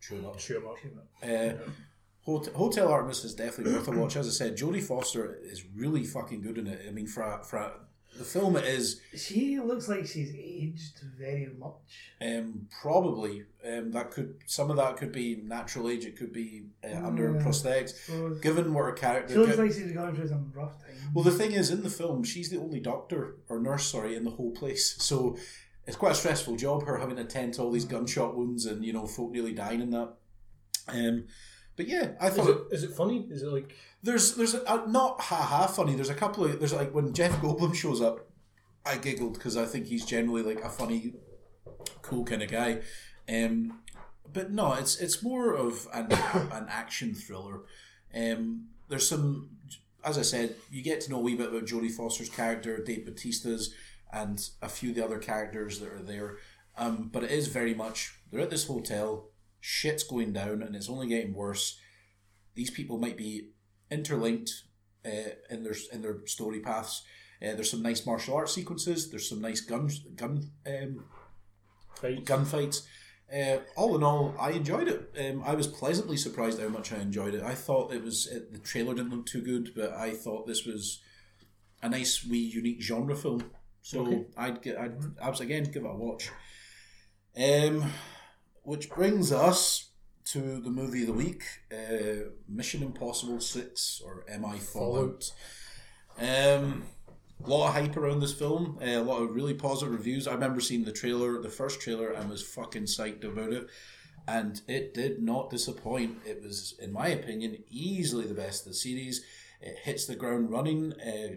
[SPEAKER 1] True enough.
[SPEAKER 3] Cheer 'em up.
[SPEAKER 4] Shoot 'em up.
[SPEAKER 1] Uh, Hot- Hotel Artemis is definitely worth a watch. As I said, Jodie Foster is really fucking good in it. I mean, for, a- for a- the film, it is
[SPEAKER 4] She looks like she's aged very much.
[SPEAKER 1] um, probably um, that could some of that could be natural age. It could be uh, under
[SPEAKER 4] Yeah.
[SPEAKER 1] prosthetics.
[SPEAKER 4] So
[SPEAKER 1] Given what her
[SPEAKER 4] she
[SPEAKER 1] character.
[SPEAKER 4] looks like she's gone through some rough times.
[SPEAKER 1] well, the thing is, in the film, she's the only doctor or nurse, sorry, in the whole place. So it's quite a stressful job. Her having to tend to all these gunshot wounds and you know folk nearly dying in that. Um, but yeah, I
[SPEAKER 3] Is
[SPEAKER 1] thought
[SPEAKER 3] it, is it funny? Is it like
[SPEAKER 1] There's there's a, uh, not ha ha funny. There's a couple of there's like when Jeff Goldblum shows up, I giggled because I think he's generally like a funny, cool kind of guy. Um, but no, it's it's more of an an action thriller. Um, there's some, as I said, you get to know a wee bit about Jodie Foster's character, Dave Bautista's, and a few of the other characters that are there. Um, but it is very much they're at this hotel, shit's going down, and it's only getting worse. These people might be interlinked uh, in their in their story paths. Uh, there's some nice martial arts sequences. There's some nice gun gun um,
[SPEAKER 3] fight?
[SPEAKER 1] gunfights. Uh, all in all, I enjoyed it. Um, I was pleasantly surprised how much I enjoyed it. I thought it was it, the trailer didn't look too good, but I thought this was a nice, wee, unique genre film. So
[SPEAKER 3] Okay.
[SPEAKER 1] I'd get I'd I was again give it a watch. Um, which brings us to the movie of the week, uh, Mission Impossible Six or MI Fallout. Um, a lot of hype around this film, uh, a lot of really positive reviews. I remember seeing the trailer, the first trailer, and was fucking psyched about it. And it did not disappoint. It was, in my opinion, easily the best of the series. It hits the ground running. Uh,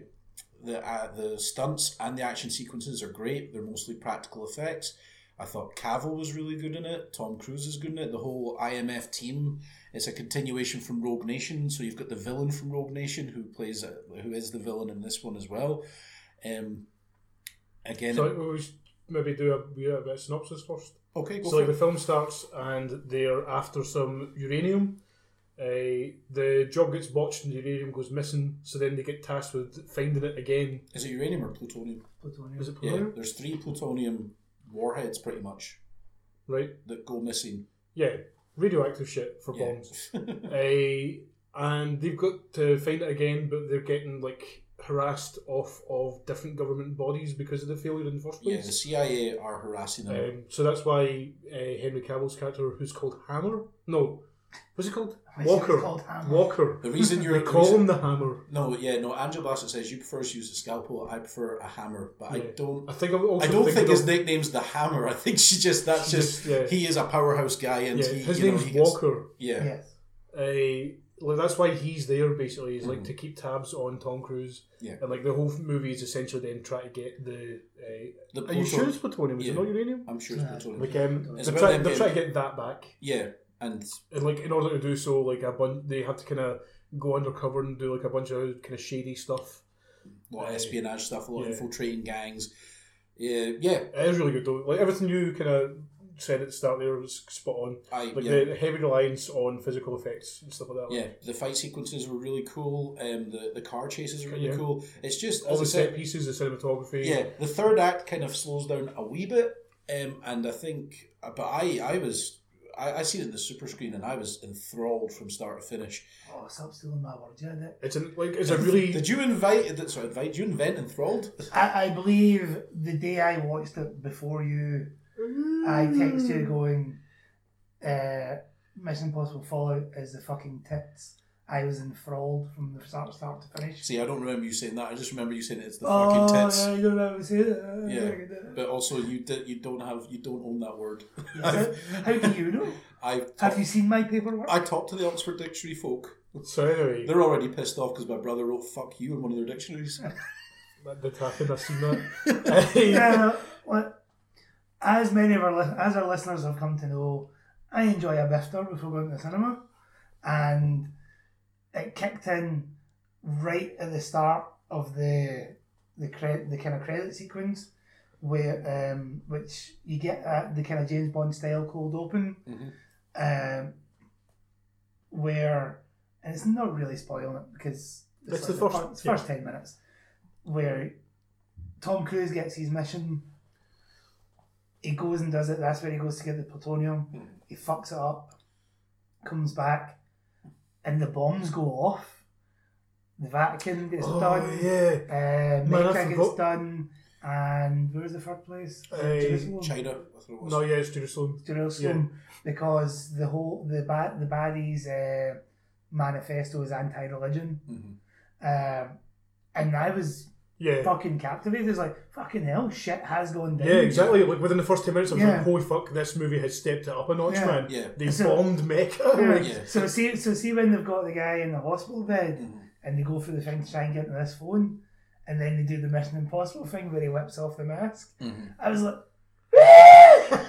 [SPEAKER 1] the uh, the stunts and the action sequences are great. They're mostly practical effects. I thought Cavill was really good in it. Tom Cruise is good in it. The whole IMF team. It's a continuation from Rogue Nation, so you've got the villain from Rogue Nation who plays uh, who is the villain in this one as well. Um, again,
[SPEAKER 3] So we should maybe do a, wee bit of synopsis first.
[SPEAKER 1] okay, go
[SPEAKER 3] So
[SPEAKER 1] for
[SPEAKER 3] like the
[SPEAKER 1] it.
[SPEAKER 3] film starts and they're after some uranium. Uh, the job gets botched and the uranium goes missing. So then they get tasked with finding it again.
[SPEAKER 1] Is it uranium or plutonium?
[SPEAKER 4] Plutonium.
[SPEAKER 3] Is it
[SPEAKER 1] Yeah,
[SPEAKER 3] plutonium?
[SPEAKER 1] there's three plutonium warheads pretty much
[SPEAKER 3] Right.
[SPEAKER 1] that go missing.
[SPEAKER 3] Yeah. Radioactive shit for
[SPEAKER 1] Yeah.
[SPEAKER 3] bombs. uh, and they've got to find it again, but they're getting like harassed off of different government bodies because of the failure in the first
[SPEAKER 1] yeah, the
[SPEAKER 3] place.
[SPEAKER 1] CIA are harassing them.
[SPEAKER 3] Um, so that's why uh, Henry Cavill's character, who's called Hammer, no, what's he called?
[SPEAKER 4] I see
[SPEAKER 3] Walker.
[SPEAKER 4] it's called Hammer.
[SPEAKER 3] Walker.
[SPEAKER 1] the reason
[SPEAKER 3] They
[SPEAKER 1] you're the
[SPEAKER 3] call
[SPEAKER 1] reason-
[SPEAKER 3] him the Hammer.
[SPEAKER 1] No, yeah, no. Angel Bassett says you prefer to use a scalpel. I prefer a hammer, but I
[SPEAKER 3] Yeah.
[SPEAKER 1] don't.
[SPEAKER 3] I think I've also
[SPEAKER 1] I don't think his
[SPEAKER 3] of-
[SPEAKER 1] nickname's the Hammer. I think she just that's just,
[SPEAKER 3] Just, yeah.
[SPEAKER 1] he is a powerhouse guy, and
[SPEAKER 3] Yeah,
[SPEAKER 1] he,
[SPEAKER 3] his
[SPEAKER 1] you know,
[SPEAKER 3] name's
[SPEAKER 1] he gets-
[SPEAKER 3] Walker.
[SPEAKER 1] yeah, yeah,
[SPEAKER 4] Yes.
[SPEAKER 3] Uh, like that's why he's there basically. Is like to keep tabs on Tom Cruise.
[SPEAKER 1] Mm. Yeah.
[SPEAKER 3] And like the whole movie is essentially then try to get the. Uh,
[SPEAKER 1] the
[SPEAKER 3] are you
[SPEAKER 1] pluton-
[SPEAKER 3] sure it's plutonium? Is
[SPEAKER 1] Yeah.
[SPEAKER 3] it not uranium?
[SPEAKER 1] I'm sure it's plutonium.
[SPEAKER 3] Like um,
[SPEAKER 1] It's
[SPEAKER 3] they're,
[SPEAKER 1] about
[SPEAKER 3] try,
[SPEAKER 1] them
[SPEAKER 3] they're
[SPEAKER 1] getting-
[SPEAKER 3] trying to get that back,
[SPEAKER 1] Yeah, and
[SPEAKER 3] and like in order to do so, like a bunch, they have to kind of go undercover and do like a bunch of kind of shady stuff.
[SPEAKER 1] a lot of
[SPEAKER 3] Uh,
[SPEAKER 1] espionage stuff, a lot
[SPEAKER 3] yeah.
[SPEAKER 1] of infiltrating gangs. Yeah, yeah,
[SPEAKER 3] It is really good though. Like everything you kind of said at the start there was spot on.
[SPEAKER 1] I
[SPEAKER 3] Like
[SPEAKER 1] yeah.
[SPEAKER 3] the heavy reliance on physical effects and stuff like that.
[SPEAKER 1] yeah, the fight sequences were really cool. Um, the, the car chases were really
[SPEAKER 3] Yeah.
[SPEAKER 1] cool. It's just
[SPEAKER 3] all
[SPEAKER 1] as I
[SPEAKER 3] the
[SPEAKER 1] said,
[SPEAKER 3] set pieces, the cinematography.
[SPEAKER 1] yeah the third act kind of slows down a wee bit um, and i think but i i was I, I seen it in the super screen and i was enthralled from start to finish
[SPEAKER 4] Oh, stop stealing my words. You had it.
[SPEAKER 3] it's an, like it's a really
[SPEAKER 1] did you invite did- sorry invite did you invent enthralled
[SPEAKER 4] I, I believe the day I watched it before you, I
[SPEAKER 3] Hmm.
[SPEAKER 4] texted you going, uh, Mission Impossible Fallout is the fucking tits. I was enthralled from the start, start to finish.
[SPEAKER 1] see i don't remember you saying that i just remember you saying it's the
[SPEAKER 4] oh,
[SPEAKER 1] fucking tits
[SPEAKER 4] I don't know. See that.
[SPEAKER 1] Yeah. but also you did you don't have you don't own that word
[SPEAKER 4] How, how do you know?
[SPEAKER 1] i
[SPEAKER 4] Have you seen my paperwork?
[SPEAKER 1] i talked to the oxford dictionary folk
[SPEAKER 3] so anyway
[SPEAKER 1] they're already pissed off because my brother wrote fuck you in one of their dictionaries
[SPEAKER 3] that did happen. I've seen that.
[SPEAKER 4] Yeah, well, as many of our li- as our listeners have come to know, I enjoy a bifter before going to the cinema, and it kicked in right at the start of the the cre- the kind of credit sequence, where um, which you get uh, the kind of James Bond style cold open,
[SPEAKER 1] Mhm.
[SPEAKER 4] um, where and it's not really spoiling it because
[SPEAKER 3] It's the
[SPEAKER 4] fir-
[SPEAKER 3] first-
[SPEAKER 4] it's first ten minutes where Tom Cruise gets his mission. He goes and does it. That's where he goes to get the plutonium. He fucks it up, comes back, and the bombs go off. The Vatican gets done.
[SPEAKER 3] Oh, yeah.
[SPEAKER 4] Uh,
[SPEAKER 3] Man, I
[SPEAKER 4] Mecca gets
[SPEAKER 3] forgot.
[SPEAKER 4] done. And where's the third place? Uh,
[SPEAKER 3] Uh,
[SPEAKER 4] Jerusalem.
[SPEAKER 1] China, I thought it was.
[SPEAKER 3] No, yeah, it's Jerusalem.
[SPEAKER 4] Jerusalem because the whole the bad the baddies uh, manifesto is anti-religion,
[SPEAKER 1] Mhm.
[SPEAKER 4] Um and I was
[SPEAKER 3] Yeah.
[SPEAKER 4] fucking captivated. It's like fucking hell, shit has gone down.
[SPEAKER 3] Yeah, exactly. Like within the first ten minutes, I was
[SPEAKER 4] Yeah.
[SPEAKER 3] like, "Holy fuck! This movie has stepped it up a notch,
[SPEAKER 4] Yeah.
[SPEAKER 3] man."
[SPEAKER 1] Yeah.
[SPEAKER 3] They
[SPEAKER 4] So-
[SPEAKER 3] bombed Mecca.
[SPEAKER 4] Yeah.
[SPEAKER 3] like,
[SPEAKER 1] Yeah.
[SPEAKER 4] So see, so see when they've got the guy in the hospital bed
[SPEAKER 1] Mhm.
[SPEAKER 4] and they go through the thing to try and get to this phone, and then they do the Mission Impossible thing where he whips off the mask.
[SPEAKER 1] Mhm.
[SPEAKER 4] I was like.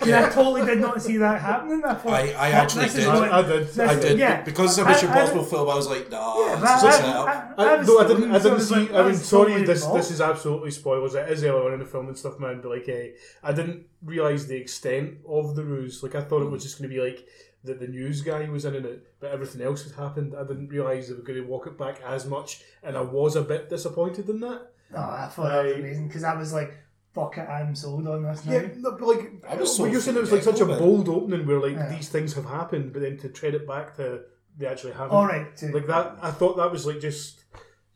[SPEAKER 4] 'Cause I totally did not see that happening. I, thought,
[SPEAKER 1] I- I
[SPEAKER 4] "Fuck,
[SPEAKER 1] actually
[SPEAKER 4] this is
[SPEAKER 1] did.
[SPEAKER 4] going-
[SPEAKER 3] I, I did.
[SPEAKER 4] this-
[SPEAKER 1] I did
[SPEAKER 4] yeah.
[SPEAKER 1] because it's a Mission
[SPEAKER 4] I- I-
[SPEAKER 1] Impossible film. I was like, nah, this
[SPEAKER 4] Yeah,
[SPEAKER 1] is
[SPEAKER 4] that-
[SPEAKER 1] set up.
[SPEAKER 4] I- I
[SPEAKER 3] I,
[SPEAKER 4] was
[SPEAKER 3] no, I
[SPEAKER 4] totally-
[SPEAKER 3] didn't. I
[SPEAKER 4] so
[SPEAKER 3] didn't
[SPEAKER 4] was
[SPEAKER 3] see.
[SPEAKER 4] like,
[SPEAKER 3] I mean,
[SPEAKER 4] was
[SPEAKER 3] sorry.
[SPEAKER 4] totally
[SPEAKER 3] This this
[SPEAKER 4] involved.
[SPEAKER 3] is absolutely spoilers. It is early on in the film and stuff, man. But like, eh, I didn't realize the extent of the ruse. Like, I thought it was just going to be like that the news guy was in it, but everything else had happened. I didn't realize they were going to walk it back as much, and I was a bit disappointed in that.
[SPEAKER 4] Oh, I thought that was
[SPEAKER 3] I-
[SPEAKER 4] amazing because I was like, "Fuck it, I'm sold on this now."
[SPEAKER 3] Yeah, no, but like,
[SPEAKER 1] I was
[SPEAKER 3] but
[SPEAKER 1] so
[SPEAKER 3] you're saying it was like such a
[SPEAKER 1] forgetful,
[SPEAKER 3] bold opening where like
[SPEAKER 4] Yeah.
[SPEAKER 3] these things have happened, but then to tread it back to they actually haven't.
[SPEAKER 4] All right, to,
[SPEAKER 3] like that i thought that was like just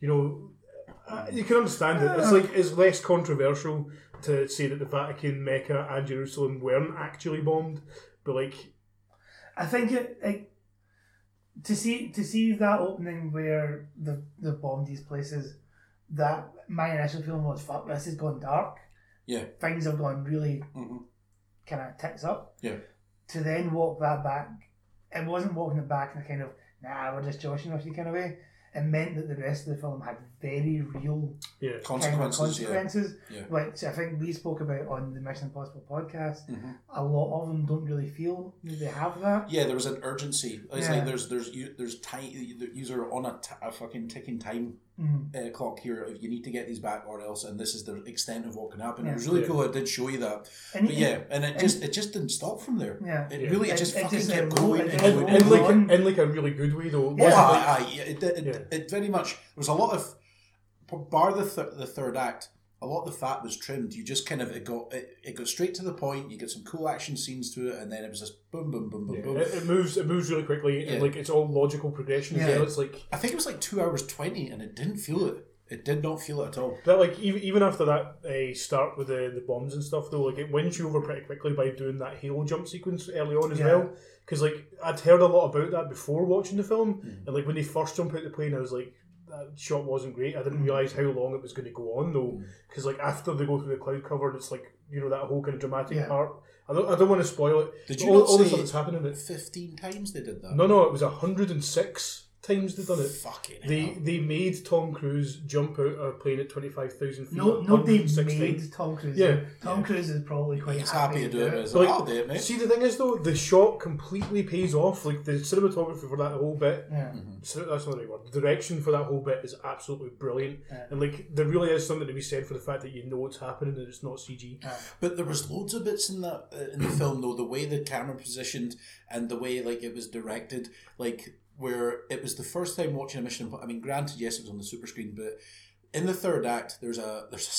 [SPEAKER 3] you know uh, you can understand it it's like it's less controversial to say that the vatican mecca and jerusalem weren't actually bombed but like
[SPEAKER 4] I think it like to see to see that opening where the the bomb these places. That my initial feeling was, "Fuck, this has gone dark."
[SPEAKER 1] Yeah.
[SPEAKER 4] things have gone really
[SPEAKER 1] Mhm.
[SPEAKER 4] kind of tits up.
[SPEAKER 1] Yeah.
[SPEAKER 4] To then walk that back, it wasn't walking it back in a kind of nah, we're just joshing off you kind of way. It meant that the rest of the film had very real
[SPEAKER 3] yeah
[SPEAKER 1] Consequences,
[SPEAKER 4] kind of
[SPEAKER 1] yeah.
[SPEAKER 4] consequences
[SPEAKER 1] Yeah.
[SPEAKER 4] which I think we spoke about on the Mission Impossible podcast.
[SPEAKER 1] Mhm.
[SPEAKER 4] A lot of them don't really feel that they have that.
[SPEAKER 1] Yeah, there was an urgency. It's
[SPEAKER 4] Yeah.
[SPEAKER 1] like there's there's you- there's time. These are on a, t- a fucking ticking time
[SPEAKER 4] Mm.
[SPEAKER 1] uh, clock here. If you need to get these back or else, and this is the extent of what can happen.
[SPEAKER 4] Yeah. Mm-hmm.
[SPEAKER 1] It was really
[SPEAKER 3] Yeah.
[SPEAKER 1] cool. It did show you that.
[SPEAKER 4] And
[SPEAKER 1] But
[SPEAKER 4] it-
[SPEAKER 1] yeah, and it just it just didn't stop from there.
[SPEAKER 4] Yeah.
[SPEAKER 1] It
[SPEAKER 3] Yeah.
[SPEAKER 1] really it
[SPEAKER 4] It-
[SPEAKER 1] just
[SPEAKER 4] it
[SPEAKER 1] fucking
[SPEAKER 4] just-
[SPEAKER 1] kept
[SPEAKER 4] it
[SPEAKER 1] going
[SPEAKER 4] rolled-
[SPEAKER 1] and
[SPEAKER 4] it
[SPEAKER 1] going
[SPEAKER 4] rolled
[SPEAKER 1] and
[SPEAKER 3] in
[SPEAKER 1] going.
[SPEAKER 3] like
[SPEAKER 4] on.
[SPEAKER 3] in like a really good way though it
[SPEAKER 1] Yeah,
[SPEAKER 3] wasn't like-
[SPEAKER 1] aye, aye. It, it, it,
[SPEAKER 3] Yeah.
[SPEAKER 1] it very much. There was a lot of, bar the th- the third act. A lot of the fat was trimmed. You just kind of it got it, it got straight to the point. You get some cool action scenes to it, and then it was just boom, boom, boom, boom,
[SPEAKER 3] Yeah,
[SPEAKER 1] boom.
[SPEAKER 3] it, it moves it moves really quickly
[SPEAKER 1] Yeah.
[SPEAKER 3] and like it's all logical progression as
[SPEAKER 1] Yeah.
[SPEAKER 3] well. it's like
[SPEAKER 1] I think it was like two hours twenty, and it didn't feel it. It did not feel it at all.
[SPEAKER 3] But like even, even after that uh, start with the, the bombs and stuff though, like it wins you over pretty quickly by doing that halo jump sequence early on as
[SPEAKER 4] Yeah.
[SPEAKER 3] well. Because like I'd heard a lot about that before watching the film,
[SPEAKER 1] Hmm.
[SPEAKER 3] and like when they first jump out the plane, I was like, that shot wasn't great. I
[SPEAKER 1] Hmm.
[SPEAKER 3] didn't realize how long it was going to go on though. Because like after they go through the cloud cover, and it's like you know that whole kind of dramatic
[SPEAKER 4] Yeah.
[SPEAKER 3] part. I don't, I don't want to spoil it.
[SPEAKER 1] Did
[SPEAKER 3] but
[SPEAKER 1] you
[SPEAKER 3] all,
[SPEAKER 1] not
[SPEAKER 3] all the
[SPEAKER 1] say-
[SPEAKER 3] stuff that's happening? It,
[SPEAKER 1] Fifteen times they did that.
[SPEAKER 3] no, no, it was hundred and six times they've done it.
[SPEAKER 1] fucking.
[SPEAKER 3] They
[SPEAKER 1] hell.
[SPEAKER 3] they made Tom Cruise jump out of a plane at twenty five thousand feet.
[SPEAKER 4] No, nobody
[SPEAKER 3] 106 times.
[SPEAKER 4] made Tom Cruise.
[SPEAKER 3] Yeah.
[SPEAKER 4] Tom Cruise is probably quite
[SPEAKER 1] He's happy to do it. He's
[SPEAKER 3] But,
[SPEAKER 1] like, oh,
[SPEAKER 3] like,
[SPEAKER 1] I'll do it, mate.
[SPEAKER 3] See, the thing is though, the shot completely pays off. Like the cinematography for that whole bit.
[SPEAKER 4] Yeah.
[SPEAKER 1] Mm.
[SPEAKER 3] So that's not the right word. The direction for that whole bit is absolutely brilliant, and like there really is something to be said for the fact that you know it's happening and it's not CG.
[SPEAKER 1] But there was loads of bits in that uh, in the film though. The way the camera positioned and the way like it was directed, like where it was the first time watching a Mission. Impo- I mean, granted, yes, it was on the super screen, but in the third act, there's a there's a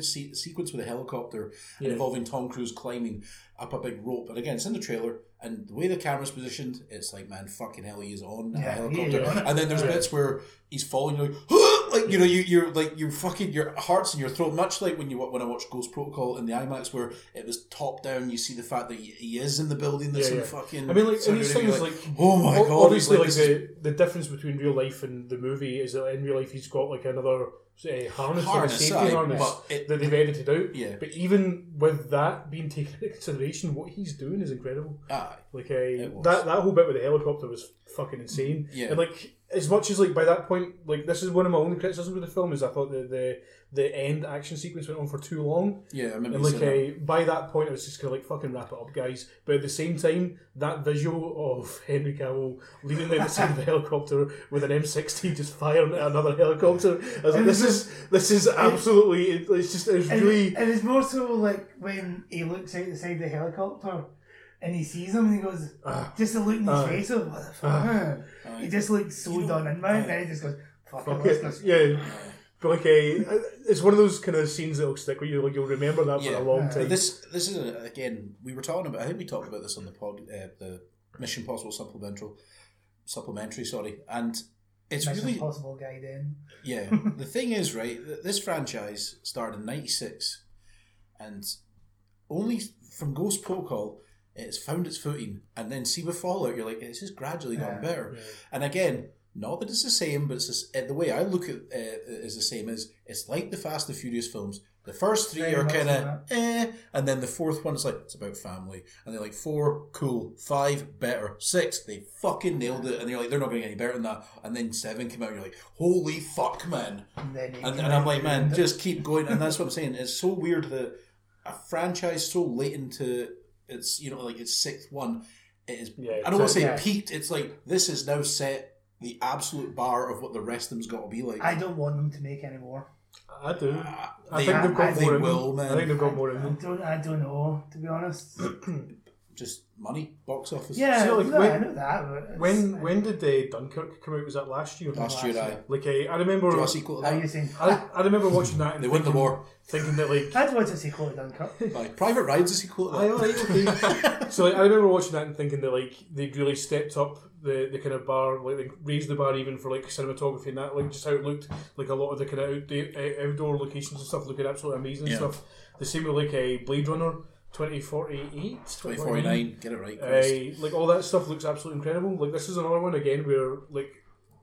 [SPEAKER 1] se- se- sequence with a helicopter
[SPEAKER 3] Yeah.
[SPEAKER 1] involving Tom Cruise climbing up a big rope. And again, it's in the trailer. And the way the camera's positioned, it's like, man, fucking hell, he is on a
[SPEAKER 4] Yeah, he is
[SPEAKER 1] helicopter.
[SPEAKER 4] on it.
[SPEAKER 1] And then there's
[SPEAKER 3] Yeah.
[SPEAKER 1] bits where he's falling, you're like, "Huh!" like you know, you, you're like, you fucking, your heart's in your throat, much like when you wa- when I watched Ghost Protocol in the IMAX, where it was top down. You see the fact that he, he is in the building that's
[SPEAKER 3] Yeah,
[SPEAKER 1] in
[SPEAKER 3] yeah.
[SPEAKER 1] fucking.
[SPEAKER 3] I mean, like
[SPEAKER 1] Saudi
[SPEAKER 3] and these
[SPEAKER 1] Arabia,
[SPEAKER 3] things, like,
[SPEAKER 1] oh my
[SPEAKER 3] o-
[SPEAKER 1] god,
[SPEAKER 3] obviously, like,
[SPEAKER 1] this is
[SPEAKER 3] the, the difference between real life and the movie is that in real life he's got like another uh, harness, like a
[SPEAKER 1] Harness,
[SPEAKER 3] safety
[SPEAKER 1] aye,
[SPEAKER 3] harness
[SPEAKER 1] but it-
[SPEAKER 3] that they've edited out.
[SPEAKER 1] Yeah.
[SPEAKER 3] But even with that being taken into consideration, what he's doing is incredible.
[SPEAKER 1] aye.
[SPEAKER 3] Like
[SPEAKER 1] was.
[SPEAKER 3] uh, that that whole bit with the helicopter was fucking insane.
[SPEAKER 1] Yeah.
[SPEAKER 3] And like as much as like by that point, like this is one of my only criticisms of the film is I thought the the, the end action sequence went on for too long.
[SPEAKER 1] yeah, I
[SPEAKER 3] And
[SPEAKER 1] remember. you
[SPEAKER 3] like
[SPEAKER 1] saying that.
[SPEAKER 3] uh, by that point, I was just kind of like fucking wrap it up, guys. But at the same time, that visual of Henry Cavill leaning down the side of a helicopter with an M sixty just firing at another helicopter, I was like, this is this is absolutely it's just it's
[SPEAKER 4] And,
[SPEAKER 3] really
[SPEAKER 4] and it's more so like when he looks out the side of the helicopter and he sees him and he goes, just the look in his
[SPEAKER 3] Ah.
[SPEAKER 4] face of what the fuck. he just looks so
[SPEAKER 1] You know-
[SPEAKER 4] done in by it, and then he just goes, fuck,
[SPEAKER 3] fuck
[SPEAKER 4] it,
[SPEAKER 3] it.
[SPEAKER 4] let's go."
[SPEAKER 3] yeah. But like, uh, it's one of those kind of scenes that will stick with you. Like you'll remember that for
[SPEAKER 1] Yeah.
[SPEAKER 3] a long
[SPEAKER 8] Yeah.
[SPEAKER 3] time.
[SPEAKER 1] Uh, This this is a, again we were talking about. I think we talked about this on the pod, uh, the Mission Possible supplemental, supplementary. Sorry, and it's
[SPEAKER 8] Mission
[SPEAKER 1] really
[SPEAKER 8] Impossible guy then.
[SPEAKER 1] yeah. the thing is, right, th- this franchise started in '96, and only from Ghost Protocol it's found its footing, and then see with Fallout, you're like, it's just gradually gotten
[SPEAKER 8] Yeah.
[SPEAKER 1] better. And again, not that it's the same, but it's this, uh, the way I look at uh, it is the same. Is it's like the Fast and Furious films. The first three
[SPEAKER 8] Very
[SPEAKER 1] are
[SPEAKER 8] much
[SPEAKER 1] kind of
[SPEAKER 8] like
[SPEAKER 1] eh, and then the fourth one is like it's about family, and they're like four cool, five better, six they fucking nailed it, and you're like they're not going to get any better than that. And then seven came out, and you're like holy fuck, man!
[SPEAKER 8] And then he
[SPEAKER 1] And,
[SPEAKER 8] came
[SPEAKER 1] and I'm
[SPEAKER 8] out
[SPEAKER 1] like
[SPEAKER 8] and-
[SPEAKER 1] man, just keep going. And that's what I'm saying. It's so weird that a franchise so late into its you know like its sixth one, it is
[SPEAKER 3] yeah,
[SPEAKER 1] I don't want to say
[SPEAKER 8] Yeah.
[SPEAKER 1] peaked. It's like this is now set the absolute bar of what the rest of them's got to be like.
[SPEAKER 8] I don't want them to make any more.
[SPEAKER 3] I do.
[SPEAKER 1] Ah,
[SPEAKER 3] I
[SPEAKER 1] they,
[SPEAKER 3] think they've got
[SPEAKER 1] they
[SPEAKER 3] more in
[SPEAKER 1] will,
[SPEAKER 3] them.
[SPEAKER 1] man.
[SPEAKER 3] I think they've got more
[SPEAKER 8] I
[SPEAKER 3] in them.
[SPEAKER 8] don't. I don't know. To be honest.
[SPEAKER 1] Just money, box office.
[SPEAKER 8] Yeah.
[SPEAKER 3] So, like,
[SPEAKER 8] no,
[SPEAKER 3] when-
[SPEAKER 8] I know that. But it's-
[SPEAKER 3] When when did uh, Dunkirk come out? Was that last year?
[SPEAKER 1] last year, I
[SPEAKER 3] Like uh, I remember.
[SPEAKER 1] do a sequel to
[SPEAKER 8] Are you
[SPEAKER 1] that.
[SPEAKER 8] saying
[SPEAKER 3] I, I remember watching that. And
[SPEAKER 1] They win the
[SPEAKER 3] thinking-
[SPEAKER 1] war.
[SPEAKER 3] Thinking that like
[SPEAKER 8] I'd watch a sequel to Dunkirk?
[SPEAKER 1] Like, Private Ride's a sequel to
[SPEAKER 3] I,
[SPEAKER 1] that.
[SPEAKER 3] I, okay. so like, I remember watching that and thinking that like they really stepped up the, the kind of bar, like they raised the bar even for like cinematography and that, like just how it looked. Like a lot of the kind of outda- uh, outdoor locations and stuff looking absolutely amazing
[SPEAKER 1] Yeah.
[SPEAKER 3] and stuff. The same with like a Blade Runner twenty forty eight,
[SPEAKER 1] Twenty forty nine. Get it right. Chris.
[SPEAKER 3] Uh, like all that stuff looks absolutely incredible. Like this is another one again where like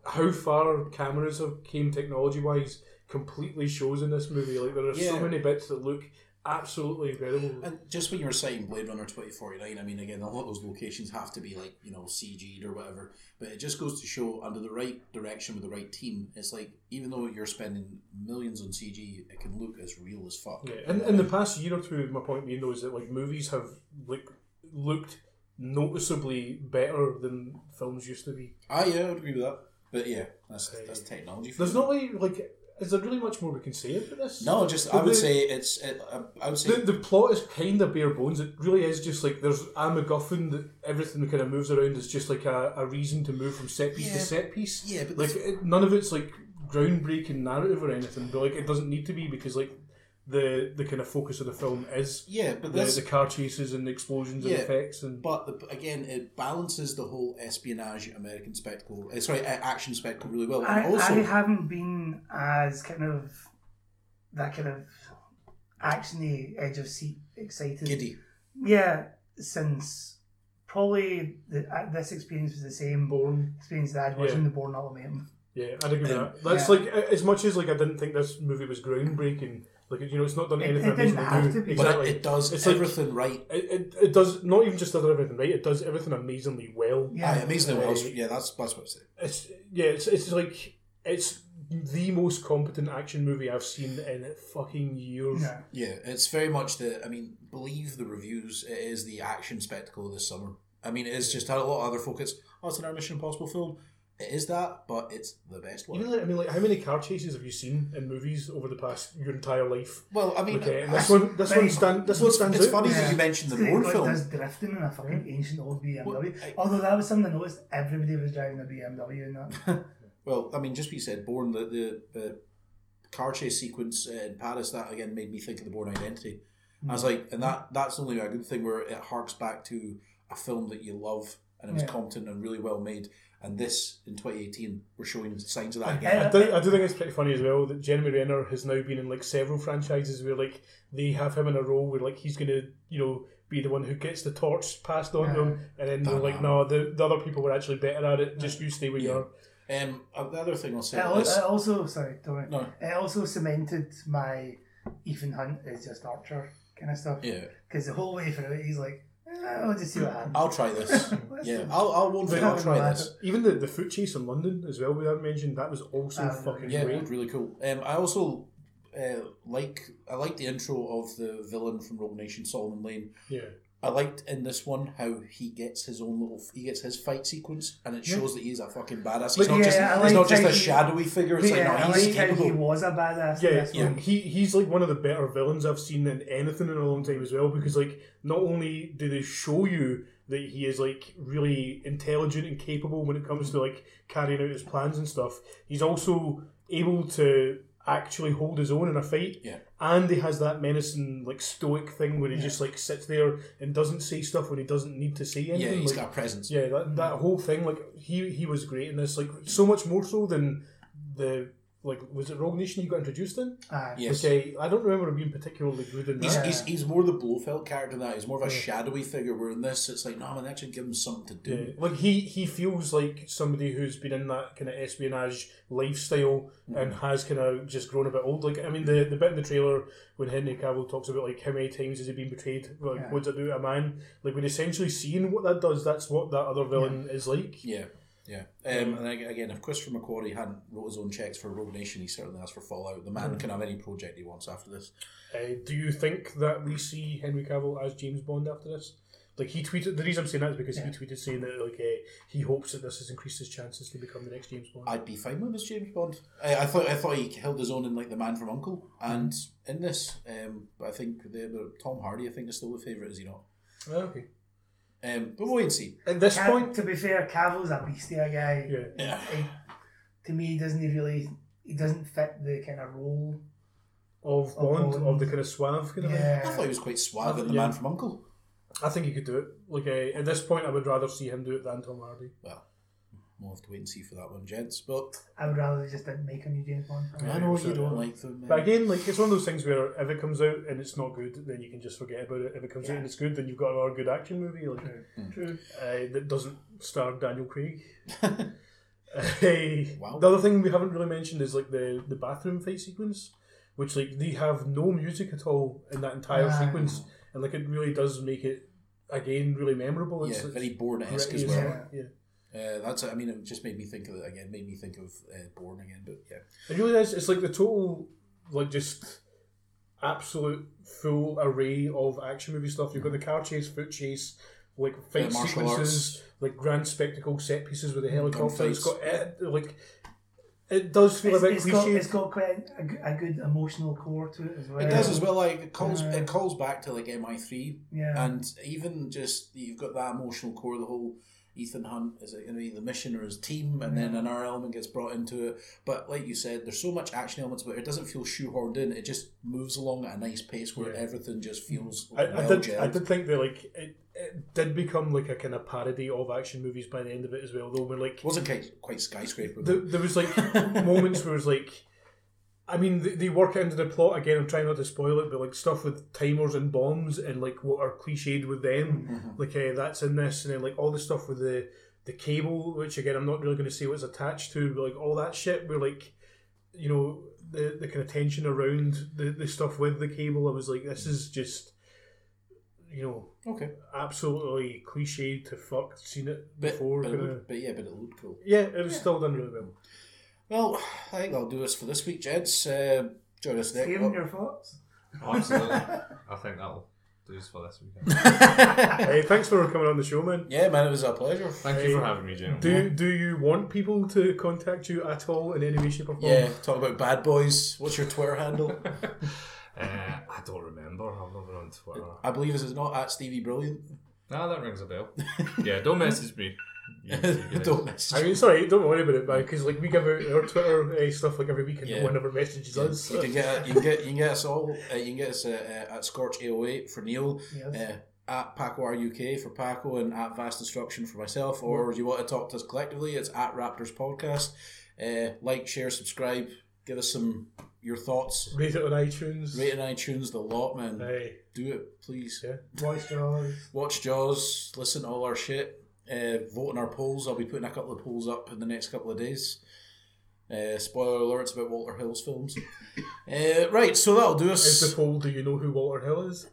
[SPEAKER 3] how far cameras have came technology wise completely shows in this movie. Like there are so
[SPEAKER 1] Yeah.
[SPEAKER 3] many bits that look absolutely incredible.
[SPEAKER 1] And just when you were citing Blade Runner 2049, I mean, again, a lot of those locations have to be like, you know, CG'd or whatever. But it just goes to show under the right direction with the right team, it's like, even though you're spending millions on CG, it can look as real as fuck.
[SPEAKER 3] Yeah, in, in the past year or two, my point being though is that like movies have like looked noticeably better than films used to be.
[SPEAKER 1] Ah, yeah, I would agree with that. But yeah, that's that's technology. For
[SPEAKER 3] There's
[SPEAKER 1] me.
[SPEAKER 3] not really like is there really much more we can say about this?
[SPEAKER 1] No, just I
[SPEAKER 3] But
[SPEAKER 1] would
[SPEAKER 3] the-
[SPEAKER 1] say it's. It, I- I would say
[SPEAKER 3] The, the plot is kind of bare bones. It really is just like there's a MacGuffin that everything that kind of moves around is just like a, a reason to move from set piece
[SPEAKER 1] Yeah.
[SPEAKER 3] to set piece.
[SPEAKER 1] Yeah, but
[SPEAKER 3] like it, none of it's like groundbreaking narrative or anything. But like it doesn't need to be because like the the kind of focus of the film is
[SPEAKER 1] yeah, but
[SPEAKER 3] the,
[SPEAKER 1] that's.
[SPEAKER 3] the car chases and explosions
[SPEAKER 1] Yeah.
[SPEAKER 3] and effects and
[SPEAKER 1] but the, again, it balances the whole espionage American spectacle. eh, Sorry, a- action spectacle really well.
[SPEAKER 8] I,
[SPEAKER 1] And also,
[SPEAKER 8] I haven't been as kind of that kind of actiony edge of seat excited.
[SPEAKER 1] giddy.
[SPEAKER 8] Yeah, since probably the, uh, this experience was the same
[SPEAKER 3] Bourne.
[SPEAKER 8] experience that I had watching
[SPEAKER 3] Yeah.
[SPEAKER 8] the Bourne Ultimatum.
[SPEAKER 3] Yeah, I'd agree with
[SPEAKER 1] Um,
[SPEAKER 3] that. That's
[SPEAKER 8] yeah.
[SPEAKER 3] like a- as much as like I didn't think this movie was groundbreaking. Like you know, it's not done
[SPEAKER 8] It-
[SPEAKER 3] anything
[SPEAKER 8] it didn't
[SPEAKER 3] amazing
[SPEAKER 8] have
[SPEAKER 3] new.
[SPEAKER 8] to be.
[SPEAKER 1] But
[SPEAKER 3] Exactly,
[SPEAKER 1] it, it does
[SPEAKER 3] It's like-
[SPEAKER 1] everything right.
[SPEAKER 3] it, it, it does not even just does everything right. It does everything amazingly well.
[SPEAKER 1] Yeah,
[SPEAKER 8] Yeah,
[SPEAKER 1] Aye, amazingly well.
[SPEAKER 3] Uh,
[SPEAKER 1] Yeah, that's that's what I said.
[SPEAKER 3] It's yeah, it's it's like it's the most competent action movie I've seen in fucking years.
[SPEAKER 8] yeah.
[SPEAKER 1] Yeah, it's very much the. I mean, believe the reviews. It is the action spectacle of this summer. I mean, it is just had a lot of other folk. It's oh, it's another Mission Impossible film. It is that, but it's the best one.
[SPEAKER 3] You know, like, I mean, like, how many car chases have you seen in movies over the past your entire life?
[SPEAKER 1] well, I mean,
[SPEAKER 3] Okay, and
[SPEAKER 1] I-
[SPEAKER 3] this one, this one
[SPEAKER 8] very-
[SPEAKER 3] stand, this one
[SPEAKER 1] it's,
[SPEAKER 3] stands
[SPEAKER 1] it's
[SPEAKER 3] out.
[SPEAKER 1] funny that you mentioned the
[SPEAKER 8] It's great,
[SPEAKER 1] Bourne
[SPEAKER 8] like,
[SPEAKER 1] film.
[SPEAKER 8] There's drifting in a fucking ancient old BMW.
[SPEAKER 1] I-
[SPEAKER 8] Although that was something I noticed, everybody was driving a BMW in that.
[SPEAKER 1] Well, I mean, just what you said, Born the the, the car chase sequence uh, in Paris that again made me think of the Born Identity. I was like, and that that's only a good thing where it harks back to a film that you love and it was
[SPEAKER 8] Yeah.
[SPEAKER 1] competent and really well made. And this in 2018, we're showing signs of that again.
[SPEAKER 3] I do, I do think it's pretty funny as well that Jeremy Renner has now been in like several franchises where like they have him in a role where like he's gonna you know be the one who gets the torch passed on to him, and then they're like, no, the, the other people were actually better at it. Just you stay where you
[SPEAKER 1] Yeah.
[SPEAKER 3] are.
[SPEAKER 1] Um, uh, the other thing I'll say
[SPEAKER 8] It al-
[SPEAKER 1] is,
[SPEAKER 8] it also, sorry, don't
[SPEAKER 1] No.
[SPEAKER 8] It also cemented my Ethan Hunt is just Archer kind of stuff.
[SPEAKER 1] yeah,
[SPEAKER 8] Because the whole way through it, he's like, eh, I'll just see what happens.
[SPEAKER 1] I'll try this.
[SPEAKER 8] Let's
[SPEAKER 1] yeah,
[SPEAKER 8] do-
[SPEAKER 1] I'll I'll won't fail, I'll try this.
[SPEAKER 3] Even the, the foot chase in London as well, we have mentioned that was also
[SPEAKER 8] Ah,
[SPEAKER 3] fucking
[SPEAKER 1] Yeah,
[SPEAKER 3] great.
[SPEAKER 1] really cool. Um, I also uh, like I like the intro of the villain from Rogue Nation, Solomon Lane.
[SPEAKER 3] Yeah,
[SPEAKER 1] I liked in this one how he gets his own little he gets his fight sequence and it shows that he's a fucking badass.
[SPEAKER 3] Like,
[SPEAKER 1] He's not
[SPEAKER 8] yeah,
[SPEAKER 1] just
[SPEAKER 8] I
[SPEAKER 1] he's
[SPEAKER 8] like
[SPEAKER 1] not just
[SPEAKER 8] how
[SPEAKER 1] a
[SPEAKER 8] he-
[SPEAKER 1] shadowy figure. It's
[SPEAKER 8] yeah,
[SPEAKER 1] like
[SPEAKER 8] I
[SPEAKER 1] no, he's
[SPEAKER 8] like how
[SPEAKER 1] capable.
[SPEAKER 8] he was a badass. in
[SPEAKER 3] yeah,
[SPEAKER 8] this
[SPEAKER 3] yeah.
[SPEAKER 8] one.
[SPEAKER 3] He he's like one of the better villains I've seen in anything in a long time as well. Because like, not only do they show you that he is like really intelligent and capable when it comes to like carrying out his plans and stuff, he's also able to actually hold his own in a fight.
[SPEAKER 1] Yeah.
[SPEAKER 3] And he has that menacing, like stoic thing where he
[SPEAKER 4] Yeah.
[SPEAKER 3] just like sits there and doesn't say stuff when he doesn't need to say
[SPEAKER 1] Yeah,
[SPEAKER 3] anything.
[SPEAKER 1] he's
[SPEAKER 3] like,
[SPEAKER 1] got a presence.
[SPEAKER 3] yeah, that,
[SPEAKER 1] Mm.
[SPEAKER 3] that whole thing, like he he was great in this, like so much more so than the like was it Rogue Nation he got introduced in?
[SPEAKER 8] Aye.
[SPEAKER 1] Yes.
[SPEAKER 3] Okay, I don't remember him being particularly good in
[SPEAKER 1] He's,
[SPEAKER 3] that.
[SPEAKER 1] he's, he's more the Blofeld character than that. He's more of a
[SPEAKER 3] Yeah.
[SPEAKER 1] shadowy figure. Where in this, it's like, no, man, actually give him something to
[SPEAKER 3] Yeah,
[SPEAKER 1] do.
[SPEAKER 3] Eh, like he he feels like somebody who's been in that kind of espionage lifestyle
[SPEAKER 1] Mm.
[SPEAKER 3] and has kind of just grown a bit old. Like I mean, the the bit in the trailer when Henry Cavill talks about like how many times has he been betrayed? Like
[SPEAKER 8] Yeah.
[SPEAKER 3] what does it do to a man? Like when essentially seeing what that does, that's what that other villain is like.
[SPEAKER 1] Yeah, yeah. Um, and ag- again, if Christopher McQuarrie hadn't wrote his own checks for Rogue Nation, he certainly has for Fallout. The
[SPEAKER 8] Mm.
[SPEAKER 1] man can have any project he wants after this.
[SPEAKER 3] Uh, do you think that we see Henry Cavill as James Bond after this? Like he tweeted. The reason I'm saying that is because he
[SPEAKER 8] Yeah.
[SPEAKER 3] tweeted saying that like uh, he hopes that this has increased his chances to become the next James Bond.
[SPEAKER 1] I'd be fine with this James Bond. I, I thought I thought he held his own in like The Man from Uncle and in this, um, but I think the, the Tom Hardy I think is still the favourite, is he not?
[SPEAKER 3] Oh, okay.
[SPEAKER 1] Um, but we'll wait and see.
[SPEAKER 3] At this
[SPEAKER 8] Ca-
[SPEAKER 3] point,
[SPEAKER 8] to be fair, Cavill's a beastia guy.
[SPEAKER 3] yeah.
[SPEAKER 8] He, to me, doesn't he really? He doesn't fit the kind of role.
[SPEAKER 3] Of
[SPEAKER 8] Of
[SPEAKER 3] Bond,
[SPEAKER 8] Bond.
[SPEAKER 3] of the kind of suave kind of thing.
[SPEAKER 1] I thought he was quite suave in The
[SPEAKER 3] Yeah.
[SPEAKER 1] Man from Uncle.
[SPEAKER 3] I think he could do it. Like uh, at this point, I would rather see him do it than Tom Hardy.
[SPEAKER 1] Well, we'll have to wait and see for that one, gents. But
[SPEAKER 8] I would rather they just didn't make a new James Bond.
[SPEAKER 1] I know
[SPEAKER 3] so-
[SPEAKER 1] you don't like them.
[SPEAKER 3] But
[SPEAKER 1] eh?
[SPEAKER 3] again, like it's one of those things where if it comes out and it's not good, then you can just forget about it. If it comes out and it's good, then you've got another good action movie like
[SPEAKER 1] Mm.
[SPEAKER 8] True.
[SPEAKER 3] uh, that doesn't star Daniel Craig. Uh,
[SPEAKER 1] Wow.
[SPEAKER 3] The other thing we haven't really mentioned is like the the bathroom fight sequence, which like they have no music at all in that entire
[SPEAKER 8] Ah.
[SPEAKER 3] sequence, and like it really does make it again really memorable.
[SPEAKER 1] yeah,
[SPEAKER 3] It's, it's
[SPEAKER 1] very Bourne-esque
[SPEAKER 3] gritty
[SPEAKER 1] as
[SPEAKER 3] as
[SPEAKER 1] well.
[SPEAKER 3] fuck, Yeah.
[SPEAKER 1] Uh, that's I mean, it just made me think of again, made me think of uh, Bourne again. But yeah,
[SPEAKER 3] It really is. It's like the total, like just absolute full array of action movie stuff. You've got the car chase, foot chase, like fight
[SPEAKER 1] The martial
[SPEAKER 3] sequences, like grand spectacle set pieces with the helicopter. It's got
[SPEAKER 1] Gunfights.
[SPEAKER 3] it, like it does feel
[SPEAKER 8] It's,
[SPEAKER 3] a bit
[SPEAKER 8] it's got
[SPEAKER 3] cliche.
[SPEAKER 8] it's got quite a, g- a good emotional core to it as well.
[SPEAKER 1] it does as well. Like it calls,
[SPEAKER 8] Yeah.
[SPEAKER 1] it calls back to like MI three,
[SPEAKER 8] Yeah.
[SPEAKER 1] and uh, even just you've got that emotional core. The whole Ethan Hunt is it going to be the mission or his team, and then another element gets brought into it. But like you said, there's so much action elements, but it doesn't feel shoehorned in. It just moves along at a nice pace where
[SPEAKER 3] Yeah.
[SPEAKER 1] everything just feels
[SPEAKER 3] I,
[SPEAKER 1] well
[SPEAKER 3] I did. I
[SPEAKER 1] gelled.
[SPEAKER 3] did think that like it, it did become like a kind of parody of action movies by the end of it as well. Though, where like
[SPEAKER 1] It wasn't quite, quite skyscraper.
[SPEAKER 3] there,
[SPEAKER 1] though.
[SPEAKER 3] there was like moments where it was like I mean they, they work it into the plot again I'm trying not to spoil it but like stuff with timers and bombs and like what are cliched with them
[SPEAKER 1] Mhm.
[SPEAKER 3] like eh, that's in this and then like all the stuff with the the cable which again I'm not really going to say what's attached to but like all that shit where like you know the, the kind of tension around the, the stuff with the cable I was like this is just you know
[SPEAKER 1] okay,
[SPEAKER 3] absolutely cliched to fuck seen it
[SPEAKER 1] but,
[SPEAKER 3] before
[SPEAKER 1] but, it
[SPEAKER 3] kinda-
[SPEAKER 1] looked- but yeah, but it looked cool.
[SPEAKER 3] yeah it was still done really well
[SPEAKER 1] Well, I think that'll do us for this week, gents. Uh, join us next.
[SPEAKER 8] Stephen, your thoughts?
[SPEAKER 5] Absolutely. I think that'll do us for this weekend.
[SPEAKER 3] Hey, Eh, thanks for coming on the show, man.
[SPEAKER 1] yeah, man, it was a pleasure.
[SPEAKER 5] Thank you for having me, Jim.
[SPEAKER 3] Do do you want people to contact you at all in any way, shape, or form?
[SPEAKER 1] Yeah, talk about bad boys. What's your Twitter handle?
[SPEAKER 5] Uh, I don't remember. I've never on Twitter.
[SPEAKER 1] I believe this is not at Stevie Brilliant.
[SPEAKER 5] Nah, that rings a bell. yeah, don't message me. You- you guys.
[SPEAKER 1] Don't
[SPEAKER 3] I
[SPEAKER 1] message.
[SPEAKER 3] mean, sorry, don't worry about it, man, because like we give out our Twitter uh, stuff like every week, and
[SPEAKER 1] Yeah.
[SPEAKER 3] no one ever messages us.
[SPEAKER 1] You can get you can get you can get us all. Uh, you can get us uh, uh, at Scorch 808 for Neil.
[SPEAKER 8] Yes.
[SPEAKER 1] Uh, at Pacoar UK for Paco and at Vast Destruction for myself, or you want to talk to us collectively, it's at Raptors Podcast. Uh, like, share, subscribe, give us some your thoughts.
[SPEAKER 3] Rate it on iTunes.
[SPEAKER 1] Rate on iTunes, the lot, man.
[SPEAKER 3] Hey,
[SPEAKER 1] Do it, please.
[SPEAKER 3] yeah.
[SPEAKER 8] Voice Jaws.
[SPEAKER 1] watch Jaws, listen to all our shit, uh, vote in our polls. I'll be putting a couple of polls up in the next couple of days. Uh, spoiler alerts about Walter Hill's films. Uh, right, so that'll do
[SPEAKER 3] Is the
[SPEAKER 1] us.
[SPEAKER 3] poll? Do you know who Walter Hill is?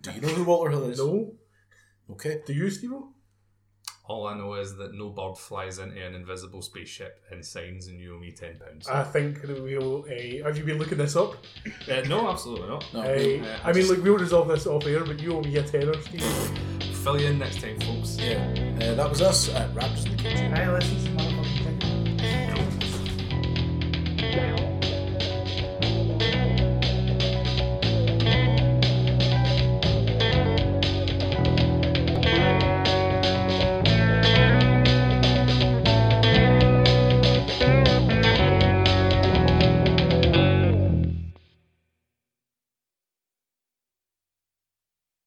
[SPEAKER 1] Do you know who Walter Hill is?
[SPEAKER 3] No.
[SPEAKER 1] Okay.
[SPEAKER 3] Do you, Steve?
[SPEAKER 5] All I know is that no bird flies into an invisible spaceship and signs and you owe me ten pounds.
[SPEAKER 3] I think that we'll. Uh, have you been looking this up?
[SPEAKER 5] Uh, no, absolutely not.
[SPEAKER 1] No.
[SPEAKER 3] Hey,
[SPEAKER 5] uh,
[SPEAKER 3] I mean, like we'll resolve this off air, but you owe me a tenner, Steve.
[SPEAKER 5] Fill you in next time, folks.
[SPEAKER 1] Yeah. Uh, that was us at Raptors in the Kitchen.
[SPEAKER 8] Right, listen,